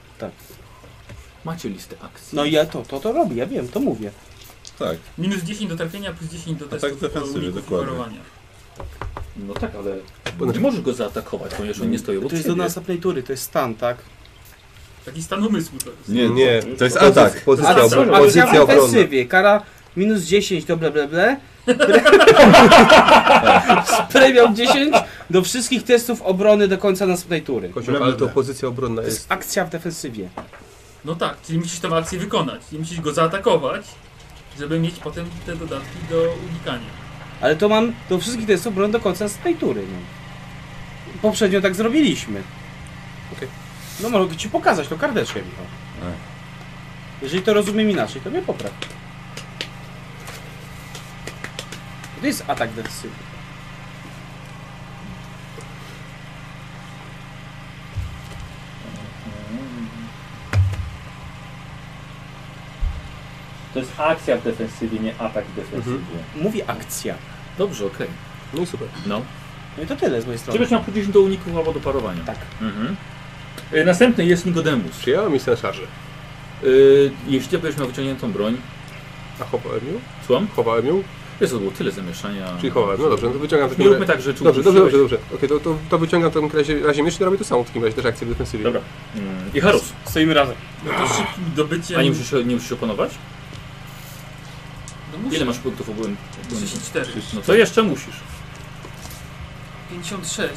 Macie listę akcji. No i ja to, to, to robię, ja wiem, to mówię. Tak. Minus 10 do trafienia, plus 10 do tak testów defensywy, uników i dokładnie. parowania. No tak, ale nie możesz go zaatakować, ponieważ on nie stoi obok To jest do ciebie. następnej tury, to jest stan, tak? Taki stan umysłu to jest. Nie, Nie, to jest pozyc- atak. Pozycja, Atak. obro- Atak. pozycja Akcja w obronna. ofensywie, kara minus 10 do ble ble ble. Z Premią 10 do wszystkich testów obrony do końca następnej tury. Kozioł, ale to pozycja obronna To jest. jest akcja w defensywie. No tak, czyli musisz tę akcję wykonać. I musisz go zaatakować, żeby mieć potem te dodatki do unikania. Ale to mam do wszystkich testów obrony do końca następnej tury. No. Poprzednio tak zrobiliśmy. Okej. No mogę ci pokazać tą karteczkę, Michał. E. Jeżeli to rozumiem inaczej, to mnie popraw. To jest atak defensywny. To jest akcja w defensywie, nie atak w defensywie. Mówię akcja. Mhm. Dobrze, okej. No i super. No. No i to tyle z mojej Czy strony. będziesz miał plus 10 do uników albo do parowania? Tak. Mhm. Y, Następny jest Nikodemus. Przyjęła misję na szarży. Y, Jeśli będziesz miał wyciągniętą broń, A chowałem ją? słucham? Chowałem ją? Jest to było tyle zamieszania. Czyli chowałem. No dobrze, no to wyciągam w Nie takim róbmy razie. tak, że czuł Dobrze, dobrze, dobrze, dobrze. Okej, to, to, to wyciągam w takim razie, razie miecz i robię to samo w takim razie, też akcję w defensywie. Dobra. Mm, I Harus. Stoimy razem. No to szybkim dobyciem... A nie musisz, nie musisz opanować? No muszę. Ile masz punktów ogólnie? 34. No to jeszcze musisz. 56.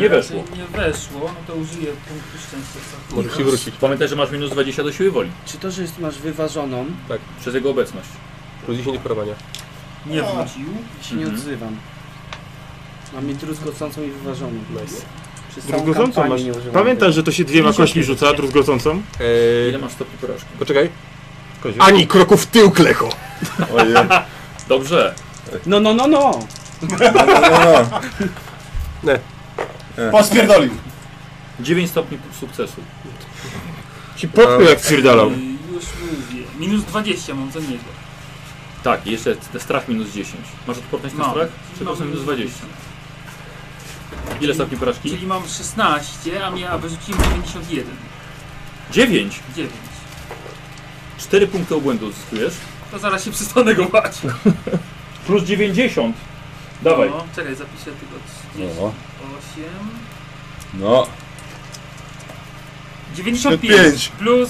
Nie weszło. yy, Nie weszło, no to użyję punktu szczęścia. Możesz się wrócić. Pamiętaj, że masz minus 20 do siły woli. Czy to, że jest, masz wyważoną, Przez jego obecność. Plus 10 do parowania. Nie wrócił. się nie Mhm. odzywam. Mam mi druzgocącą i wyważoną. Nice. Przez całą Druzgocącą kampanię masz. nie używam Pamiętasz, że to się dwiema 58. kośćmi rzuca, druzgocącą? Ile Eee, masz stopni porażki? poczekaj. Kozioł. Ani kroku w tył, klecho! Ojej. Dobrze. tego. No, no, no, no! Pospierdolił! 9 stopni sukcesu. Ci popchnął jak wpierdalał. Yy, Już mówię. Minus 20 mam za niego. Tak, i jeszcze ten strach minus 10. Masz odporność na Mam. strach? Czy po prostu minus 20? Ile stopni porażki? Czyli mam 16, a, mia, a wyrzuciłem 91. 9. 9. 4 punkty obłędu uzyskujesz. To zaraz się przestanę go bać. Plus 90. Dawaj. No, czekaj, zapiszę tylko 38. No, no. 95 plus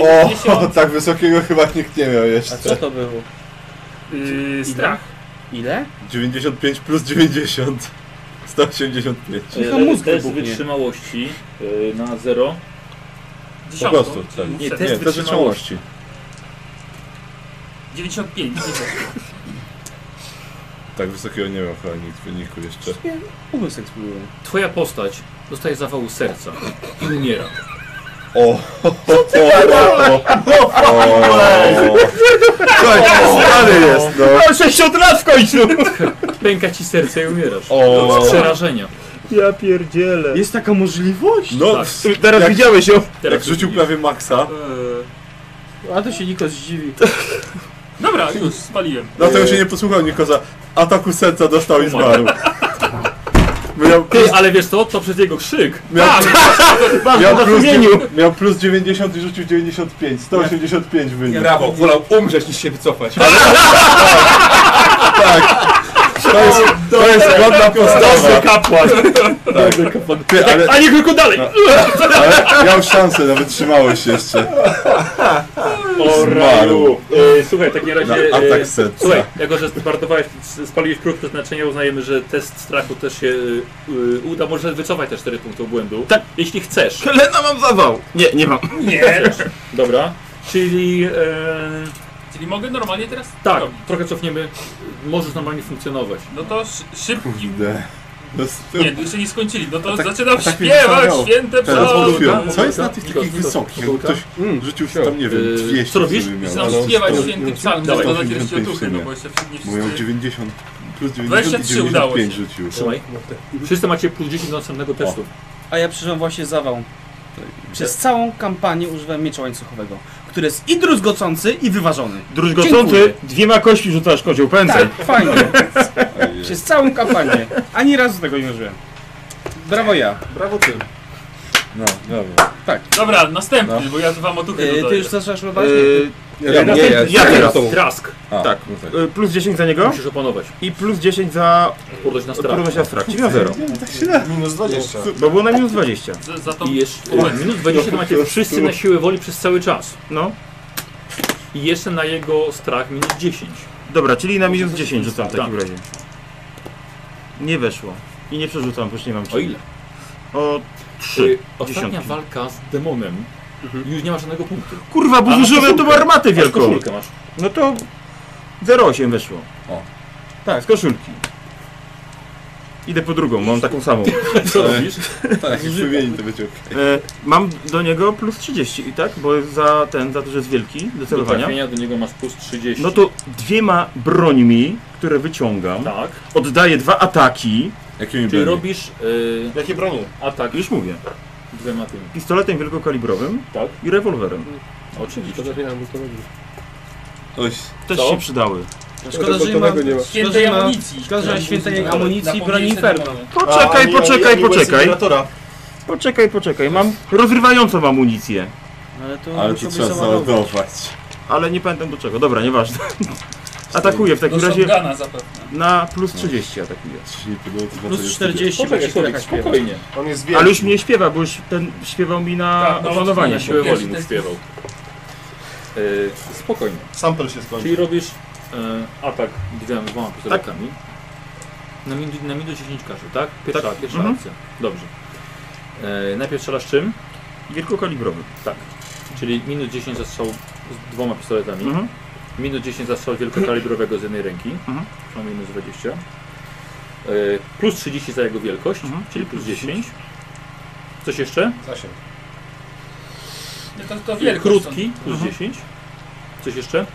O, 90 tak wysokiego chyba nikt nie miał A jeszcze. co to było? yy, strach. Ile? 95 plus 90. 185. Czyli to E, mózg test wybuchnie. wytrzymałości e, na 0. Po Dziesiątą, prostu, czyli tak. muszę- Nie, test Nie, to wytrzymałości. wytrzymałości. 95, nie wiem. Tak wysokiego nie miał chyba nikt w wyniku jeszcze. Umysł eksploduje. Twoja postać dostaje zawału serca i umiera. O! Co ty o, o, Kończ, stary jest, no! Mam 60 lat w końcu! Pęka ci serce i umierasz. O. Z przerażenia. Ja pierdzielę. Jest taka możliwość? No, Tak. Teraz Jak- widziałeś ją. jak rzucił widzisz. prawie maksa, Eee, A to się Niko zdziwi. Dobra, już spaliłem. no to już się nie posłuchał Nikoza. Ataku serca dostał i Umarł. zmarł. Miał plus, Ty, ale wiesz co? To przez jego krzyk. miał, miał, na plus, sumieniu. dziewię- miał plus 90 i rzucił 95. 185 wynik. Brawo, wolał umrzeć niż się wycofać. To jest, to jest godna postawa. kapłan. Ty, ale, A nie tylko dalej. No. ale miał szansę, nawet trzymałeś się jeszcze. O Zmarł. raju. E, słuchaj, w takim Na razie... e, atak serca. Słuchaj, jako że zmarnowałeś, spaliłeś próg przeznaczenia, uznajemy, że test strachu też się y, y, uda. Możesz wycofać te 4 punkty obłędu. Tak. Jeśli chcesz. Helena mam zawał. Nie, nie mam. Nie. Dobra. Czyli... E, Czyli mogę normalnie teraz? tak, robić. trochę cofniemy. Możesz normalnie funkcjonować. No to szy- szybki. Idę. No, s- Nie, jeszcze nie skończyli. No to tak- zaczynam tak mi śpiewać zastanawiało. święte Teraz Pogółka, odpiłem. przodki. Co jest na pogółka, tych Niko, takich co to? wysokich? Jakby Pogółka? ktoś rzucił tam, nie wiem, Yy, 200 co robisz? żeby miał. No, Zaczynam Ale on śpiewać sto- święty już- psalm, dawaj. żeby dodać Pięćdziesiąt jeszcze pięć otuchy, no nie. bo jeszcze nie Bo miał wszyscy... 90 plus 90 i 23 udało 95 się. rzucił. Słuchaj. Wszyscy macie plus 10 do następnego testu. A ja przeżyłem właśnie zawał. Przez całą kampanię używałem miecza łańcuchowego, który jest i druzgocący i wyważony. Drużgocący, Dziękuję. dwiema kośćmi rzucasz kozioł pędzel. Tak, fajnie. Ojej. Przez całą kampanię. Ani razu tego nie użyłem. Brawo ja. Brawo ty. No, dobra. Dobra, następny, No. bo ja tu wam otuchy Yy, dodaję. ty już zaczynasz Tak. robić? Yy, Ja, nie, ja- ja teraz. Trask. A, tak. no tak. yy, plus 10 za niego Musisz opanować. i plus 10 za Odporność na strach. trudność na strach, czyli na 0. Minus 20. Bo było na minus 20. Za, za tą... I jeszcze e, minus 20 to macie wszyscy na siłę woli przez cały czas. No. I jeszcze na jego strach minus 10. Dobra, czyli na minus 10 rzucam w Tak. takim razie. Nie weszło. I nie przerzucam, bo już nie mam O czym. ile? O Y, 3. Ostatnia Dziesiątki. walka z demonem już nie ma żadnego punktu. Kurwa, bo A, zużyłem tą koszulkę. armatę Masz wielką. koszulkę masz. No to 0,8 weszło. O. Tak, z koszulki. Idę po drugą, mam taką samą. Co robisz? Tak, jak wymieni to będzie okej. E, mam do niego plus 30 i tak, bo za ten, za to, że jest wielki do Do celowania. trafienia Tak, do niego masz plus 30. No to dwiema brońmi, które wyciągam, Tak. oddaję dwa ataki. Jakimi Czyli byli? robisz y, Jakie bronie? atak Już mówię. dwema tymi. Pistoletem wielkokalibrowym Tak. i rewolwerem. Oczywiście. Oś. Też Co? się przydały. Szkoda, że nie mam... nie ma. Szkoda, Świętej że nie mam... amunicji. Szkoda, że nie ma świętej amunicji i broni Zapomnieliście Inferno. tego. A, ani- Poczekaj, ani- poczekaj, ani łez poczekaj. generatora. Poczekaj, poczekaj. Mam rozrywającą amunicję, Ale to Ale to musiałbyś trzeba załadować. załadować. ale nie pamiętam do czego. Dobra, nieważne. Atakuję w Do takim razie shotguna zapewne. na plus 30 atakuję. Ci się nie podoba, to Plus jest 40, bo Poczekaj, ci Słowik, kilka śpiewa. spokojnie. On jest wielki. Ale już mnie śpiewa, bo już ten śpiewał mi na Tak, no, opanowanie Na się. siłę Pierwszy woli mu test. śpiewał. Y, Spokojnie. Sample się skończył. Czyli robisz e, atak dwiema dwoma pistoletami. Na minus na minus 10 kaszy, tak? Pierwsza, pierwsza Mhm. akcja. Dobrze. E, najpierw strzelasz czym? Tak. Wielkokalibrowy. Czyli minus 10 za strzał z dwoma pistoletami. Mhm. Minus 10 za strzał wielkokalibrowego z jednej ręki. Mhm. Czyli minus 20. E, plus 30 za jego wielkość, Mhm. czyli plus 10. Coś jeszcze? Zasięg. Nie, To, to wielkość. Krótki, plus 10. Coś jeszcze?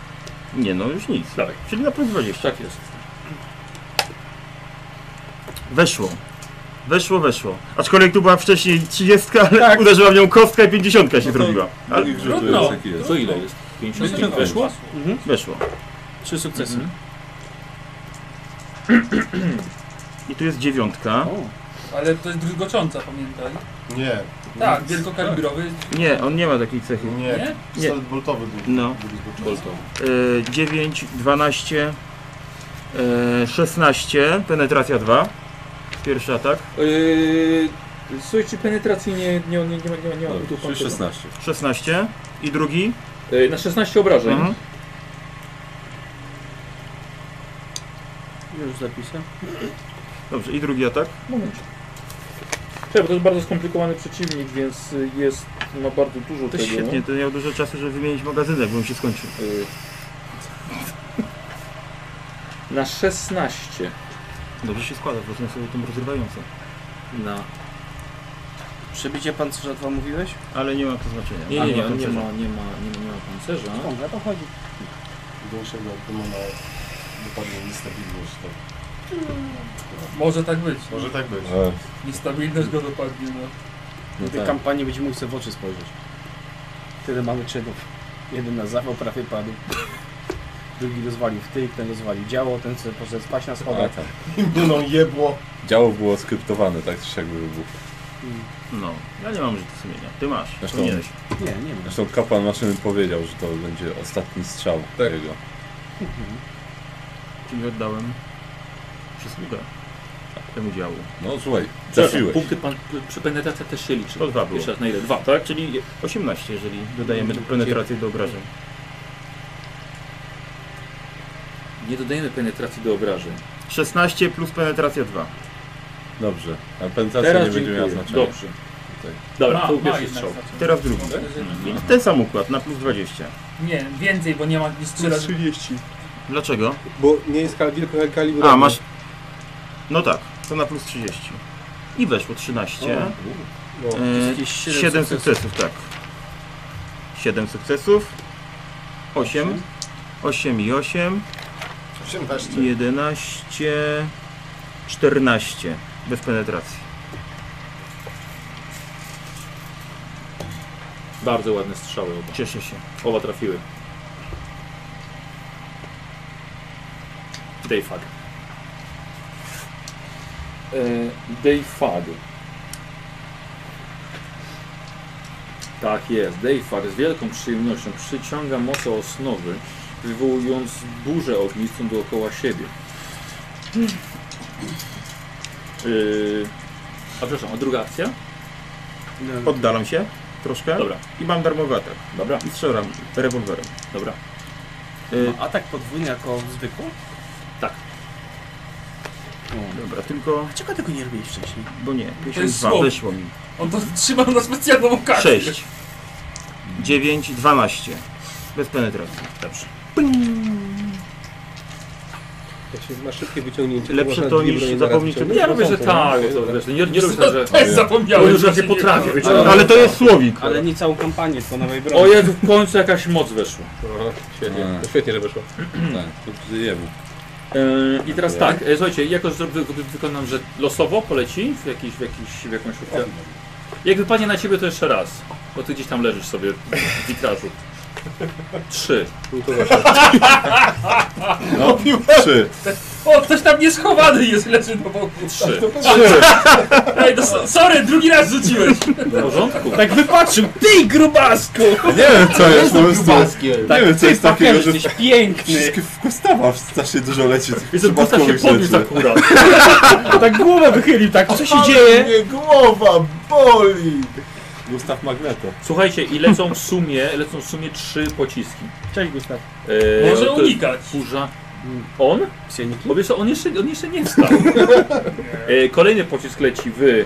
Nie no, już nic. Dawaj. Czyli na plus 20. Tak jest. Weszło. Weszło, weszło. Aczkolwiek tu była wcześniej 30, ale uderzyła w nią kostka i 50 się zrobiła. Ale Wynik rzutu No. Trudno. jest jaki jest. To ile jest? 50 Pięćdziesiąt. weszło? weszło. Trzy sukcesy. I tu jest dziewiątka. Ale to jest druzgocząca, pamiętaj. Nie. Tak, wielkokalibrowy. Nie, on nie ma takiej cechy. Nie. Nie? Pistolet boltowy był. No. był Bolton. E, 9, 12, e, 16, penetracja 2. Pierwszy atak. Yy, słuchajcie, penetracji nie, nie, nie, nie, ma- nie, ma- nie ma Dobra, tu Czyli 16. 16 i drugi. Yy, Na 16 obrażeń. Mhm. Już zapiszę. Dobrze, i drugi atak. Moment. Cześć, bo to jest bardzo skomplikowany przeciwnik, więc y, jest, ma bardzo dużo To tego. świetnie, to miał dużo czasu, żeby wymienić magazynek, bo mi się skończył. Yy. Na 16. Dobrze się składa, bo są sobie tą rozrywającą. Na Przebicie pancerza 2 mówiłeś? ale nie ma to znaczenia. Nie, A, nie, nie, on nie pancerza. ma, nie ma, nie ma, nie ma pancerza. Ciągle to chodzi. Większego demona wypadnie niestabilność. To. Może tak być. Może tak być. E, Niestabilność go dopadnie, no. no W tej tak. kampanii będzie mógł sobie w oczy spojrzeć. Tyle mamy czynów. Jeden na zawał prawie padł. Drugi rozwalił w tył, ten rozwalił działo, ten sobie poszedł spać na A, schodach. tak. Mną jebło. Działo było skryptowane, tak czy siak wybuch. No, ja nie mam życia sumienia. Ty masz. Zresztą- Powinieneś. Nie, nie ma. Zresztą kapłan maszyny powiedział, że to będzie ostatni strzał Tak. jego. Czyli oddałem przysługę temu działu. No słuchaj, Przepraszam, trafiłeś. punkty pan, przy penetracja też się liczy. To dwa było. Jeszcze raz na ile? Dwa, tak? Tak, czyli 18, jeżeli dodajemy penetrację do obrażeń. Nie dodajemy penetracji do obrażeń. 16 plus penetracja 2. Dobrze. A penetracja nie będzie miała znaczenia. Dobrze. Tutaj. Dobra, Ma- to był ma pierwszy jednak strzał. znaczenie. Teraz drugi. I ten sam układ na plus 20. Nie, więcej, bo nie ma nie strzela. 30. Dlaczego? Bo nie jest kal- wielko- kalibrowy. A, masz. No tak, to na plus 30. I weszło 13. No. E, 7 sukcesów, tak. 7 sukcesów. 8. 8 i 8. 18. 11. 14. Bez penetracji. Bardzo ładne strzały oba. Cieszę się. Oba trafiły. Dayfag. E, Dayfag. Tak jest. Dayfag z wielką przyjemnością przyciąga moce osnowy, wywołując burzę ognistą dookoła siebie. Yy, a przepraszam, a druga akcja? No. Oddalam się troszkę Dobra, i mam darmowy atak. dobra, I strzelam rewolwerem. dobra. E, Ma atak tak podwójny jako zwykły? Tak. O. dobra, tylko. Dlaczego tego nie robiłeś wcześniej? Bo nie, jest 52 słowo. Tak. wyszło mi. On to trzymał na specjalną kartę. 6, 9, 12. Bez penetracji. Dobrze. Jak się ma szybkie wyciągnięcie, Lepsze można to dwie niż bronie na raz zapomnieć o wyciągnąć. Ja robię, że tak. no, To, wiesz, nie, nie robię tak, że... Też Ja zapomniałem. już że raczej się potrafię nie- wyciągnąć. Ale to jest słowik. Ale nie całą kampanię, tylko nowej broni. O Jezu, w końcu jakaś moc weszła. Aha, No, Świetnie, A. to świetnie, że wyszło. Tak, to tutaj jemu. E, I teraz tak, e, słuchajcie, jako że wy, wy, wykonam, że losowo poleci w, jakiś, w, jakiś, w jakąś ofiarę. Jak wypadnie na ciebie, to jeszcze raz, bo ty gdzieś tam leżysz sobie w witrażu. Trzy. No to właśnie. No, trzy. O, ktoś tam nieschowany jest, leży na boku. Trzy. Ej, no so- sorry, drugi raz rzuciłeś. W porządku? Tak wypatrzył, ty grubasku! Nie wiem co jest po prostu. Nie wiem co jest takiego, że Jesteś piękny! wszystkie w Gustawa strasznie dużo leci tych Więc Gustaw się przypadkowych podniósł rzeczy. akurat. Tak głowę wychylił, tak co się dzieje? Nie, głowa boli! Gustaw Magneto. Słuchajcie, i lecą w sumie, lecą w sumie trzy pociski. Cześć Gustaw. E, Może to- unikać. Burza. On? Psieniki? Bo wiesz co, on jeszcze, on jeszcze nie wstał. E, kolejny pocisk leci w...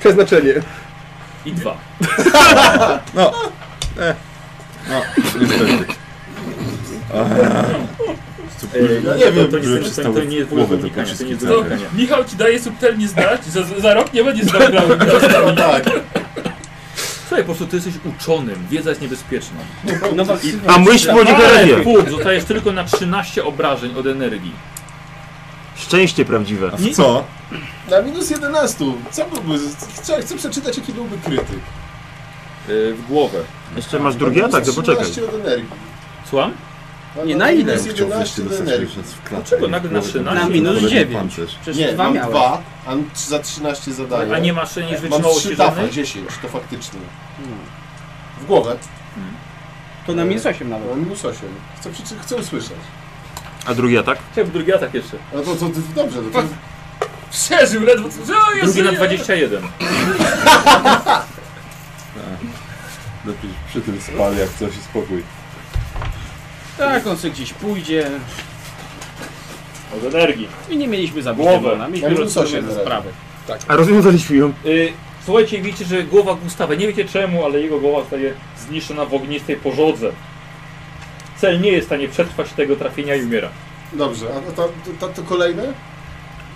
Przeznaczenie. i dwa. No, niestety. E, Ja to- nie to- wiem, to, które nie, to, to, przystały to w nie jest głowę te unikania, to nie jest pociski To unikania. Michał ci daje subtelnie znać, że za, za rok nie będziesz znał grał. No tak. Słuchaj, po prostu ty jesteś uczonym, wiedza jest niebezpieczna. A myśl młodzi Ale wie. punkt, zostajesz tylko na 13 obrażeń od energii. Szczęście prawdziwe. A w co? Na minus 11. Co byłby? Chcę, chcę przeczytać, jaki byłby krytyk. E, w głowę. Jeszcze masz drugi Na minus atak, to tak, poczekaj. 13 od energii. Słucham? Nie, na ile? Ja Minus bym chciał wyjść 11 tyle do sobie energii. przez w klatę. Dlaczego i nagle na w głowę 13? ten Na minus kolejny 9. pancerz. Przecież Nie, dwa mam miałeś. 2, a za 13 Tak. zadaję. A nie masz niż Mam wytrzymało 3 się tafa, 10, to faktycznie. Hmm. W głowę. To na minus 8 nawet. No, minus 8. Chcę, przeczy- chcę usłyszeć. A drugi atak? Chciałbym drugi atak jeszcze. No to, to dobrze, no to Przeżył ledwo. O, Jezu, Drugi na nie. 21. Lepiej przy tym spal jak coś i spokój. Tak, on sobie gdzieś pójdzie. Od energii. I nie mieliśmy zabić Głowę. demona, mieliśmy Ja minus rozwiązać osiem tę zaraz. sprawę. A rozwiązaliśmy ją. Y, słuchajcie, widzicie, że głowa Gustawa, nie wiecie czemu, ale jego głowa zostaje zniszczona w ognistej pożodze. Cel nie jest w stanie przetrwać tego trafienia i umiera. Dobrze, a to, to, to, to kolejne?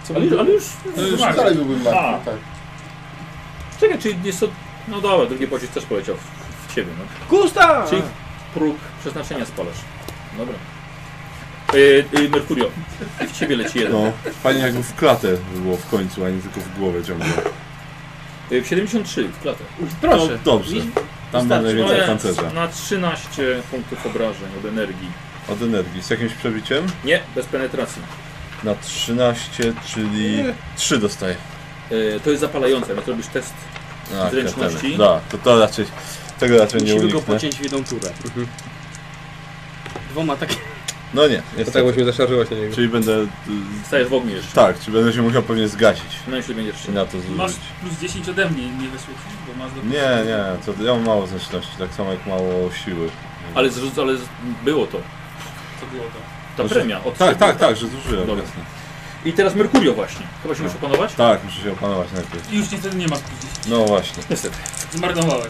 Co Ale, ale już... To już uwaga. dalej byłbym martwy, A. tak. Czekaj, czyli jest to... No dobra, drugi pocisk też poleciał w, w ciebie, no. Gusta! Czyli próg przeznaczenia spalasz. Dobra. Yy, yy, Merkurio, w ciebie leci jeden. No, fajnie jakby w klatę było w końcu, a nie tylko w głowę ciągle. Y, w 73 w klatę. Proszę. No, dobrze. I- Tam wystarczy. mamy więcej Ale pancerza. Na 13 punktów obrażeń od energii. Od energii. Z jakimś przebiciem? Nie, bez penetracji. Na 13, czyli 3 dostaję. Y, to jest zapalające, no to robisz test. A, Zręczności? kartele. Da, to, to raczej, tego raczej nie Musimy go uniknę. Mhm. pociąć w jedną turę. Dwoma tak No nie, To tak niestety. właśnie zaszarżyłaś na niego. Czyli będę... y, Stajesz w ogniu jeszcze. Tak, No. czyli będę się musiał pewnie zgasić. Przynajmniej się będziesz I trzymał. na to Masz zużyć. plus 10 ode mnie, nie weszło ci, bo masz do Nie, nie, to ja mam mało zręczności, tak samo jak mało siły. Ale, zrzuc, ale z, było to. To było to. Ta Może- premia. Od Tak, tak, tak, że zużyłem. Dobra. jasne. I teraz Merkurio właśnie. Chyba się No. musisz opanować? Tak, muszę się opanować najpierw. I już niestety nie masz plus 10. No właśnie. Niestety. Zmarnowałeś.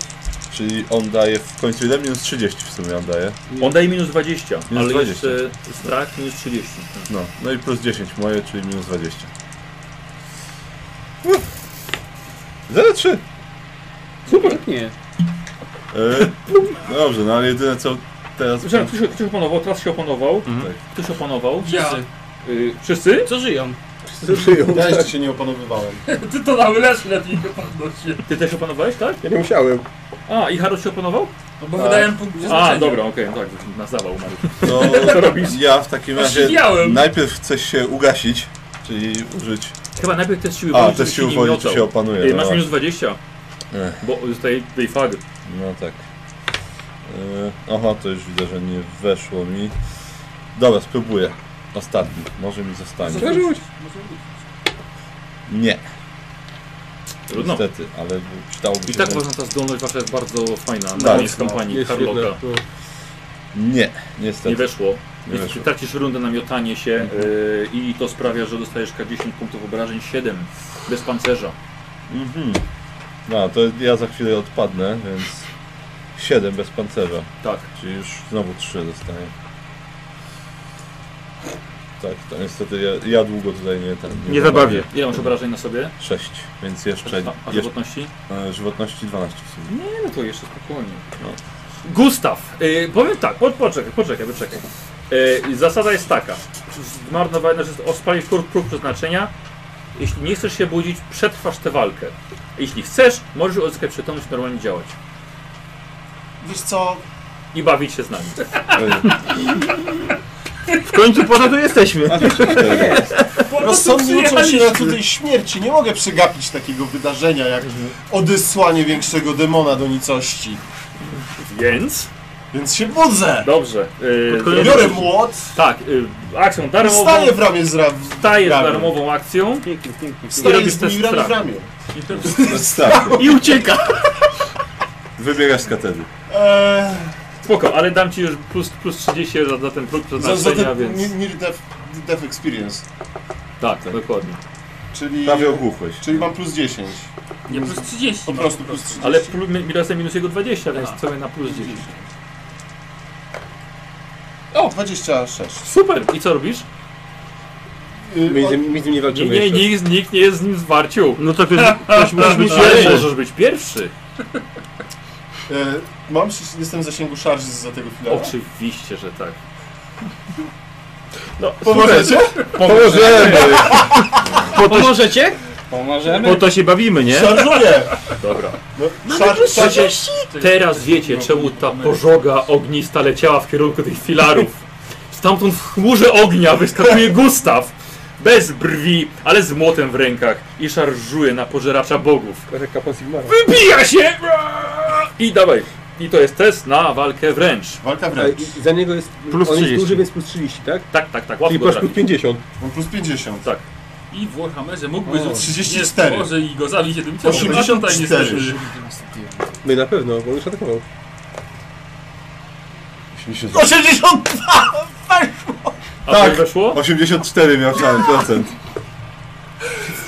Czyli on daje w końcu ile? Minus 30 w sumie on daje. On daje minus 20, Minus ale 20. jeszcze strach minus 30. No, no i plus 10 moje, czyli minus 20. 0,3! Super. pięknie. Yy, dobrze, no ale jedyne co teraz... Słyszałem, ktoś, ktoś opanował, teraz się opanował. Tak. Mhm. Ktoś opanował. Ja. Y, wszyscy? Co żyją? Ja jeszcze się nie opanowywałem. Ty to na lecz lepiej go podnosi. Ty też opanowałeś, tak? Ja nie musiałem. A, i Harold się opanował? No bo wydałem punkt A, przeznaczenia. dobra, okej, no tak, na zawał umarł. To Co robisz? ja w takim razie Ożywiałem. najpierw chcę się ugasić, czyli użyć... Chyba najpierw test siły A, woli, to żeby sił nie woli, czy miotał. się opanuje. Ej, masz no właśnie. minus 20, Ech, bo zostaje tej fag. No tak. Yy, aha, to już widzę, że nie weszło mi. Dobra, spróbuję. Ostatni, może mi zostanie. Może rzuć. Nie, Trudno. niestety, ale przydałoby się... I tak że- uważam, ta zdolność wasza jest bardzo fajna na Tak. koniec kampanii Jest świetne. Harlocka. No. Nie, niestety. Nie weszło. Nie Więc weszło. Tracisz rundę na miotanie się y, i to sprawia, że dostajesz K10 punktów obrażeń, 7 bez pancerza. Mhm. No, to ja za chwilę odpadnę, więc 7 bez pancerza, Tak. czyli już znowu 3 dostaję. Tak, to niestety ja, ja długo tutaj nie ten. Nie zabawię. Ile masz obrażeń na sobie? 6, więc jeszcze. A, a jeszcze żywotności? e, żywotności 12 w sumie. Nie, no to jeszcze spokojnie. No. Gustaw, y, powiem tak, po, poczekaj, poczekaj, poczekaj. Y, zasada jest taka. Zmarnowanie jest ospalić próg, próg przeznaczenia. Jeśli nie chcesz się budzić, przetrwasz tę walkę. Jeśli chcesz, możesz odzyskać przytomność i normalnie działać. Wiesz co, I bawić się z nami. W końcu poza to jesteśmy. Po prostu rozsądnie uczą się na przyjechaliśmy. cudzej śmierci. Nie mogę przegapić takiego wydarzenia jak odesłanie większego demona do nicości. Więc? Więc się budzę! Dobrze. y, koniec- Biorę młot tak, y, akcją i darmową. staję w ramię z ra... Staję z ramię. darmową akcją Pięknie, pięknie. Staję robisz z test nimi ramię w strachu. ramię. Tak, i ucieka. wybiegasz z katedry. Eee, Spoko, ale dam ci już plus, plus 30 za, za ten próg za, za przeznaczenia, ten więc... ni- Near Death, death Experience, Tak, dokładnie. czyli, Prawie ogłuchłeś. czyli mam plus 10. Nie, plus 30. Po prostu plus 30. Ale plu- mi- Mirosem minus jego 20, więc A. co na plus 10. O, 26. Super! I co robisz? My z Yy, nim- my z nim nie Nie, walczymy nie, jeszcze. nikt, nikt nie jest z nim w zwarciu. No to ktoś, ktoś musi mieć Ale ręce. możesz być pierwszy. o, yy, mam, jestem w zasięgu szarży za tego filara. Oczywiście, że tak. Pomożecie? Pomożemy! Pomożecie? Pomożemy. Po to się bawimy, nie? Szarżuję! Dobra. No, szar, szar, Teraz wiecie, czemu ta pożoga ognista leciała w kierunku tych filarów. Stamtąd w chmurze ognia wyskakuje Gustaw. Bez brwi, ale z młotem w rękach i szarżuje na pożeracza bogów. To jest kapłan Sigmara. Wybija się! I dawaj. I to jest test na walkę wręcz. Walka Ale wręcz. i- i Za niego jest... Plus on jest 30. duży, więc plus 30, tak? Tak, tak, tak, Czyli łatwo masz trafi. plus 50. Mam plus 50. I w Warhammerze mógłby O, rzucić 34. Może i go zabić jednym ciosem. 84. A tutaj niestety. No i na pewno, bo on już atakował. Jeśli się 80! A Tak. tak. weszło? 84 miał cały procent.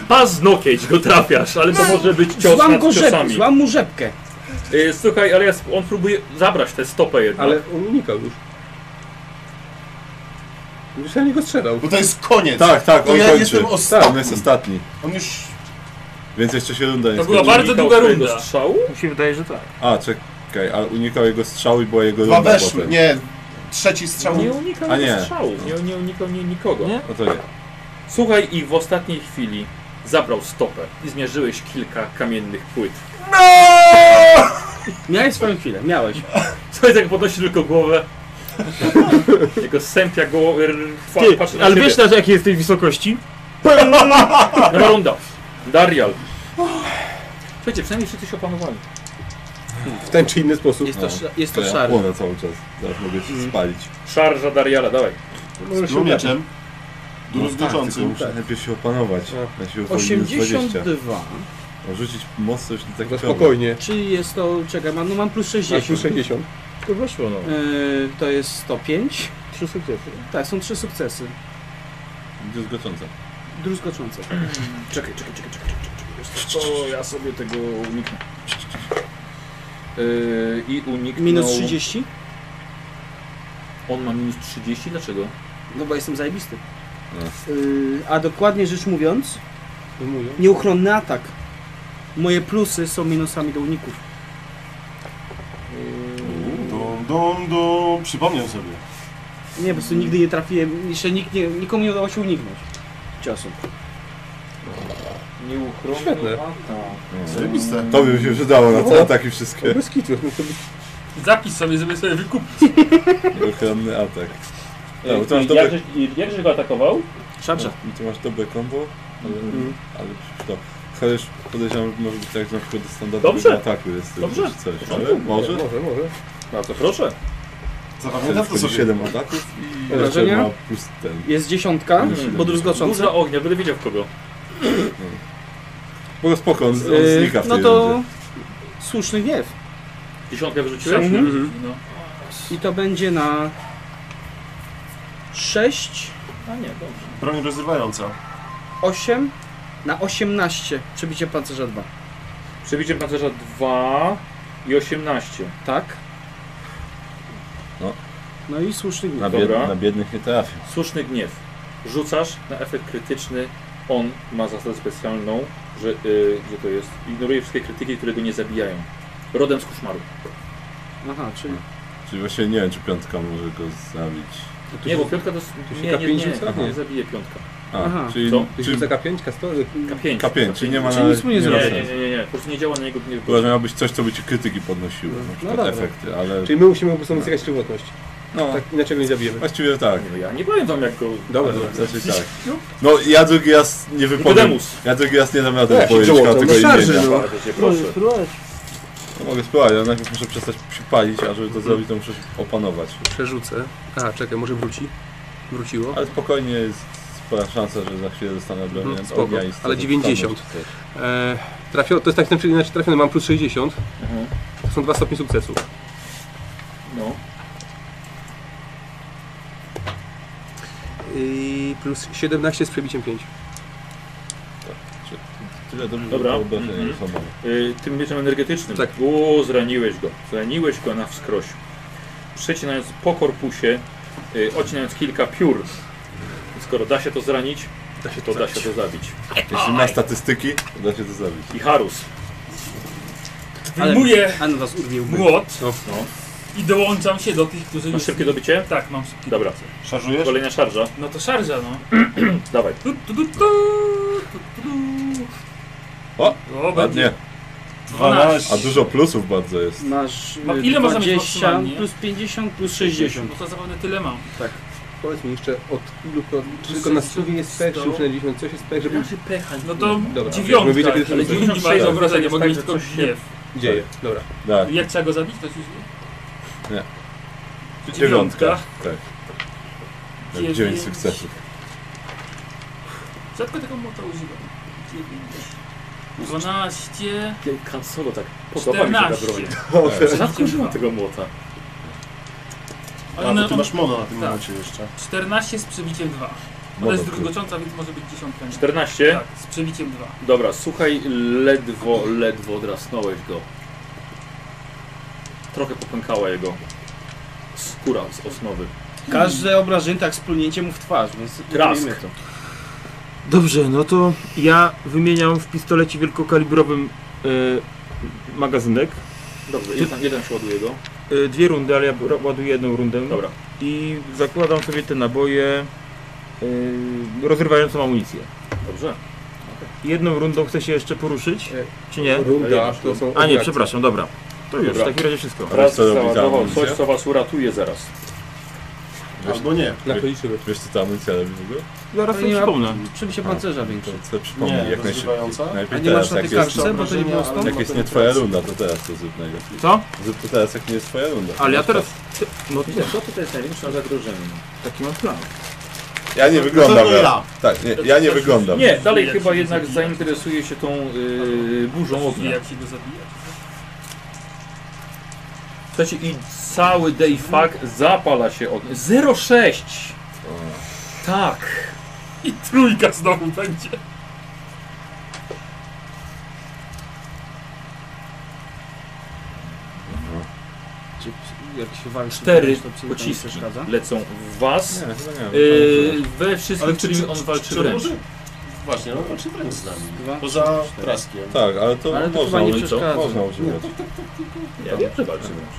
Paznokieć go trafiasz, ale to może być cios Złam nad go rzepkę, ciosami. złam mu rzepkę. Y, Słuchaj, ale ja sp- on próbuje zabrać tę stopę jednak. Ale on unikał już. Już ja nie go strzelał. Bo to jest koniec. Tak, tak, No on ja kończy. jestem ostatni. on jest ostatni. On już Więc jeszcze się runda nie To była skończyła. bardzo długa swojego runda. strzału? Mi się wydaje, że tak. A, czekaj, a unikał jego strzału i była jego dwa runda weszły. potem. Nie, trzeci strzał. Nie unikał A jego nie. strzału. Nie, nie unikał nie, nikogo. Nie? No to nie. Słuchaj, i w ostatniej chwili zabrał stopę i zmierzyłeś kilka kamiennych płyt. Miałeś swoją chwilę, miałeś. Słuchaj, tak podnosi tylko głowę. Jego sępia głowę Ty, patrzy na ale ciebie. wiesz na jakiej jest tej wysokości? Nowa runda. Darial. Słuchajcie, przynajmniej wszyscy się opanowali. W ten czy inny sposób. Jest to, No. sz- jest To to ja szary. płonę cały czas. Zaraz mogę się spalić. Szarża Dariala, dawaj. Z mieczem. No, Rozgoczącym. tak, tylko muszę najpierw się opanować. Ja się uwolniłem z 20. 82, No, Rzucić moc coś nie tak ciągle. No spokojnie. czyli jest to, czekaj, mam, no mam plus Na Tak, 60. 60. To weszło no. Yy, to jest 105. Trzy sukcesy. Tak, są trzy sukcesy. Będzie zgoczące. Druzgoczące. Czekaj, czekaj, czekaj, czekaj, czekaj, czekaj. Wiesz co, to ja sobie tego uniknę. Yy, I uniknął... Minus No. 30? On ma minus 30? Dlaczego? No bo jestem zajebisty. No. Yy, a dokładnie rzecz mówiąc, nieuchronny atak. Moje plusy są minusami do uników. Dum, dum, dum. Przypomniał sobie. Nie, po prostu nigdy nie trafiłem, jeszcze nikt nie, nikomu nie udało się uniknąć ciosu. Świetne. tak. Zajebiste. No. To by mi się przydało na te No. ataki wszystkie. Bez kitu. no to by- Zapis sobie, żeby sobie wykupić. Ochronny atak. No, Yy, bo to masz i dobre, jakżeś- i Jakżeś go atakował? Szarża. i to masz dobre combo, ale, ale to. Chociaż podejrzewam, że może być tak, że na przykład do standardowego Dobrze. ataku jest Dobrze. czy coś, ale może. Może, może. Bardzo proszę. Zapamiętam to Wtedy sobie. 7 ataków i Obrażenia? jeszcze ma plus ten. Jest dziesiątka, Mhm. Hmm. bo druzgoczące. Burza ognia, będę wiedział w kogo. Bo spoko, on, on Yy, znika w tej no to słuszny gniew. Dziesiątkę wyrzuciłeś? Straszne. Mhm. No. I to będzie na 6, A nie, dobrze. Broń rozrywająca. 8, na 18 przebicie pancerza 2. Przebicie pancerza 2 i 18. Tak? No. No i słuszny gniew. Na, bied, Dobra. na biednych nie trafił. Słuszny gniew. Rzucasz na efekt krytyczny. On ma zasadę specjalną, że yy, gdzie to jest? Ignoruje wszystkie krytyki, które go nie zabijają. Rodem z koszmaru. Aha, czyli Czyli właśnie nie wiem, czy piątka może go zabić. Nie, bo piątka to... s- tu się Nie, nie, nie, K5 nie, rzuca? Aha. nie zabije piątka. A, Aha. czyli, Co? Czyli czyli za K5, K100? K5. K5, czyli nie ma Czyli na nic mu nie Nie, ma nie, zrobi. sensu. nie, nie, nie. Po prostu nie działa na niego... Nie, Chyba, że miał być coś, co by ci krytyki podnosiły, na przykład dobra. efekty, ale Czyli my musimy po prostu uzyskać żywotność. no, Tak inaczej go nie zabijemy. właściwie tak. no ja nie powiem wam jak go... Dobra, Ale Raczej tak. No ja drugi raz nie wypowiem. Nikodemus. Ja drugi raz nie dam No, rady ja się wypowiedzieć dołączam tego do szarży, imienia. no. Bardzo cię proszę. No, mogę spróbować, ale najpierw muszę przestać się palić, a żeby to Mhm. zrobić to muszę się opanować. Przerzucę. Aha, czekaj, może wróci. Wróciło. Ale spokojnie jest spora szansa, że za chwilę zostanę bronią Mhm, spoko. ognia i stracę Ale 90. przytomność czy coś. E, trafio, to jest tak znaczy- inaczej trafione, mam plus 60. Mhm. To są dwa stopnie sukcesu. No. I plus 17 z przebiciem 5. Tyle dobrze, Dobra. Dobra. obrażenia nie są małe. Y, tym mieczem energetycznym. Tak. O, zraniłeś go. Zraniłeś go na wskroś. Przecinając po korpusie, y, odcinając kilka piór. Skoro da się to zranić, to da się to zabić. Jeśli ma statystyki, to da się to zrobić. I Harus. Wyjmuję An no was urwiłby. młot No. i dołączam się do tych, którzy Masz szybkie dobicie? Tak, mam szybkie Dobra. dobicie. Szarżujesz? Kolejna szarża. No to szarża, no. Dawaj. Tu, tu, tu, tu, tu, tu, tu. O, O, A będzie nie, 12. a dużo plusów bardzo jest. Masz Ma- y, ile można mieć 20 maksymalnie? plus 50 plus 60. No to zapewne tyle mam. Powiedz mi jeszcze od ilu ko- czy tylko na studiu jest pech, czy już na 90 coś jest pech, żeby... No to Dobra, dziewiątka, jakby wiedział, kiedy ale to dziewięć nie ma jest. obrażenia, mogę Tak, mieć że tylko coś się- gniew. Dzieje, dobra. Tak, Jak trzeba go zabić, to już wie. dziewiątka. Tak. Dziewięć. Dziewięć sukcesów. Rzadko tego młota używam. 9, 12, Kansolo tak. Podoba mi się ta 14. broń. Tak. Rzadko używam tego młota. Ale A, one- bo ty masz mono na tym Tak. momencie jeszcze. 14 z przebiciem 2. Ona Mogę jest tu- drugocząca, więc może być dziesiątka. nie? 14. Tak, z przebiciem 2. Dobra, słuchaj, ledwo, ledwo drasnąłeś go. Trochę popękała jego skóra z osnowy. Każde obrażenie tak splunięcie mu w twarz, więc Trask. robimy to. Dobrze, no to ja wymieniam w pistolecie wielkokalibrowym e, magazynek. Dobrze, jeden, jeden przeładuje go. E, dwie rundy, ale ja ro- ładuję jedną rundę. Dobra. I zakładam sobie te naboje e, rozrywającą amunicję. Dobrze. Jedną rundą chcę się jeszcze poruszyć, E, czy nie? Runda, to A są nie, atrakcje. przepraszam, dobra. To już, Dobra. w takim razie wszystko. Raz co robi ta załadował amunicja? coś, co was uratuje zaraz. Albo nie. Napiliśmy. Wiesz co ta amunicja robi w ogóle? Zaraz sobie przypomnę. Czym się A. pancerza większy? To sobie przypomnij, Nie, jak najszybciej. rozgrywająca? Najpierw A nie masz teraz, na jak tej jest, kartce, bo to nie było obrażenia, stąd? ale- jak jest nie twoja runda, to teraz to zrób najlepiej. Co? Zrób to teraz, jak nie jest twoja runda. Ale ja teraz... Ty, no ty, Widzę, to tutaj jest największe zagrożenie. taki mam plan. Ja nie To wyglądam. nie Ja. ja. Tak, nie, ja nie wyglądam. Nie, dalej Zabijać chyba się, jednak zabijać. zainteresuje się tą yy, burzą I ognia. jak się go zabija? Słuchajcie, i cały dayfuck zapala się od 0,6! Tak! I trójka znowu będzie. Czy jak się walczy, Cztery to ci nie pociski przeszkadza? lecą w was. Nie, chyba nie. Yy, we wszystkich, Ale z którymi on walczy wręcz. może? Właśnie, on walczy wręcz z nami. Dwa, Poza trzy, cztery. Traskiem. Tak, ale to Ale to można, chyba nie no i co? przeszkadza. można używać. Ja wiem, że walczy wręcz.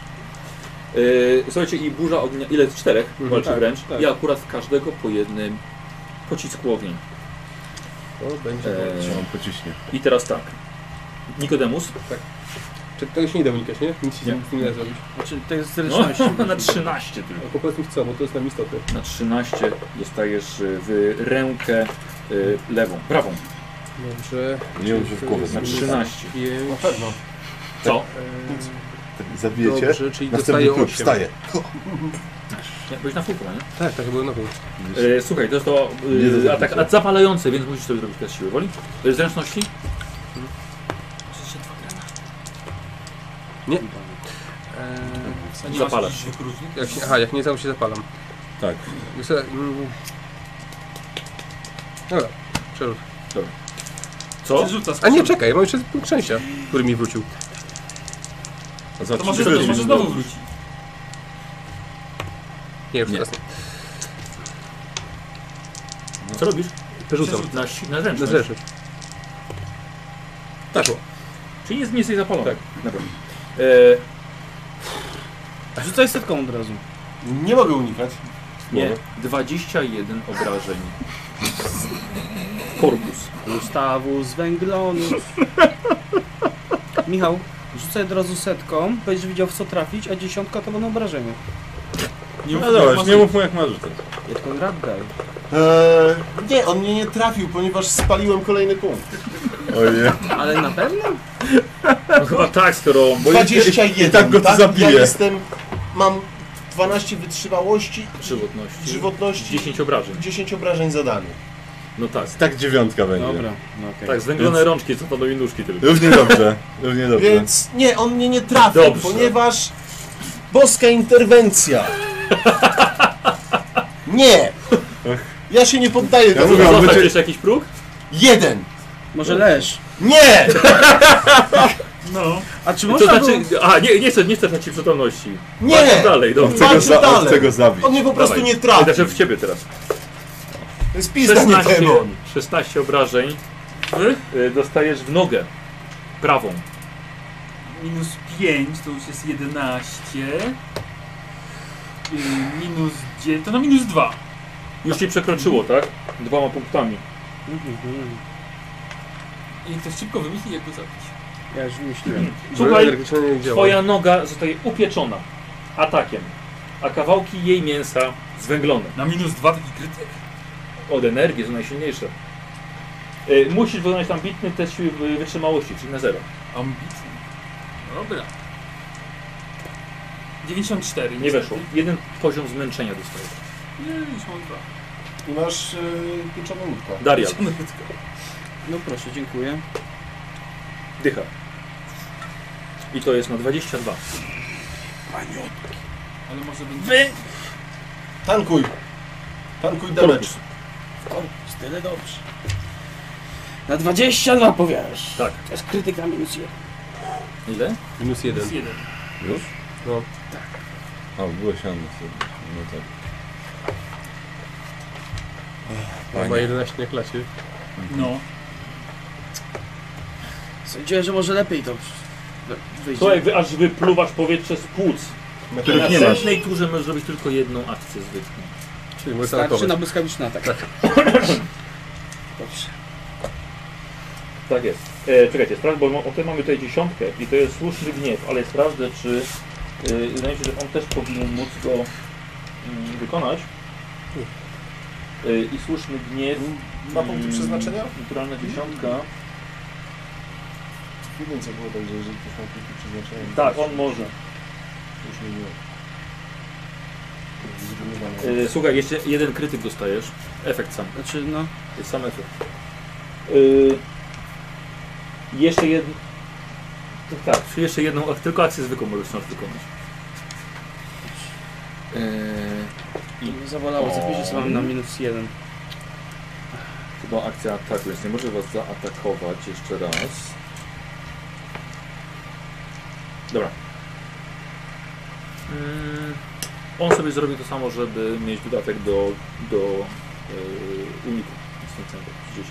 Yy, słuchajcie, i burza ognia, ile? Czterech walczy tak, wręcz. tak. I akurat w każdego po jednym pocisku ognia. To będzie. Eee, Czy on pociśnie? I teraz tak. Nikodemus. Czy tego się nie da unikać, nie? Nic się Nie. z tym nie da zrobić. Znaczy, to jest No, zręczność. na 13 tylko. Tylko powiedz mi co, bo to jest nam istotne. Na 13 dostajesz y, w rękę y, lewą, prawą. Dobrze. Nie używkowy Na znaczy. 13. Na pewno. Co? Zabijecie? Dobrze, czyli Następny dostaję klucz, 8. wstaje. Nie, Byłeś na futra, nie? Tak, tak, byłem na pewno. E, słuchaj, to jest to Nie e, zaznaczę. atak, atak zapalający, więc musisz sobie zrobić test siły woli. E, Zręczności? Eee, A nie Zapala masz jakichś wykrutnych? jak się, aha, jak nie cały się zapalam. Tak. Wiesz co, mm, Dobra, przerzut. Co? Przerzuca z A nie, czekaj, ja mam jeszcze punkt szczęścia, który mi wrócił. A za To trzy może, to godziny może znowu wróci. Nie, już Nie. teraz nie. Co robisz? Przerzucam. Na, si- na Na zręczność. zręczność. Tak. Czyli jest, nie jesteś zapalony. Tak. Dobra. E, Rzucaj setką od razu. Nie mogę unikać. nie, 21 obrażeń. Korpus. Ustawu z węglonów. Michał, rzucaj od razu setką, będziesz widział w co trafić, a dziesiątka to będą obrażenia. Nie No dobra, nie mów mu jak ma rzucać. Jak Konrad daj. Eee, nie, on mnie nie trafił, ponieważ spaliłem kolejny punkt. Ojej. Ale na pewno? No chyba tak, skoro... Bo i- 21, i tak go to zabije. Ja jestem, mam 12 wytrzymałości, Żywotności. żywotności, 10, 10 obrażeń. obrażeń zadany. No tak. Tak dziewiątka będzie. Dobra, no okej. Tak, zwęglone rączki, co to do induszki tylko. Równie dobrze, równie dobrze. Więc nie, on mnie nie trafił, Dobrze. ponieważ boska interwencja. Nie! Ja się nie poddaję Ja temu. mówię, Zostaw będzie- jeszcze jakiś próg? Jeden! Może leż. Nie! No. A czy To można znaczy... A, nie, nie chcesz, nie chcesz tracić przytomności. Nie! Dalej, On dobrze. chce go, Walczy za, on dalej. chce go zabić. On mnie po prostu Dawaj. nie trafił. Znaczy w ciebie teraz. To jest pizda, nie 16, demon. 16 obrażeń w, y, dostajesz w nogę prawą. Minus 5 to już jest 11. Yy, Minus 9 to na minus 2. Już ci przekroczyło, tak? Dwoma punktami. I to szybko wymyśli, jak go zabić. Ja już myśliłem. Słuchaj, Energetyczne nie działa. Twoja noga zostaje upieczona atakiem, a kawałki jej mięsa zwęglone. Na minus 2 taki krytyk? Od energii są najsilniejsze. Y, musisz wykonać tam bitny test siły wy- wytrzymałości, czyli na zero. Ambitny. Dobra. 94. Nie weszło. Jeden poziom zmęczenia dostaje. Nie, już mam dwa. I masz yy, pieczoną łódkę. Daria, No proszę, dziękuję. dycha. I to jest na 22. Ale może będzie... Tankuj! Tankuj damage. Jest tyle dobrze. Na 22 powiesz. Tak. To jest krytyka minus 1. Ile? Minus jeden. Jeden. Już? No. A, było siano sobie. No tak. Ma 11 na klasie. No. Sądziłem, że może lepiej to wyjdzie. To jak wy, aż wypluwasz powietrze z płuc. Których Na nie masz. następnej turze możesz zrobić tylko jedną akcję zwykłą. Czyli może Starczy atakować. na Tak, błyskawiczny atak. Dobrze. Tak jest. E, czekajcie, sprawdź, bo ma- o tym mamy tutaj dziesiątkę i to jest słuszny gniew, ale sprawdzę, czy e, wydaje mi się, że on też powinien móc go mm, wykonać. E, I słuszny gniew. Dwa punkty mm, przeznaczenia? Naturalna dziesiątka. Nie wiem co było także, jeżeli ktoś ma kilku przeznaczenia. Tak, on może. Już nie było. E, słuchaj, jeszcze jeden krytyk dostajesz. Efekt sam. Znaczy, no. Jest sam efekt. Y, jeszcze jedno. Tak, czy jeszcze jedną, ak- tylko akcję zwykłą możesz wciąż wykonać. Nie zabolało, zapiszę sobie mam na minus jeden. Chyba akcja ataku, więc nie może was zaatakować jeszcze raz. Dobra. Mm, on sobie zrobi to samo, żeby mieć dodatek do, do yy, uniku. następnego, 10.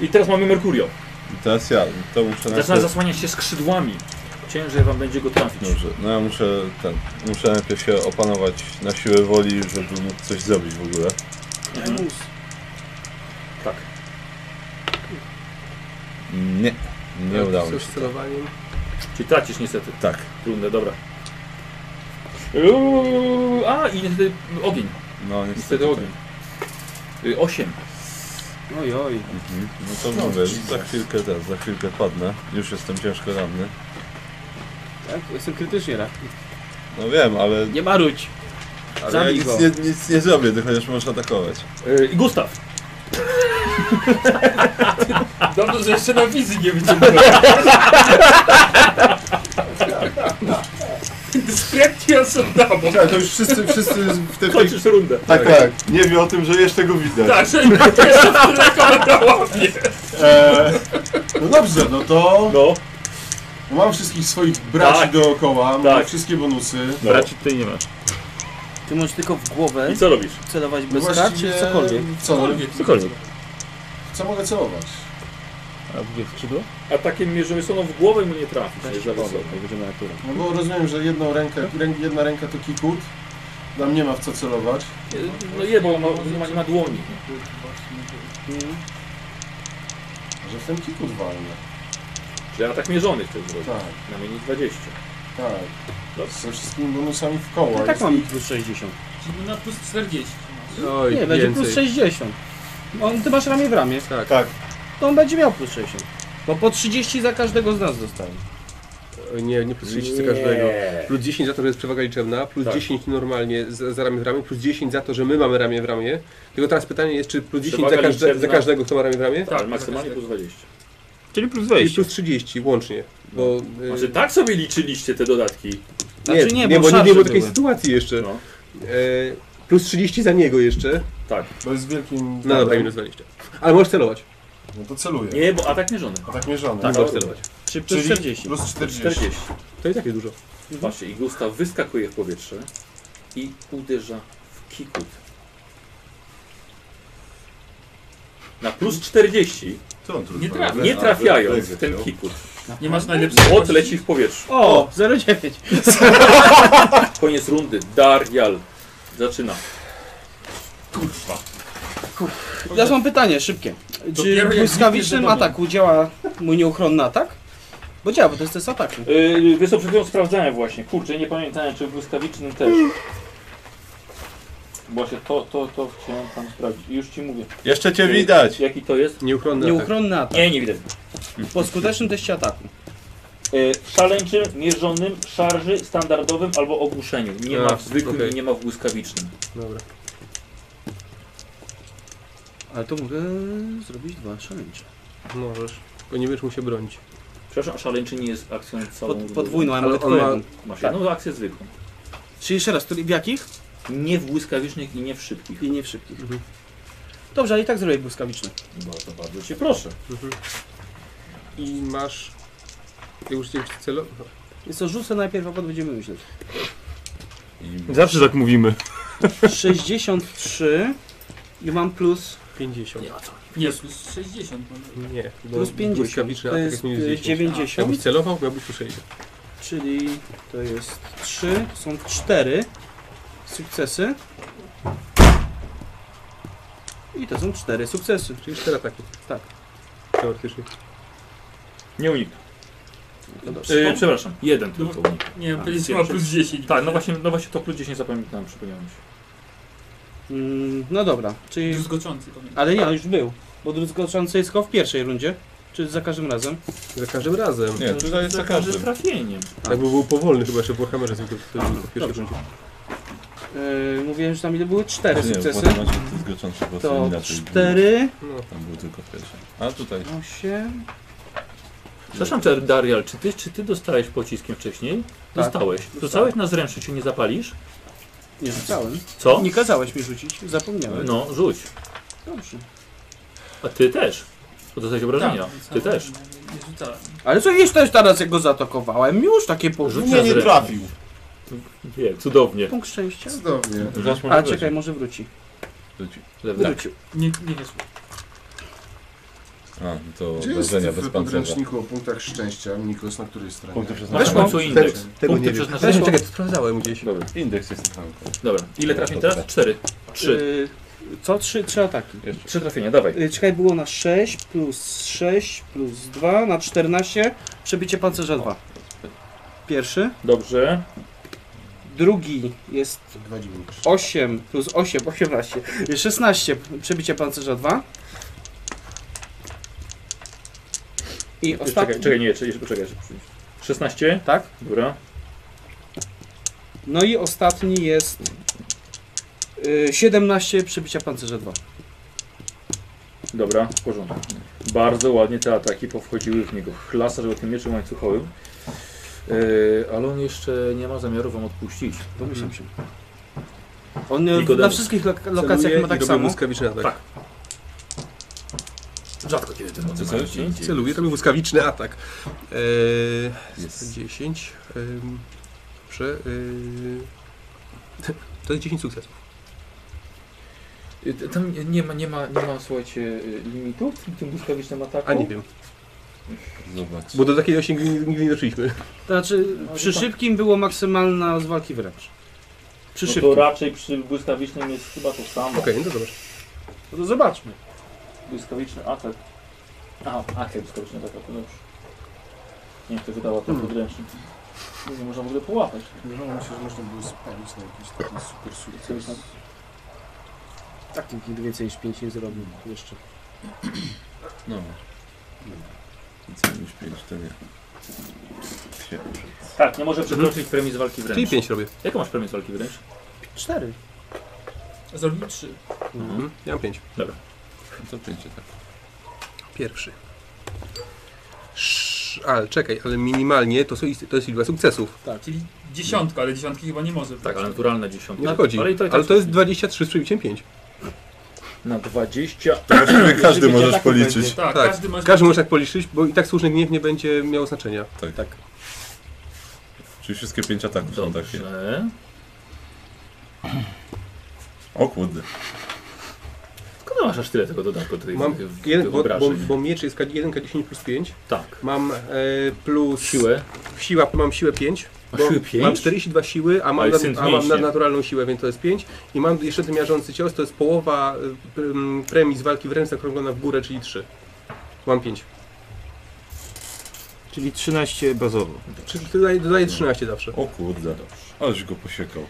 I teraz mamy Merkurio. Teraz ja, to muszę Zaczyna zasłaniać się skrzydłami. Ciężej wam będzie go trafić. Dobrze, no ja muszę ten, muszę najpierw się opanować na siłę woli, żeby mógł coś zrobić w ogóle. Mhm. Tak. Nie, No, nie udało mi Coś się. z celowaniem. Czyli tracisz niestety. Tak, Trudne, dobra. Uuu, a i niestety ogień. no niestety. Niestety Tak. ogień. Y, Osiem. Oj, oj. Mhm. No to mówię, za chwilkę ten, za chwilkę padnę. Już jestem ciężko ranny. Tak, jestem krytycznie ranny. No wiem, ale, Nie maruć. ale ja zabij nic go. nie, nic nie zrobię, ty chociaż możesz atakować. Y, I Gustaw. Dobrze, że jeszcze na wizji nie wyciągnąłem. Dyskretnie osobą. Tak, to już wszyscy, wszyscy w tej... Kończysz rundę. Tak, tak. Nie wie o tym, że jeszcze go widać. Tak, że jeszcze tyle komentowało mnie. Eee, no dobrze, no to No, mam wszystkich swoich braci Tak. dookoła, mam Tak. wszystkie bonusy. no. Raczej tutaj nie masz. Ty możesz tylko w głowę I co robisz? celować bez Właściwie- kar, czy w cokolwiek. Co, Cokolwiek. co mogę celować? A gdzie skrzydło? Atakiem mierzowiecą w głowę mu nie trafisz. Tak, jest za wysoko. będziemy na turę. No bo rozumiem, że jedną rękę, rę, jedna ręka to kikut, tam nie ma w co celować. Y, No je, bo on ma, nie, ma, nie ma dłoni. Że w ten kikut walnę. Czyli atak mierzony chcesz zrobić. Tak, Na minus 20. tak. Dobrze. Ze wszystkimi bonusami w koło. No tak Jest- mam plus 60. Czyli na plus 40. Oj, Nie, będzie więcej. plus 60. On, ty masz ramię w ramię. Tak. Tak. To on będzie miał plus 60. Bo po 30 za każdego z nas dostaje. Oj, Nie, nie plus 30 za każdego. Plus 10 za to, że jest przewaga liczebna, plus 10 normalnie za, za ramię w ramię, plus 10 za to, że my mamy ramię w ramię. Tylko teraz pytanie jest, czy plus 10 za, Przewaga każde, za liczebna. każdego, kto ma ramię w ramię? Tak, maksymalnie plus 20. Czyli plus I 20. plus 30 łącznie. Bo, y, Znaczy tak sobie liczyliście te dodatki. nie, Znaczy nie, bo, nie, bo nie, nie szarże było takiej były. sytuacji jeszcze. No. Y, plus 30 za niego jeszcze. Tak. To jest wielkim... No dobra, minus 20. Ale możesz celować. No to celuję. Nie, bo atak mierzony. A tak mierzony. Tak, No, możesz celować. Czy plus czyli 40. plus 40. 40. To i tak jest dużo. Patrzcie, i Gustaw wyskakuje w powietrze i uderza w kikut. Na plus 40, To on tu Nie rozmawia. trafi. nie trafiając w no. ten kikut, Nie masz najlepszego. młot No leci w powietrzu. O, 0,9. Koniec rundy, Darial zaczyna. Kurwa. Teraz mam pytanie szybkie. Czy jak w znikniesz błyskawicznym do domu. ataku działa mój nieuchronny atak? Bo działa, bo to jest test ataku. Yy, wiesz co, przed chwilą sprawdzałem właśnie, kurczę, nie pamiętałem, czy w błyskawicznym też. Właśnie to, to, to chciałem tam sprawdzić. Już ci mówię. Jeszcze cię widać! Jaki to jest? Nieuchronny atak. Nieuchronny atak. Nie, nie widać. Po skutecznym teście ataku. E, W szaleńczym, mierzonym, szarży, standardowym albo ogłuszeniu. Nie ma A, w zwykłym okej. i nie ma w błyskawicznym. Dobra. Ale to mogę zrobić dwa szaleńcze. Możesz. Tylko nie będziesz mu się bronić. Przepraszam, a szaleńczy nie jest akcją całą. Pod, podwójną, Tak. ale Ale mogę on tylko ma- jedną. Masz jedną akcję zwykłą. Czyli jeszcze raz, który- w jakich? Nie w błyskawicznych i nie w szybkich. I nie w szybkich. Mhm. Dobrze, ale i tak zrobię błyskawiczny. Bardzo, bardzo cię proszę. I masz... Jak już cię celo... Więc to rzucę najpierw, a potem będziemy myśleć. I Zawsze tak mówimy. 63 Ja mam plus, 50. Nie ma co. Nie, plus no, 60. Nie, bo plus 50. błyskawiczny To atak jest jest minus y, 10. 90, Jakbyś celował, miałbyś tu 60. czyli to jest 3, są 4 sukcesy. I to są 4 sukcesy. Czyli 4 ataki. Tak. Teoretycznie. Nie uniknę. No dobrze. E, przepraszam, jeden tylko uniknę. Nie wiem, A, powiedzieć ma pierwszy. plus 10. Tak, no właśnie, no właśnie to plus 10 zapamiętałem, przypomniałem się. Mm, no dobra, czyli... Druzgoczący pamiętam. Ale nie, on już był, bo druzgoczący jest tylko w pierwszej rundzie. Czy za każdym razem? Za każdym razem. Nie, tutaj jest za każdym. trafieniem. Jakby był powolny chyba jeszcze w Warhammerze zwykle. To A, był pierwszy dobrze. rząd. Yy, mówiłem, że tam ile były? 4 Nie, sukcesy. potem macie zgoczące, bo to To inaczej było. 4, No. Tam był tylko pierwszy. A tutaj. 8... Przepraszam, czy Darial, czy ty, czy ty dostałeś pociskiem wcześniej? Tak. Dostałeś. Dostałeś na zręczy, czy nie zapalisz? Nie rzucałem. Co? Nie kazałeś mi rzucić, zapomniałem. No, rzuć. Dobrze. A ty też. Bo dostałeś obrażenia. Tak. Ty też. Tak, Nie, nie rzucałem. Ale co jeśli też teraz jak go zatokowałem? Już takie porzucie. Rzuć na zręcz. trafił. Nie, cudownie. Punkt szczęścia. Cudownie. Zasz może A wrócić. czekaj, może wróci. Wróci. Lewna. Wrócił. Nie, nie wyszło. A, to Gdzie jest wrażenia w bez pancerza. podręczniku o punktach szczęścia, Nikos, na której stronie? Punkty przeznaczenia. Weź w końcu indeks. Tego Punkty nie wiem. przeznaczenia. Czekaj, to sprawdzałem gdzieś. Dobra, indeks jest tam. Dobra, ile trafień teraz? Cztery. Trzy. Yy, co? Trzy, trzy ataki. Jeszcze. Trzy trafienia, dawaj. Yy, czekaj, było na 6 plus 6 plus 2 na 14. Przebicie pancerza 2. tak. Pierwszy. Dobrze. Drugi jest 29. 8 plus 8, 18. 16 przebicie pancerza 2. I ostatni. Czekaj, czekaj, nie, czekaj, jeszcze poczekaj. jeszcze przyjdzie. 16. Tak? Dobra. No i ostatni jest y, 17 przebicia pancerza 2. Mhm. Dobra, w porządku. Bardzo ładnie te ataki powchodziły w niego. Chlasa, żeby tym mieczem łańcuchowym. Yy, ale on jeszcze nie ma zamiaru wam odpuścić. Domyślam się. On y, Nikodemus. na wszystkich lok- lokacjach ma tak samo. błyskawiczny atak. Tak. Rzadko kiedy te mocy Co? mają gdzie indziej. Celuję, robię błyskawiczny atak. Eee, Jest. 10. Ym, prze, ym, to jest 10 sukcesów. Y, Tam nie- nie ma, nie ma, nie ma słuchajcie, y, limitu w tym błyskawicznym ataku? No A nie wiem, Zobacz. bo do takiej osi nigdy, nigdy nie doszliśmy. To znaczy No przy tak. szybkim było maksymalna z walki wręcz. Przy No szybkim. to raczej przy błyskawicznym jest chyba to samo. Okej, no to zobacz. No to zobaczmy. Błyskawiczny atak. A, akcja błyskawiczny atak, to dobrze. Nie wiem, kto wydała ten podręcznik. Nie można w ogóle połapać. Tak. Wydawało mi się, że można było spalić na jakiś taki super sukces. Błyskawiczny- Tak, nikt więcej niż 5 nie zrobił jeszcze. No. Co niż 5 to nie. Tak, nie może przekroczyć premii z walki Czyli wręcz. 5 robię. Jaką masz premię z walki wręcz? 4. Zrobił 3. Mhm. Ja mam 5. To 5 tak. Pierwszy. Sz, ale czekaj, ale minimalnie to, są, ist- to jest liczba sukcesów. Czyli dziesiątka, ale dziesiątki chyba nie może być. Tak, ale naturalna dziesiątka. Nie wchodzi. Ale, i to, i tak No, Ale to jest 23 z przebiciem 5. Na 20. Tak, Każdy Żeby możesz tak policzyć. tak, tak. każdy ma... znaczy- Każdy może tak policzyć, bo i tak słuszny gniew nie będzie miał znaczenia. Tak. Czyli wszystkie 5 ataków są takie. Dobrze. O kurde. Skąd masz aż tyle tego dodatku do tej Mam w- jeden, bo, bo, wyobrażeń? bo miecz jest 1k10 plus 5. Tak. Mam e, plus Siłę. Siła, mam siłę 5. A bo siły pięć? Mam 42 siły, a A mam, jest na, synt a mam na mięśnie. naturalną siłę, więc to jest 5. I mam jeszcze ten miażdżący cios, to jest połowa y, prym, premii z walki wręcz zakrąglona w górę, czyli 3. Mam 5. Czyli 13 bazowo. Czyli dodaję, dodaję 13 zawsze. O kurde. Aż go posiekał.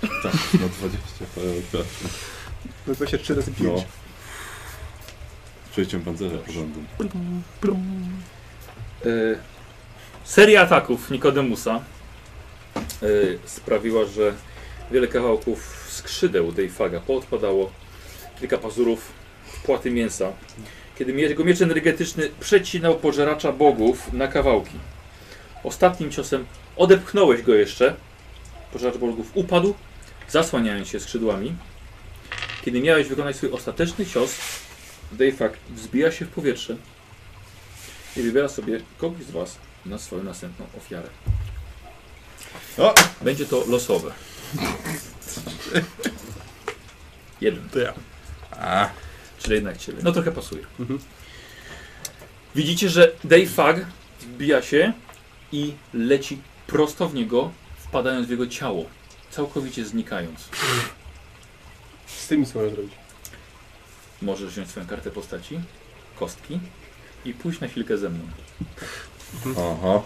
Tak, na 20 PLP. No to się 3 razy 5. No. Przejściem pancerza porządnym. Y, seria ataków Nikodemusa y, sprawiła, że wiele kawałków skrzydeł Deifaga poodpadało, kilka pazurów, płaty mięsa. Kiedy mie- jego miecz energetyczny przecinał pożeracza bogów na kawałki. Ostatnim ciosem odepchnąłeś go jeszcze. Pożeracz bogów upadł, zasłaniając się skrzydłami. Kiedy miałeś wykonać swój ostateczny cios, Deifag wzbija się w powietrze, i wybiera sobie kogoś z Was na swoją następną ofiarę. O! Będzie to losowe. Jeden to ja. A, Czyli jednak ciebie. No trochę pasuje. Mhm. Widzicie, że Dayfag wbija się i leci prosto w niego, wpadając w jego ciało. Całkowicie znikając. Z tym nic nie można zrobić. Możesz wziąć swoją kartę postaci, kostki i pójść na chwilkę ze mną. oho.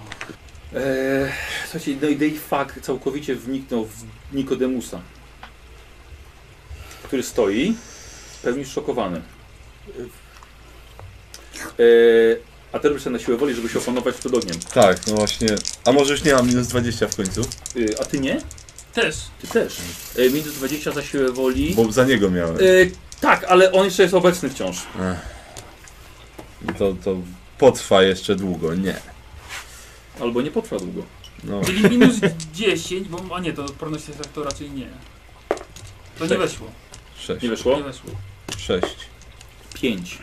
Eee, słuchajcie, no i Dayfag całkowicie wniknął w Nikodemusa, który stoi w pełni szokowany. Eee, a ty robisz to na siłę woli, żeby się opanować przed ogniem. Tak, no właśnie. A może już nie mam minus 20 w końcu? Eee, a ty nie? Też. Ty też. E, minus 20 za siłę woli. Bo za niego miałem. E, tak, ale on jeszcze jest obecny wciąż. I To, to potrwa jeszcze długo, nie. Albo nie potrwa długo. No, Czyli minus 10, bo. A nie, to odporność jest to raczej nie. To nie Tak. weszło. Nie 6. weszło? Nie weszło. 6. 5.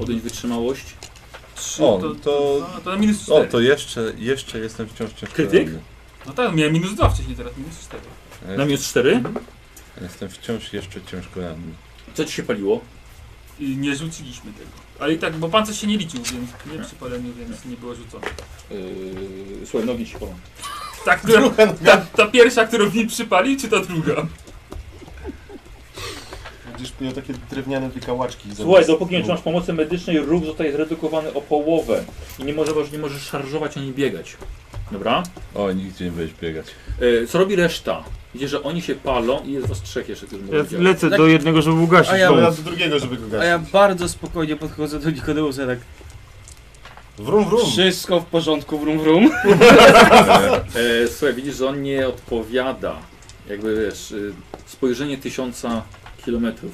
Odjąć wytrzymałość. Trzy, O, to, to- no, to na minus 4. O, to jeszcze, jeszcze jestem wciąż ciężko Krytyk? ranny. No tak, miałem minus 2 wcześniej, teraz minus 4. Ja Na minus 4. Jestem wciąż jeszcze ciężko ranny. Co ci się paliło? I nie rzuciliśmy tego. Ale i tak, bo pancerz się nie liczył, więc nie przy paleniu, więc nie było rzucone. Eee, słuchaj, nogi ci palą. Tak, która, ta, ta pierwsza, którą mi przypali, czy ta druga? Będziesz miał takie drewniane wykałaczki. Słuchaj, dopóki nie trzymasz pomocy medycznej, ruch zostaje zredukowany o połowę. I nie możesz, nie możesz szarżować ani biegać. Dobra? O, nigdzie nie będziesz biegać. E, co robi reszta? Widzisz, że oni się palą i jest was trzech jeszcze, którzy Ja mogą działać. lecę do jednego, żeby A ugasić. ja- Ale Ja... do drugiego, żeby go A gasić. ja bardzo spokojnie podchodzę do Nikodeusa, tak Wrum, wrum. wszystko w porządku, wrum wrum. E, słuchaj, widzisz, że on nie odpowiada. Jakby wiesz, y, spojrzenie tysiąca kilometrów.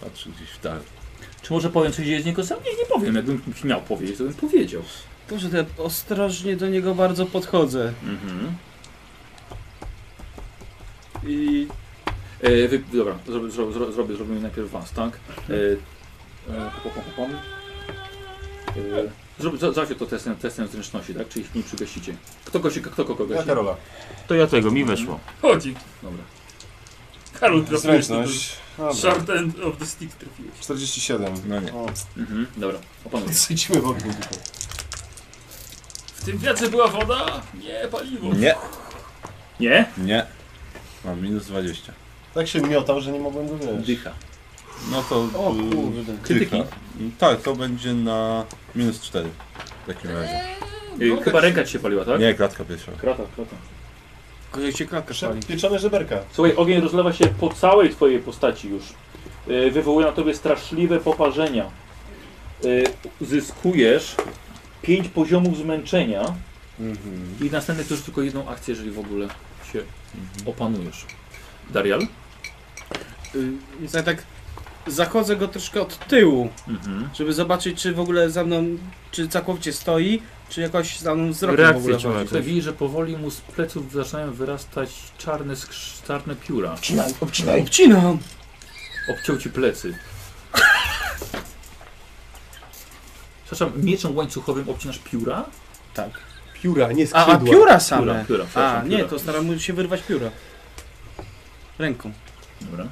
Patrz gdzieś w dal. Czy może powiem coś z niego sam? Nie, nie powiem. Jakbym miał powiedzieć, to bym powiedział. Boże, to ja ostrożnie do niego bardzo podchodzę. Mhm. I E, wy, dobra, zrobię, zrobię, zrobię, zrobię, zrobimy najpierw was, tak? E, e, pom, pom, pom. E, zrobię, za- zawsze to testem, testem zręczności, tak? Czy ich nie przygasicie. Kto, kosi, kto kogo Ja gasi? Karola. To ja tego, mi weszło. Chodzi. Dobra. Karol trafiłeś na to. Zręczność. Dobra. Short end of the stick trafiłeś. 47. No nie. O, Mhm, dobra, opanuję. Syciły w ogóle. W tym wiatrze była woda? Nie, paliwo. Nie, Nie? nie. Mam minus 20. Tak się miotał, że nie mogłem go wziąć. Dycha. No to... O y, kurde. Krytyki. dycha. Tak, to będzie na minus 4 w takim razie. E, chyba ręka ci się paliła, tak? Nie, klatka pierwsza. Krata, krata. kozie się klatkę pali. Prze- Pieczone żeberka. Słuchaj, ogień rozlewa się po całej twojej postaci już. E, Wywołuje na tobie straszliwe poparzenia. E, Zyskujesz 5 poziomów zmęczenia Mhm. i następny to już tylko jedną akcję, jeżeli w ogóle się Mhm. opanujesz. Darial? Y, Więc ja tak zachodzę go troszkę od tyłu, Mhm. żeby zobaczyć, czy w ogóle za mną, czy całkowicie stoi, czy jakoś za mną wzrokiem w Reakcje ogóle. ciała. Tutaj widzisz, że powoli mu z pleców zaczynają wyrastać czarne, skrz- czarne pióra. Obcinaj, obcinaj. Obcinam! Obciął ci plecy. Przepraszam, mieczem łańcuchowym obcinasz pióra? Pióra, nie A, skrzydła. a pióra Pióra, same! pióra, A, przepraszam, nie, pióra. to staram się wyrwać pióra. Ręką. Dobra.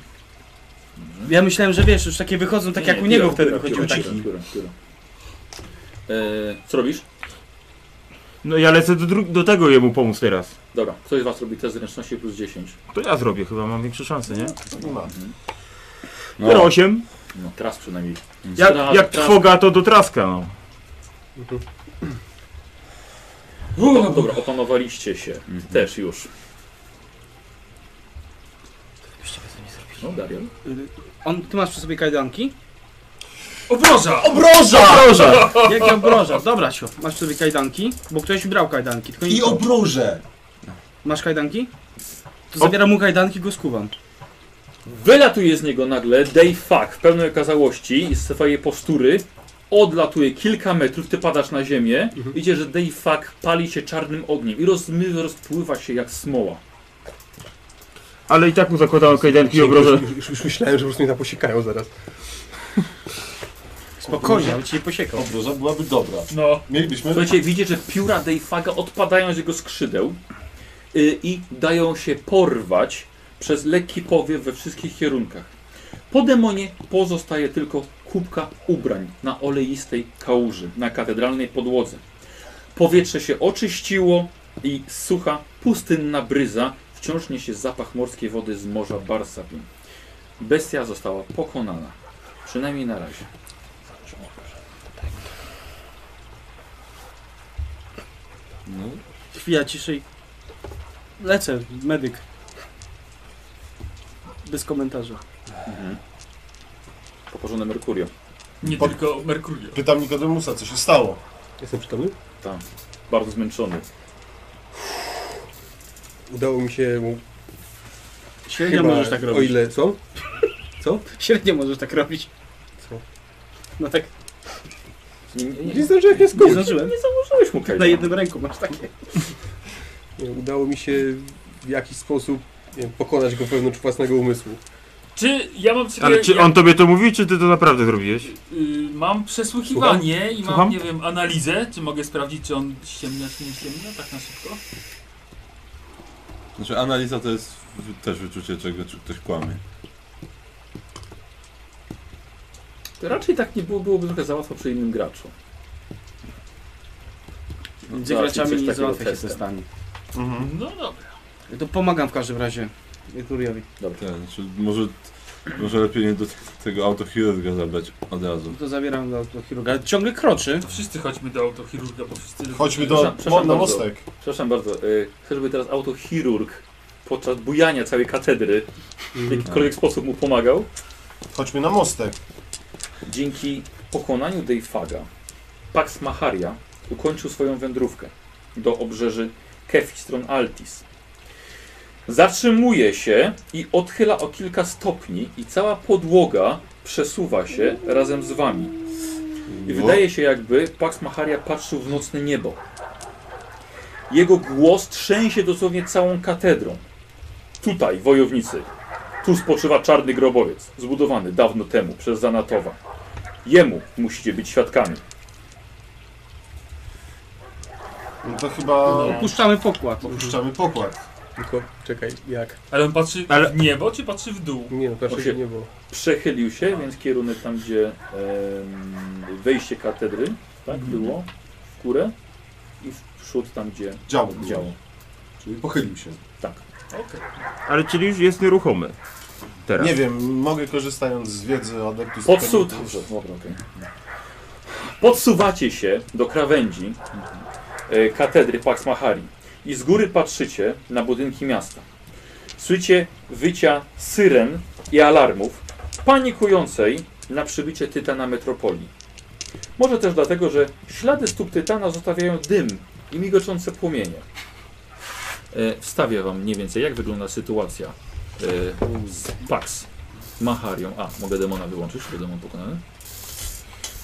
Ja myślałem, że wiesz, już takie wychodzą, tak jak u niego wtedy wychodziły tak. takie. E, Co robisz? No ja lecę do, dru- do tego jemu pomóc teraz. Dobra, ktoś z was robi test zręczności plus 10. To ja zrobię, chyba mam większe szanse, nie? no, Nie ma. No. No, 8. No teraz przynajmniej. Jak, jak trwoga, to do traska, no. O, No dobra, opanowaliście się. Też już. No, Darian. On, ty masz przy sobie kajdanki? Obroża! Obroża! Obroża! Jakie obroża? Dobra, sio. Masz przy sobie kajdanki, bo ktoś brał kajdanki. Tylko nie... I obroże. Masz kajdanki? To zabieram mu kajdanki, go skuwam. Wylatuje z niego nagle Dave Fuck w pełnej okazałości i z swojej postury. Odlatuje kilka metrów, ty padasz na ziemię. Widzicie, że Dave Fuck pali się czarnym ogniem i rozmywa, rozpływa się jak smoła. Ale i tak mu zakładałem kajdanki i obrożę. Już, już, już myślałem, że po prostu mnie zaposikają zaraz. Spokojnie, on ci nie posiekał. Obroża byłaby dobra. No. Mielibyśmy... Słuchajcie, widzicie, że pióra Dayfaga odpadają z jego skrzydeł y, i dają się porwać przez lekki powiew we wszystkich kierunkach. Po demonie pozostaje tylko kubka ubrań na oleistej kałuży na katedralnej podłodze. Powietrze się oczyściło i sucha, pustynna bryza wciąż niesie zapach morskiej wody z morza Barsabin. Bestia została pokonana. Przynajmniej na razie. No, Chwila ciszej. Lecę, medyk. Bez komentarza. Poparzone Merkurio. Nie Pod- tylko Merkurio. Pytam Nikodemusa, co się stało. Jestem przytomny? Bardzo zmęczony. Udało mi się. Średnio możesz tak robić. O ile co? Średnio możesz tak robić. Co? No tak, Nie, nie, nie, Nie zdążyłem się nie skończyć. zdążyłem. założyłeś mu Na kajdan. jednym ręku masz takie. Nie, Udało mi się w jakiś sposób nie wiem, pokonać go wewnątrz własnego umysłu. Czy ja mam sobie, Ale czy ja, on tobie to mówi, czy ty to naprawdę zrobiłeś? y, mam przesłuchiwanie i mam, Słucham? nie wiem, analizę. Czy mogę sprawdzić, czy on ściemnia, czy nie ściemnia? Tak na szybko. znaczy analiza to jest w- też wyczucie czego, czy ktoś kłamie. Raczej tak nie było, byłoby trochę za łatwo przy innym graczu. Gdzie Załatwić No, coś graczami nie takiego załatwia się testem. te stanie. No dobra. To pomagam w każdym razie Merkuriowi. Tak, znaczy może, może lepiej nie do t- tego autochirurga zabrać od razu. No To zabieram do, do chirurga. Ale Ciągle kroczy. To wszyscy chodźmy do autochirurga, bo wszyscy... Chodźmy do, Przepraszam, mo, przepraszam na bardzo. mostek. Przepraszam bardzo, y, chcę, żeby teraz autochirurg podczas bujania całej katedry w jakikolwiek Tak. sposób mu pomagał. Chodźmy na mostek. Dzięki pokonaniu Deifaga, Pax Macharia ukończył swoją wędrówkę do obrzeży Kefistron Altis. Zatrzymuje się i odchyla o kilka stopni i cała podłoga przesuwa się razem z wami. I wydaje się jakby Pax Macharia patrzył w nocne niebo. Jego głos trzęsie dosłownie całą katedrą. Tutaj, wojownicy, tu spoczywa czarny grobowiec, zbudowany dawno temu przez Zanatowa. Jemu musicie być świadkami. No to chyba Opuszczamy pokład. opuszczamy pokład. Tylko czekaj, jak? Ale on patrzy Ale- w niebo, czy patrzy w dół? Nie, no, proszę Osiem. się nie było. Przechylił się, więc kierunek tam, gdzie em, wejście katedry, tak Mhm. było, w górę i w przód tam, gdzie Działo. Działo. działo. Czyli pochylił się. Okej. Ale czyli już jest nieruchomy. Teraz. Nie wiem, mogę korzystając z wiedzy adeptus. Podsu... Technicus- Dobrze, dobra, okej. Podsuwacie się do krawędzi e, katedry Pax Mahari i z góry patrzycie na budynki miasta. Słyszycie wycia syren i alarmów panikującej na przybycie Tytana Metropolii. Może też dlatego, że ślady stóp Tytana zostawiają dym i migoczące płomienie. E, Wstawię wam mniej więcej, jak wygląda sytuacja e, z Pax Macharią. A, mogę demona wyłączyć, bo demon pokonany.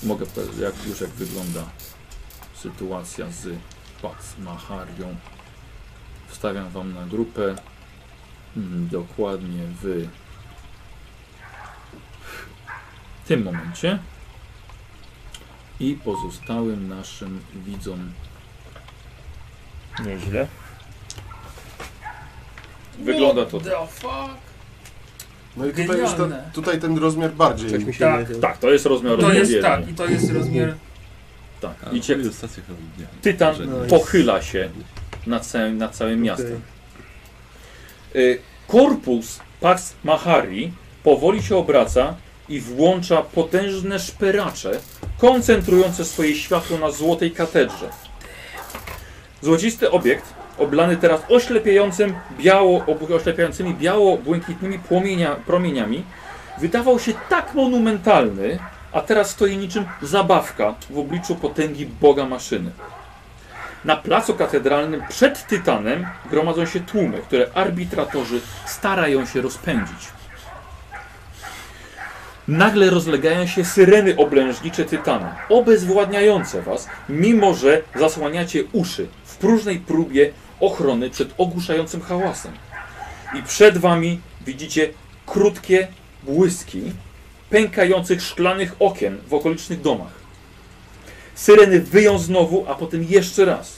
Mogę powiedzieć, jak, już jak wygląda sytuacja z Pax Macharią. Wstawiam wam na grupę. Mm, dokładnie w tym momencie. I pozostałym naszym widzom Nieźle. wygląda to. tak. What the fuck? No i tutaj, już ta, Genialne. tutaj ten rozmiar bardziej. Coś mi się Tak, nie... Tak, to jest rozmiar To jest odpowiedni. tak, i to jest rozmiar... tak. I I cię, ciebie stację chyba nie. Tytan Że- No i- pochyla się nad całym, nad całym miastem. Okej. Y, Korpus Pax Mahari powoli się obraca i włącza potężne szperacze, koncentrujące swoje światło na złotej katedrze. Złocisty obiekt, oblany teraz oślepiającym biało, obu- oślepiającymi biało-błękitnymi płomienia, promieniami, wydawał się tak monumentalny, a teraz stoi niczym zabawka w obliczu potęgi Boga Maszyny. Na placu katedralnym przed Tytanem gromadzą się tłumy, które arbitratorzy starają się rozpędzić. Nagle rozlegają się syreny oblężnicze Tytana, obezwładniające was, mimo że zasłaniacie uszy w próżnej próbie ochrony przed ogłuszającym hałasem. I przed wami widzicie krótkie błyski pękających szklanych okien w okolicznych domach. Syreny wyją znowu, a potem jeszcze raz.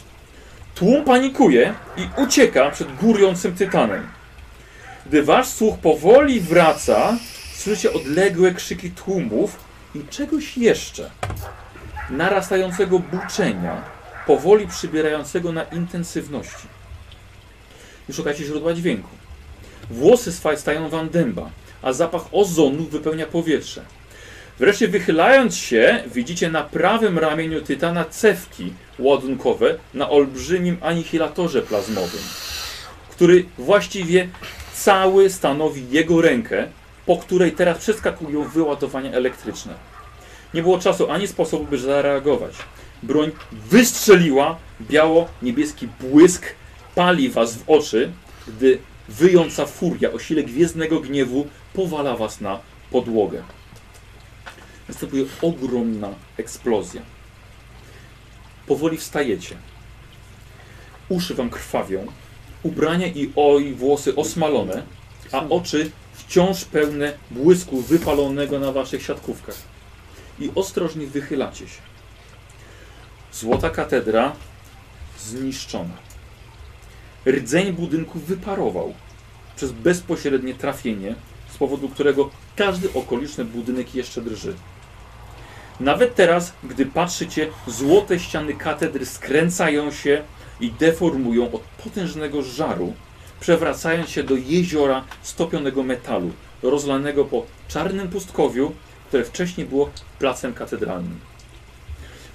Tłum panikuje i ucieka przed górującym tytanem. Gdy wasz słuch powoli wraca, Słyszycie odległe krzyki tłumów i czegoś jeszcze. Narastającego buczenia, powoli przybierającego na intensywności. I szukacie źródła dźwięku. Włosy swa- stają wam dęba, a zapach ozonu wypełnia powietrze. Wreszcie wychylając się, widzicie na prawym ramieniu tytana cewki ładunkowe na olbrzymim anihilatorze plazmowym, który właściwie cały stanowi jego rękę, po której teraz przeskakują wyładowania elektryczne. Nie było czasu ani sposobu, by zareagować. Broń wystrzeliła biało-niebieski błysk, pali was w oczy, gdy wyjąca furia o sile gwiezdnego gniewu powala was na podłogę. Następuje ogromna eksplozja. Powoli wstajecie. Uszy wam krwawią, ubrania i oj włosy osmalone, a oczy wciąż pełne błysku wypalonego na waszych siatkówkach. I ostrożnie wychylacie się. Złota katedra zniszczona. Rdzeń budynku wyparował przez bezpośrednie trafienie, z powodu którego każdy okoliczny budynek jeszcze drży. Nawet teraz, gdy patrzycie, złote ściany katedry skręcają się i deformują od potężnego żaru, przewracając się do jeziora stopionego metalu, rozlanego po czarnym pustkowiu, które wcześniej było placem katedralnym.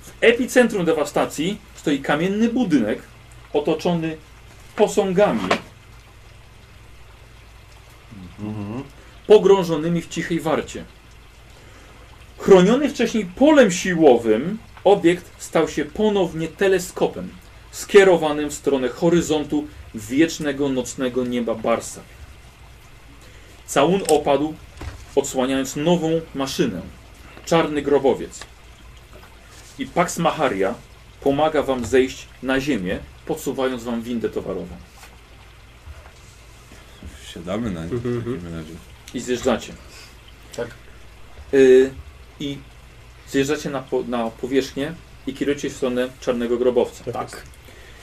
W epicentrum dewastacji stoi kamienny budynek otoczony posągami pogrążonymi w cichej warcie. Chroniony wcześniej polem siłowym, obiekt stał się ponownie teleskopem skierowanym w stronę horyzontu wiecznego nocnego nieba Barsa. Całun opadł, odsłaniając nową maszynę czarny grobowiec. I Pax Macharia pomaga wam zejść na ziemię, podsuwając wam windę towarową. Siadamy na nim w takim razie. I zjeżdżacie. Tak. Y, I zjeżdżacie na, po, na powierzchnię i kierujecie się w stronę czarnego grobowca. Tak.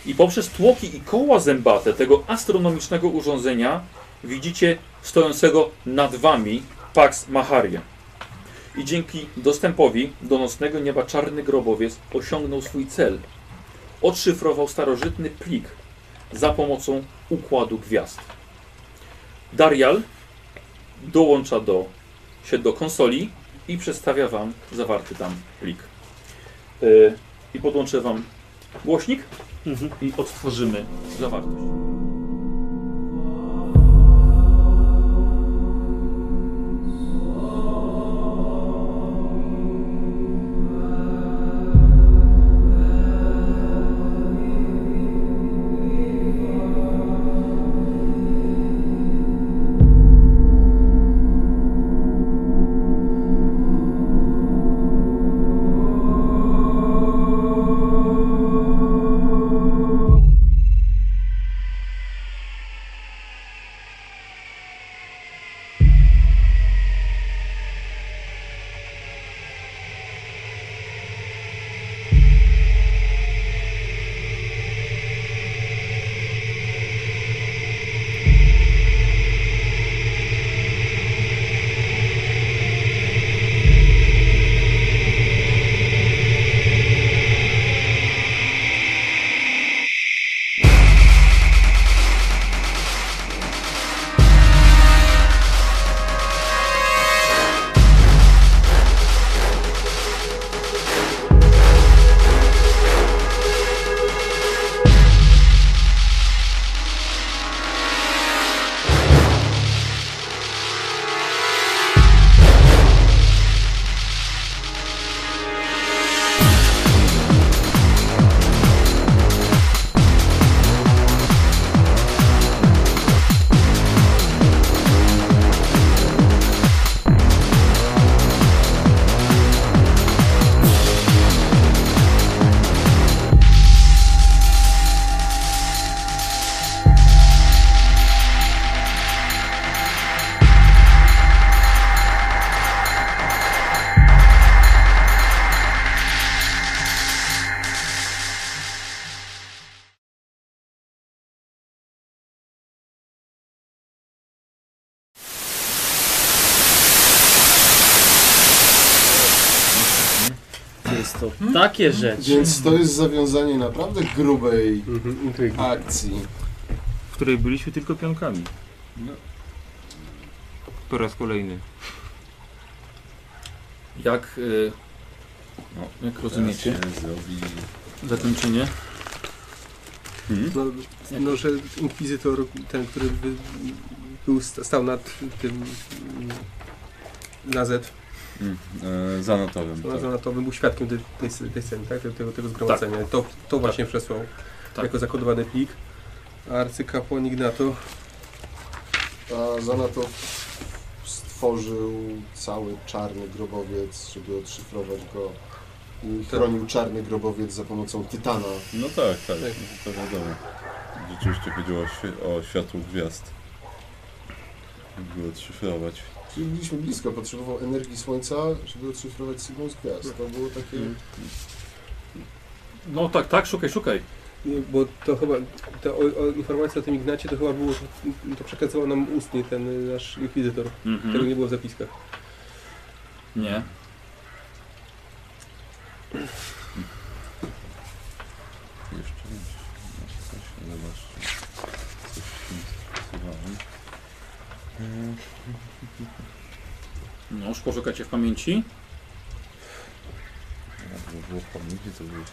I poprzez tłoki i koła zębate tego astronomicznego urządzenia widzicie stojącego nad wami Pax Macharia. I dzięki dostępowi do nocnego nieba czarny grobowiec osiągnął swój cel. Odszyfrował starożytny plik za pomocą układu gwiazd. Darial dołącza do, się do konsoli i przedstawia Wam zawarty tam plik. Yy, I podłączę Wam głośnik i odtworzymy zawartość. to, takie rzeczy. Więc to jest zawiązanie naprawdę grubej Mhm, intrygi. akcji. w której byliśmy tylko pionkami. No. Po raz kolejny. Jak, y, no, jak rozumiecie Zrobi... zakończenie? Mhm. No, no, że inkwizytor, ten, który by, był, stał nad tym mm, na Z, Mm, e, za notowym. no, Tak. że na to był świadkiem tej, tej, tej sceny, tak? Tego, tego, tego zgromadzenia. To, to właśnie przesłał Tak. jako zakodowany plik. Arcykapłan Ignato. A Zanato stworzył cały czarny grobowiec, żeby odszyfrować go. I chronił czarny grobowiec za pomocą tytana. No tak, tak, no to wiadomo. Rzeczywiście chodziło o, świe- o światło gwiazd. Jakby go odszyfrować. Czyli byliśmy blisko, potrzebował energii słońca, żeby odszyfrować sygnał z gwiazd. To było takie... No tak, tak, szukaj, szukaj. Nie, Bo to chyba, ta o, o, informacja o tym Ignacie to chyba było, że to przekazywał nam ustnie ten y, nasz inkwizytor. Tego Mhm. nie było w zapiskach. Nie. Jeszcze jest. Masz coś? Zobaczcie. Coś się wpisywałem. E, No, już poszukacie w pamięci. Jakby było w pamięci, to było...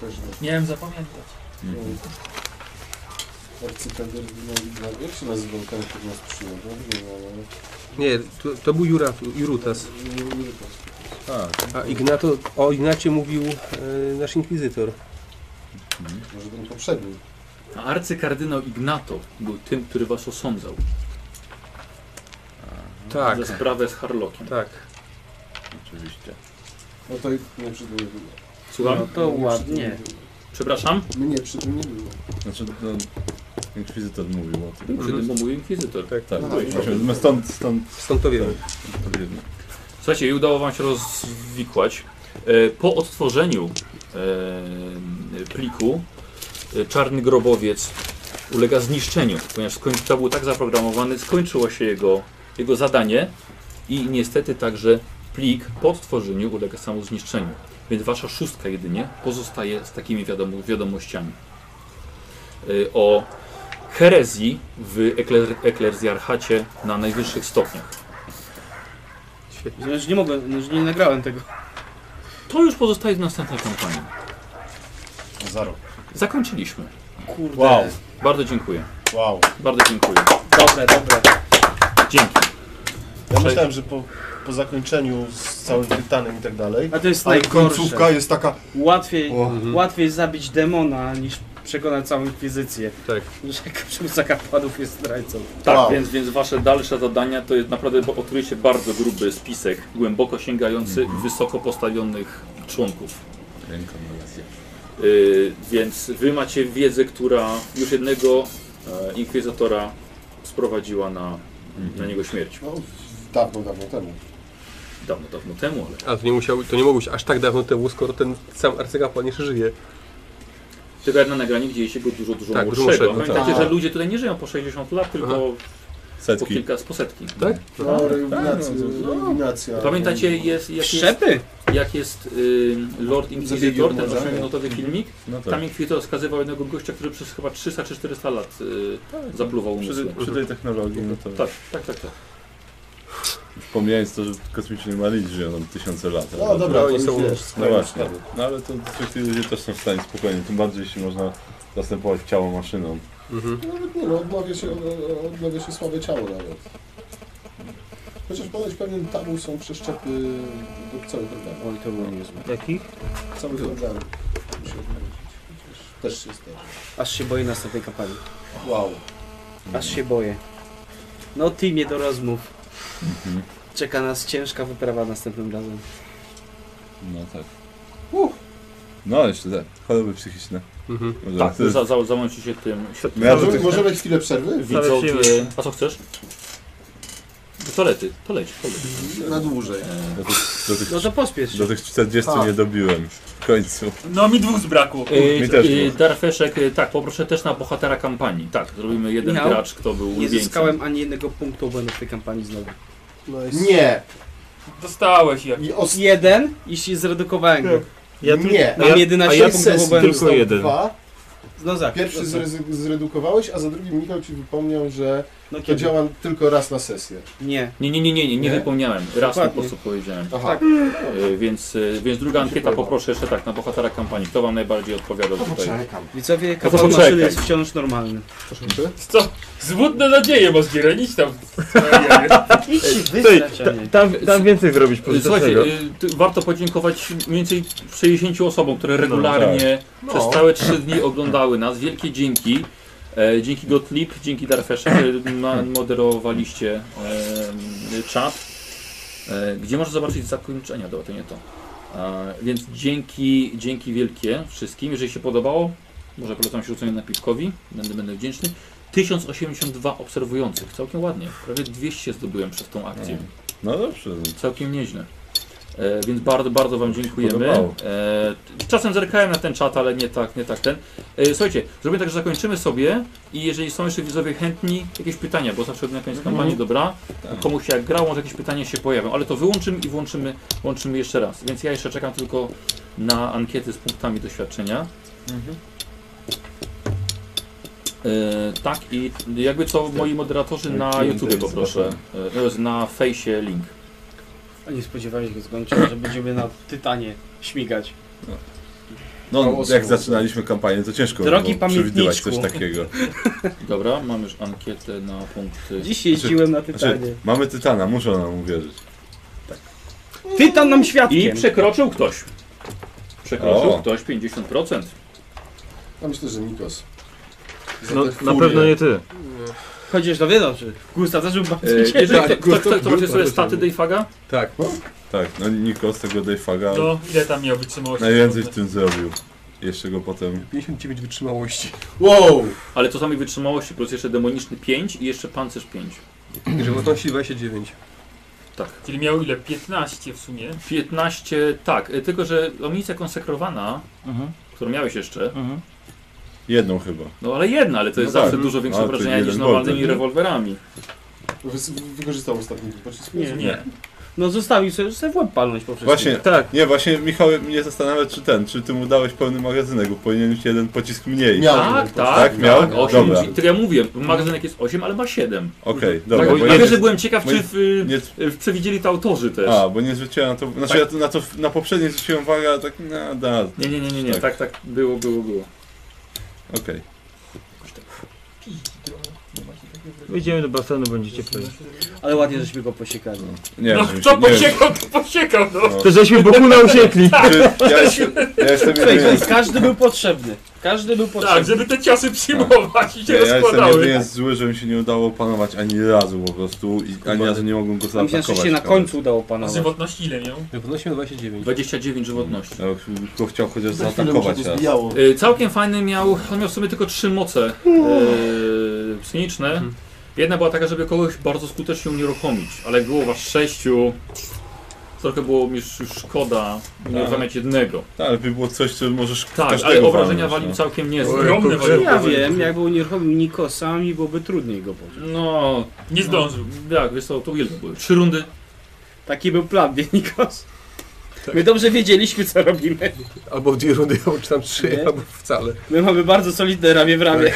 Też nie. Miałem zapamiętać. Mhm. Arcykader Winowidna. Jak się nazywał ten, który nas przyjął? No, nie wiem, Nie, to, to był Jura, Jurutas. ale... Nie, nie, wiem. Tak. A Ignato, o Ignacie mówił e, nasz inkwizytor. Mhm. może ten poprzedni. A arcykardynał Ignato był tym, który was osądzał Tak, za sprawę z Harlockiem. tak. Oczywiście. No to nie przy tym nie było. Słucham? No to Mnie przy tym nie ładnie. było. Przepraszam? Mnie przy tym nie było. Znaczy, no, inkwizytor mówił o tym. Przy tym mówił inkwizytor. Tak, tak. No, właśnie, my stąd, stąd Stąd to wiemy. to wiemy. Słuchajcie, i udało wam się rozwikłać. E, Po odtworzeniu e, pliku e, czarny grobowiec ulega zniszczeniu, ponieważ skoń- to był tak zaprogramowany, skończyło się jego, jego zadanie i niestety także plik po odtworzeniu ulega samo zniszczeniu. Więc wasza szóstka jedynie pozostaje z takimi wiadomo, wiadomościami. E, O herezji w ekler, eklezjarchacie na najwyższych stopniach. Świetnie. Już nie mogę, no już nie nagrałem tego. To już pozostaje w następnej kampanii. Za rok. Zakończyliśmy. Kurde. Wow, Bardzo dziękuję. wow. Bardzo dziękuję. Dobre, dobre. Dzięki. Ja myślałem, że po, po zakończeniu z całym tytanem i tak dalej, A to jest ale końcówka najgorsze. jest taka... Łatwiej, Mhm. O. łatwiej zabić demona niż przekonać całą inkwizycję. Tak. Że przywódca kapłanów jest zdrajcą. Tak, Wow. więc, więc wasze dalsze zadania to jest naprawdę bo odkryliście bardzo gruby spisek, głęboko sięgający wysoko postawionych członków. Ręką na rację. Yy, więc wy macie wiedzę, która już jednego e, inkwizytora sprowadziła na, na niego śmierć. No, dawno, dawno temu. Dawno, dawno temu, ale A to nie, musiał, to nie mogło być aż tak dawno temu, skoro ten sam arcykapłan jeszcze żyje. tylko jak na nagraniu dzieje się go dużo, dużo Tak, dużo młodszego. młodszego, Pamiętajcie, tak. że ludzie tutaj nie żyją po 60 lat, tylko po Setki. kilka, po setki. Tak? No, rejuminacja. no. rejuminacja. Pamiętacie, jest, jak jest Szczepy? jak jest y, Lord Inquisitor, ten Zabiegiem może, 8-minutowy filmik, No tak. tam Inquisitor skazywał jednego gościa, który przez chyba 300 czy 400 lat y, zapluwał Przy, umysłem. przy tej technologii, no to Tak, tak, tak, tak. już pomijając to, że kosmiczni marini żyją tam tysiące lat. ale No No, dobra, to oni już są- wiesz. No właśnie, sprawy. no ale to zwykli ludzie też są w stanie spokojnie, tym bardziej jeśli można zastępować ciało maszyną. Mhm. Nawet nie, no odnawia się, odnawia się słabe ciało nawet. Chociaż ponoć pewnym tabu są przeszczepy do całych organów. Oj, to było niezłe. Jakich? Całych organów. Muszę odnaleźć. Chociaż Też się zdarzy. Aż się boję następnej kapeli. Wow. Aż się boję. No teamie do rozmów. Mhm. Czeka nas ciężka wyprawa następnym razem. No tak. No jeszcze te choroby psychiczne. Mhm. Może Tak, ty- za, za, załączy się tym świat- No ja to możemy, też- możemy chwilę przerwy? widzowie. przyjemność. A co chcesz? pistolety. To leć, to leć. Na dłużej. Do tych, do tych, No to pospiesz się. do tych 40 Tak. nie dobiłem w końcu. No mi dwóch zbrakło. Y, Mi też y, było. Darfeszek, y, tak, poproszę też na bohatera kampanii. Tak, zrobimy jeden Michał? gracz, kto był Nie ulubieńcem. zyskałem ani jednego punktu będę w tej kampanii znowu. No Nie. Dostałeś jak. I os... Jeden i się zredukowałem go. Ja tu- nie. Mam A 11 ja punktów sesji obłędu. tylko jeden. Dwa. No za. Pierwszy no, za. zrezy- zredukowałeś, a za drugim Michał ci wypomniał, że No to kiedy? działa tylko raz na sesję. Nie. Nie, nie, nie, nie, nie, nie Nie? wypomniałem. Raz po Dokładnie. prostu powiedziałem. Aha. Y, Więc, y, więc druga ankieta, poproszę jeszcze tak, na bohatera kampanii. Kto wam najbardziej odpowiadał tutaj? Widzowie, to kawał poczekaj. maszyny jest wciąż normalny. Proszę. Co? Złudne nadzieje masz Gierenić tam. Ja Idź się Ty, wysrać, a nie. tam, tam więcej zrobić Słuchajcie, pozytywnego. y, tu warto podziękować mniej więcej 60 osobom, które regularnie przez No. całe 3 dni oglądały nas. Wielkie dzięki. E, dzięki Gottlieb, dzięki Darfesze, że ma- moderowaliście e, czat. E, gdzie można zobaczyć zakończenia? Dobra, to nie to. E, więc dzięki, dzięki wielkie wszystkim. Jeżeli się podobało, może polecam się rzucenie na piwkowi. Będę, będę wdzięczny. 1082 obserwujących. Całkiem ładnie. Prawie 200 zdobyłem przez tą akcję. No dobrze. Całkiem nieźle. E, więc bardzo, bardzo Wam dziękujemy. podobało. E, t- czasem zerkałem na ten czat, ale nie tak, nie tak ten. E, słuchajcie, zrobimy tak, że zakończymy sobie i jeżeli są jeszcze widzowie chętni, jakieś pytania, bo zawsze na koniec kampanii dobra, Mhm. Tak. komuś jak grał, może jakieś pytania się pojawią, ale to wyłączymy i włączymy, włączymy jeszcze raz. Więc ja jeszcze czekam tylko na ankiety z punktami doświadczenia. Mhm. E, tak i jakby co moi moderatorzy na YouTube poproszę, e, na fejsie link. A nie spodziewałeś się skończyć, że będziemy na Tytanie śmigać. No, Mało jak osób. zaczynaliśmy kampanię, to ciężko Drogi było przewidywać coś pamiętniczku. takiego. Dobra, mam już ankietę na punkty. Dziś jeździłem na Tytanie. Znaczy, mamy Tytana, muszą nam uwierzyć. Tytan nam I świadkiem. przekroczył ktoś. Przekroczył O. ktoś 50%. Ja myślę, że Nikos. Za No, te na furie. pewno nie ty. Chociaż no wiadomo, że Gusta też był E, bardzo ciężki. jeżeli tak, kto, kto, kto, kto macie grupa sobie to staty ciągnie. Dayfaga? Tak. Tak, no Nikos tego Dayfaga No, ile tam miał wytrzymałości? najwięcej w tym zrobił. Jeszcze go potem 59 wytrzymałości. Wow! Ale to samej wytrzymałości, plus jeszcze demoniczny 5 i jeszcze pancerz 5. Żywotności 29. Tak. Czyli miał ile? 15 w sumie. 15, tak. e, Tylko, że amunicja konsekrowana, Mhm. którą miałeś jeszcze, jedną chyba. no ale jedna, ale to Mhm. No jest tak. zawsze dużo większe A, to obrażenia jeden niż golden, normalnymi nie? rewolwerami. Wys- Wykorzystał ostatni pocisku. Nie. Nie. No zostawił sobie, sobie w łeb palnąć po prostu. Właśnie, Tak. nie, właśnie Michał mnie zastanawia, czy ten, czy ty mu dałeś pełny magazynek, bo powinien mieć jeden pocisk mniej. Miał. Tak, tak. Tak, miał? Tak, 8, Dobra. czyli, tak jak mówię, magazynek jest 8, ale ma 7. Okej, Tak, dobra, bo ja ja wiesz, że byłem ciekaw, bo czy nie- w, y, nie, y, przewidzieli to autorzy też. a, bo nie zwróciłem na to, znaczy Tak. ja to- na to, na poprzednie zwróciłem uwagę, ale tak, no, da, okej. Nie, nie, nie, nie, nie. Tak, Tak. tak było, było, było. Wyjdziemy do basenu, będziecie pewni. Ale ładnie żeśmy go posiekali. Nie No wiem, że kto mi się- nie wiem. posiekał, to posiekał, no. No. To żeśmy Bokuna uciekli. Czy ja, jestem- ja jestem jedynie, Słuchaj, każdy był potrzebny. Każdy był potrzebny. Tak, żeby te ciosy przyjmować i się nie, ja jestem rozkładały. jedynie zły, że mi się nie udało opanować ani razu po prostu i ani razu nie mogłem go A mi się na zaatakować. szczęście na końcu udało A panować. żywotności ile miał? Żywotności 29. 29 żywotności. Ja go chciał chociaż Za chwilę mu się zaatakować to raz. zbijało. Y, całkiem fajny miał, on miał w sumie tylko trzy moce y, psychiczne. Jedna była taka, żeby kogoś bardzo skutecznie unieruchomić, ale było was sześciu. Trochę było mi już już szkoda unieruchamiać jednego. Tak, ale by było coś, co możesz Tak, ale każdego obrażenia walnąć, no. walił całkiem niezłe. Ogromne Ja warunki. wiem, jakby unieruchomił Nikosami, byłoby trudniej go pożyć. No, Nie zdążył. tak, wiesz co, to ile to były? Trzy rundy. Taki był plan, nie Nikos? My dobrze wiedzieliśmy, co robimy. Albo dwie rundy, albo czy tam trzy, Nie? albo wcale. My mamy bardzo solidne ramię w ramię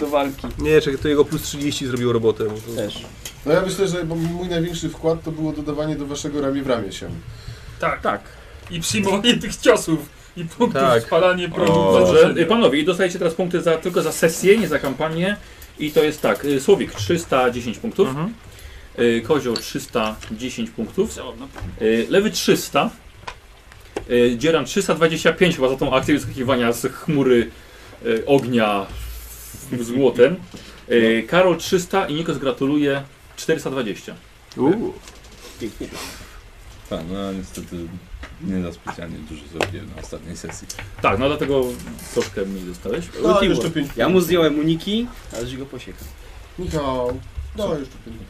do walki. Nie, czekaj, to jego plus 30 zrobił robotę. bo to- Też. No ja myślę, że bo mój największy wkład to było dodawanie do waszego ramię w ramię się. Tak. Tak. I przyjmowanie tych ciosów. I punktów Tak. spalanie O. prądu. Dobrze, y, panowie, i dostajecie teraz punkty za, tylko za sesję, nie za kampanię. I to jest tak, y, Słowik 310 punktów, Mhm. y, Kozioł 310 punktów, No, y, Lewy 300, y, Dzieran 325 chyba za tą akcję wyskakiwania z chmury y, ognia w- złotem, y, Karol 300 i Nikos gratuluje 420. Pięknie. Tak, no niestety nie za specjalnie dużo zrobiłem na ostatniej sesji. Tak, no dlatego troszkę mniej dostałeś. No, Ultimus. jeszcze pięć. Ja mu zdjąłem uniki, ale że go posiekał. Michał. No, jeszcze tylko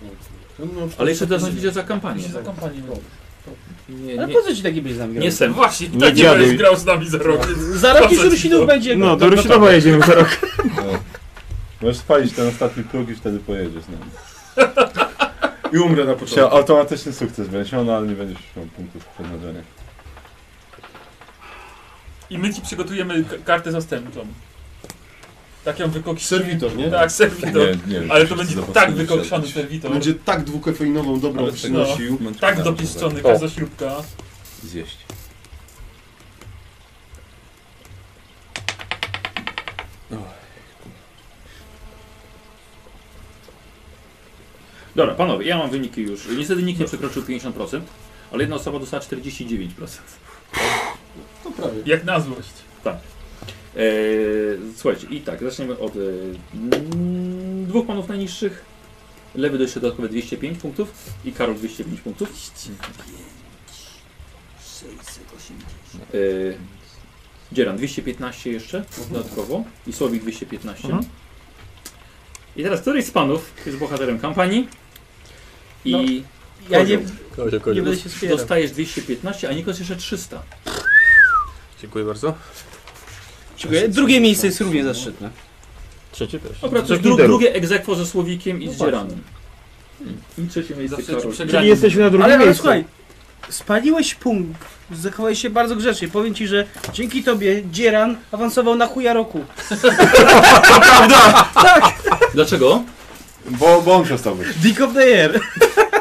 południe. Ale jeszcze teraz widzę za kampanię. się za kampanię. Nie, Ale nie, po co ci taki byś z nami grał? nie sen. Właśnie, Nie nie tak nie dziady. będziesz grał z nami za rok. Zaraz jakiś Po co ci Rusinów to? będzie. No, do Rusinowa jedziemy za rok. No. Możesz spalić ten ostatni próg i wtedy pojedziesz z nami. I umrę na Się początku. automatyczny sukces będziesz miał, no ale nie będziesz miał punktów przeznaczenia. I my ci przygotujemy k- kartę zastępczą. Tak ją wykoksimy. Serwitor, nie? Tak, serwitor. nie wiem, Ale czy to będzie zobaczymy, tak czy- wykokszony serwitor. Będzie tak dwukofeinową dobrą Ale przynosi. przynosił. Tak dopieszczony, O. każda śrubka. Zjeść. Dobra, panowie, ja mam wyniki już. Niestety nikt nie przekroczył 50%, ale jedna osoba dostała 49%. To prawie. Jak na złość. Eee, słuchajcie, i tak, zaczniemy od e, mm, dwóch panów najniższych. Lewy dość dodatkowe 205 punktów i Karol 205 punktów. 680. Eee, Dzieran 215 jeszcze dodatkowo i Słowik 215. Mhm. I teraz któryś z panów jest bohaterem kampanii i No, Ja nie, Kozioł, nie będę się wspierał. dostajesz 215, a Nikos jeszcze 300. Dziękuję bardzo. Dziękuję. Drugie miejsce jest równie zaszczytne. Trzeci też. Opracujesz Trzech dru liderów. drugie egzekwo ze Słowikiem i z Dzieranem. No I trzecie miejsce Zawsze ci Karol. Czyli przegranie. jesteśmy na drugim Ale, ale miejscu. słuchaj, spaliłeś punkt. Zachowałeś się bardzo grzecznie. Powiem ci, że dzięki tobie Dzieran awansował na chuja roku. Dlaczego? Bo, bo on przestał być. Dick of the year.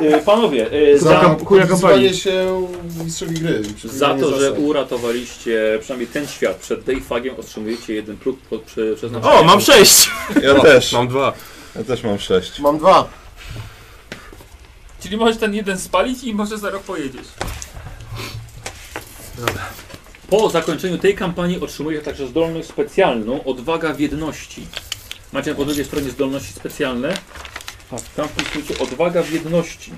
E, panowie, Za za, kamp- chuja kampanii. Wyzwanie się mistrzowi gry. za to, że zasad. uratowaliście przynajmniej ten świat przed Dayfagiem, otrzymujecie jeden próg pod prze, przeznaczenia. O, mam sześć! Ja też. Mam dwa. Ja też mam sześć. Mam dwa. Czyli możesz ten jeden spalić i może za rok pojedziesz. Po zakończeniu tej kampanii otrzymujecie także zdolność specjalną Odwaga w jedności. Macie po drugiej stronie zdolności specjalne. Tak. Tam wpisujecie Odwaga w jedności.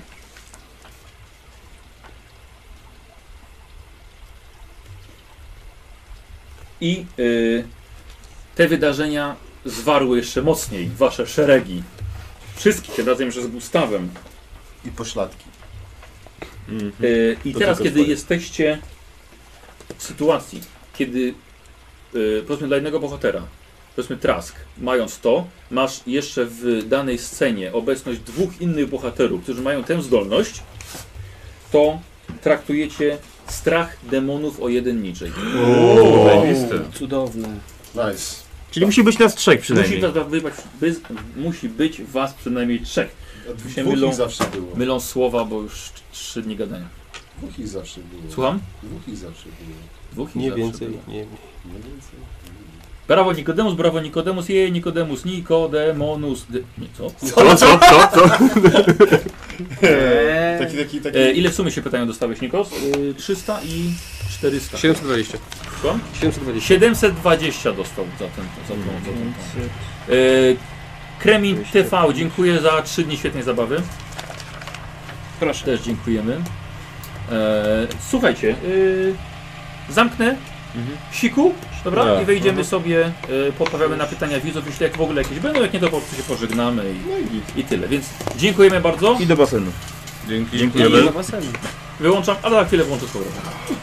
I y, te wydarzenia zwarły jeszcze mocniej wasze szeregi. Wszystkich, tym razem że z Gustawem. I pośladki. E, I To teraz, tylko kiedy twoje. jesteście w sytuacji, kiedy e, powiedzmy dla jednego bohatera, powiedzmy Trask, mając to, masz jeszcze w danej scenie obecność dwóch innych bohaterów, którzy mają tę zdolność, to traktujecie strach demonów o jeden niżej. Zajebiste. Cudowne. Nice. Czyli musi być nas trzech Musi, przynajmniej. was, wybrać- by, musi być was przynajmniej trzech. A Dwóch się się mylą. ich zawsze było. Mylą słowa, bo już trzy dni gadania. Dwóch ich zawsze było. Słucham? Dwóch ich zawsze było. No, Dwóch i Nie zawsze więcej, było. nie mniej. Nie więcej. Brawo Nikodemus, brawo Nikodemus, jej Nikodemus, Nikodemonus. dy- Nie, co? Co, co, co, co? Eee, Taki, taki, taki. E, ile w sumie się pytają dostałeś Nikos? E, 300 i 400. 720. Słucham? 720. 720 dostał za ten. Za tą, za ten. E, Kremin TV, dziękuję za 3 dni świetnej zabawy. proszę. Też dziękujemy. E, słuchajcie, e, zamknę siku, dobra? Tak. I wejdziemy sobie, e, poprawiamy na pytania widzów, jeśli jak w ogóle jakieś będą, jak nie to po prostu się pożegnamy i, i tyle. Więc dziękujemy bardzo. I do basenu. Dzięki. Dziękujemy. Basenu. Wyłączam, ale za chwilę włączę z powrotem.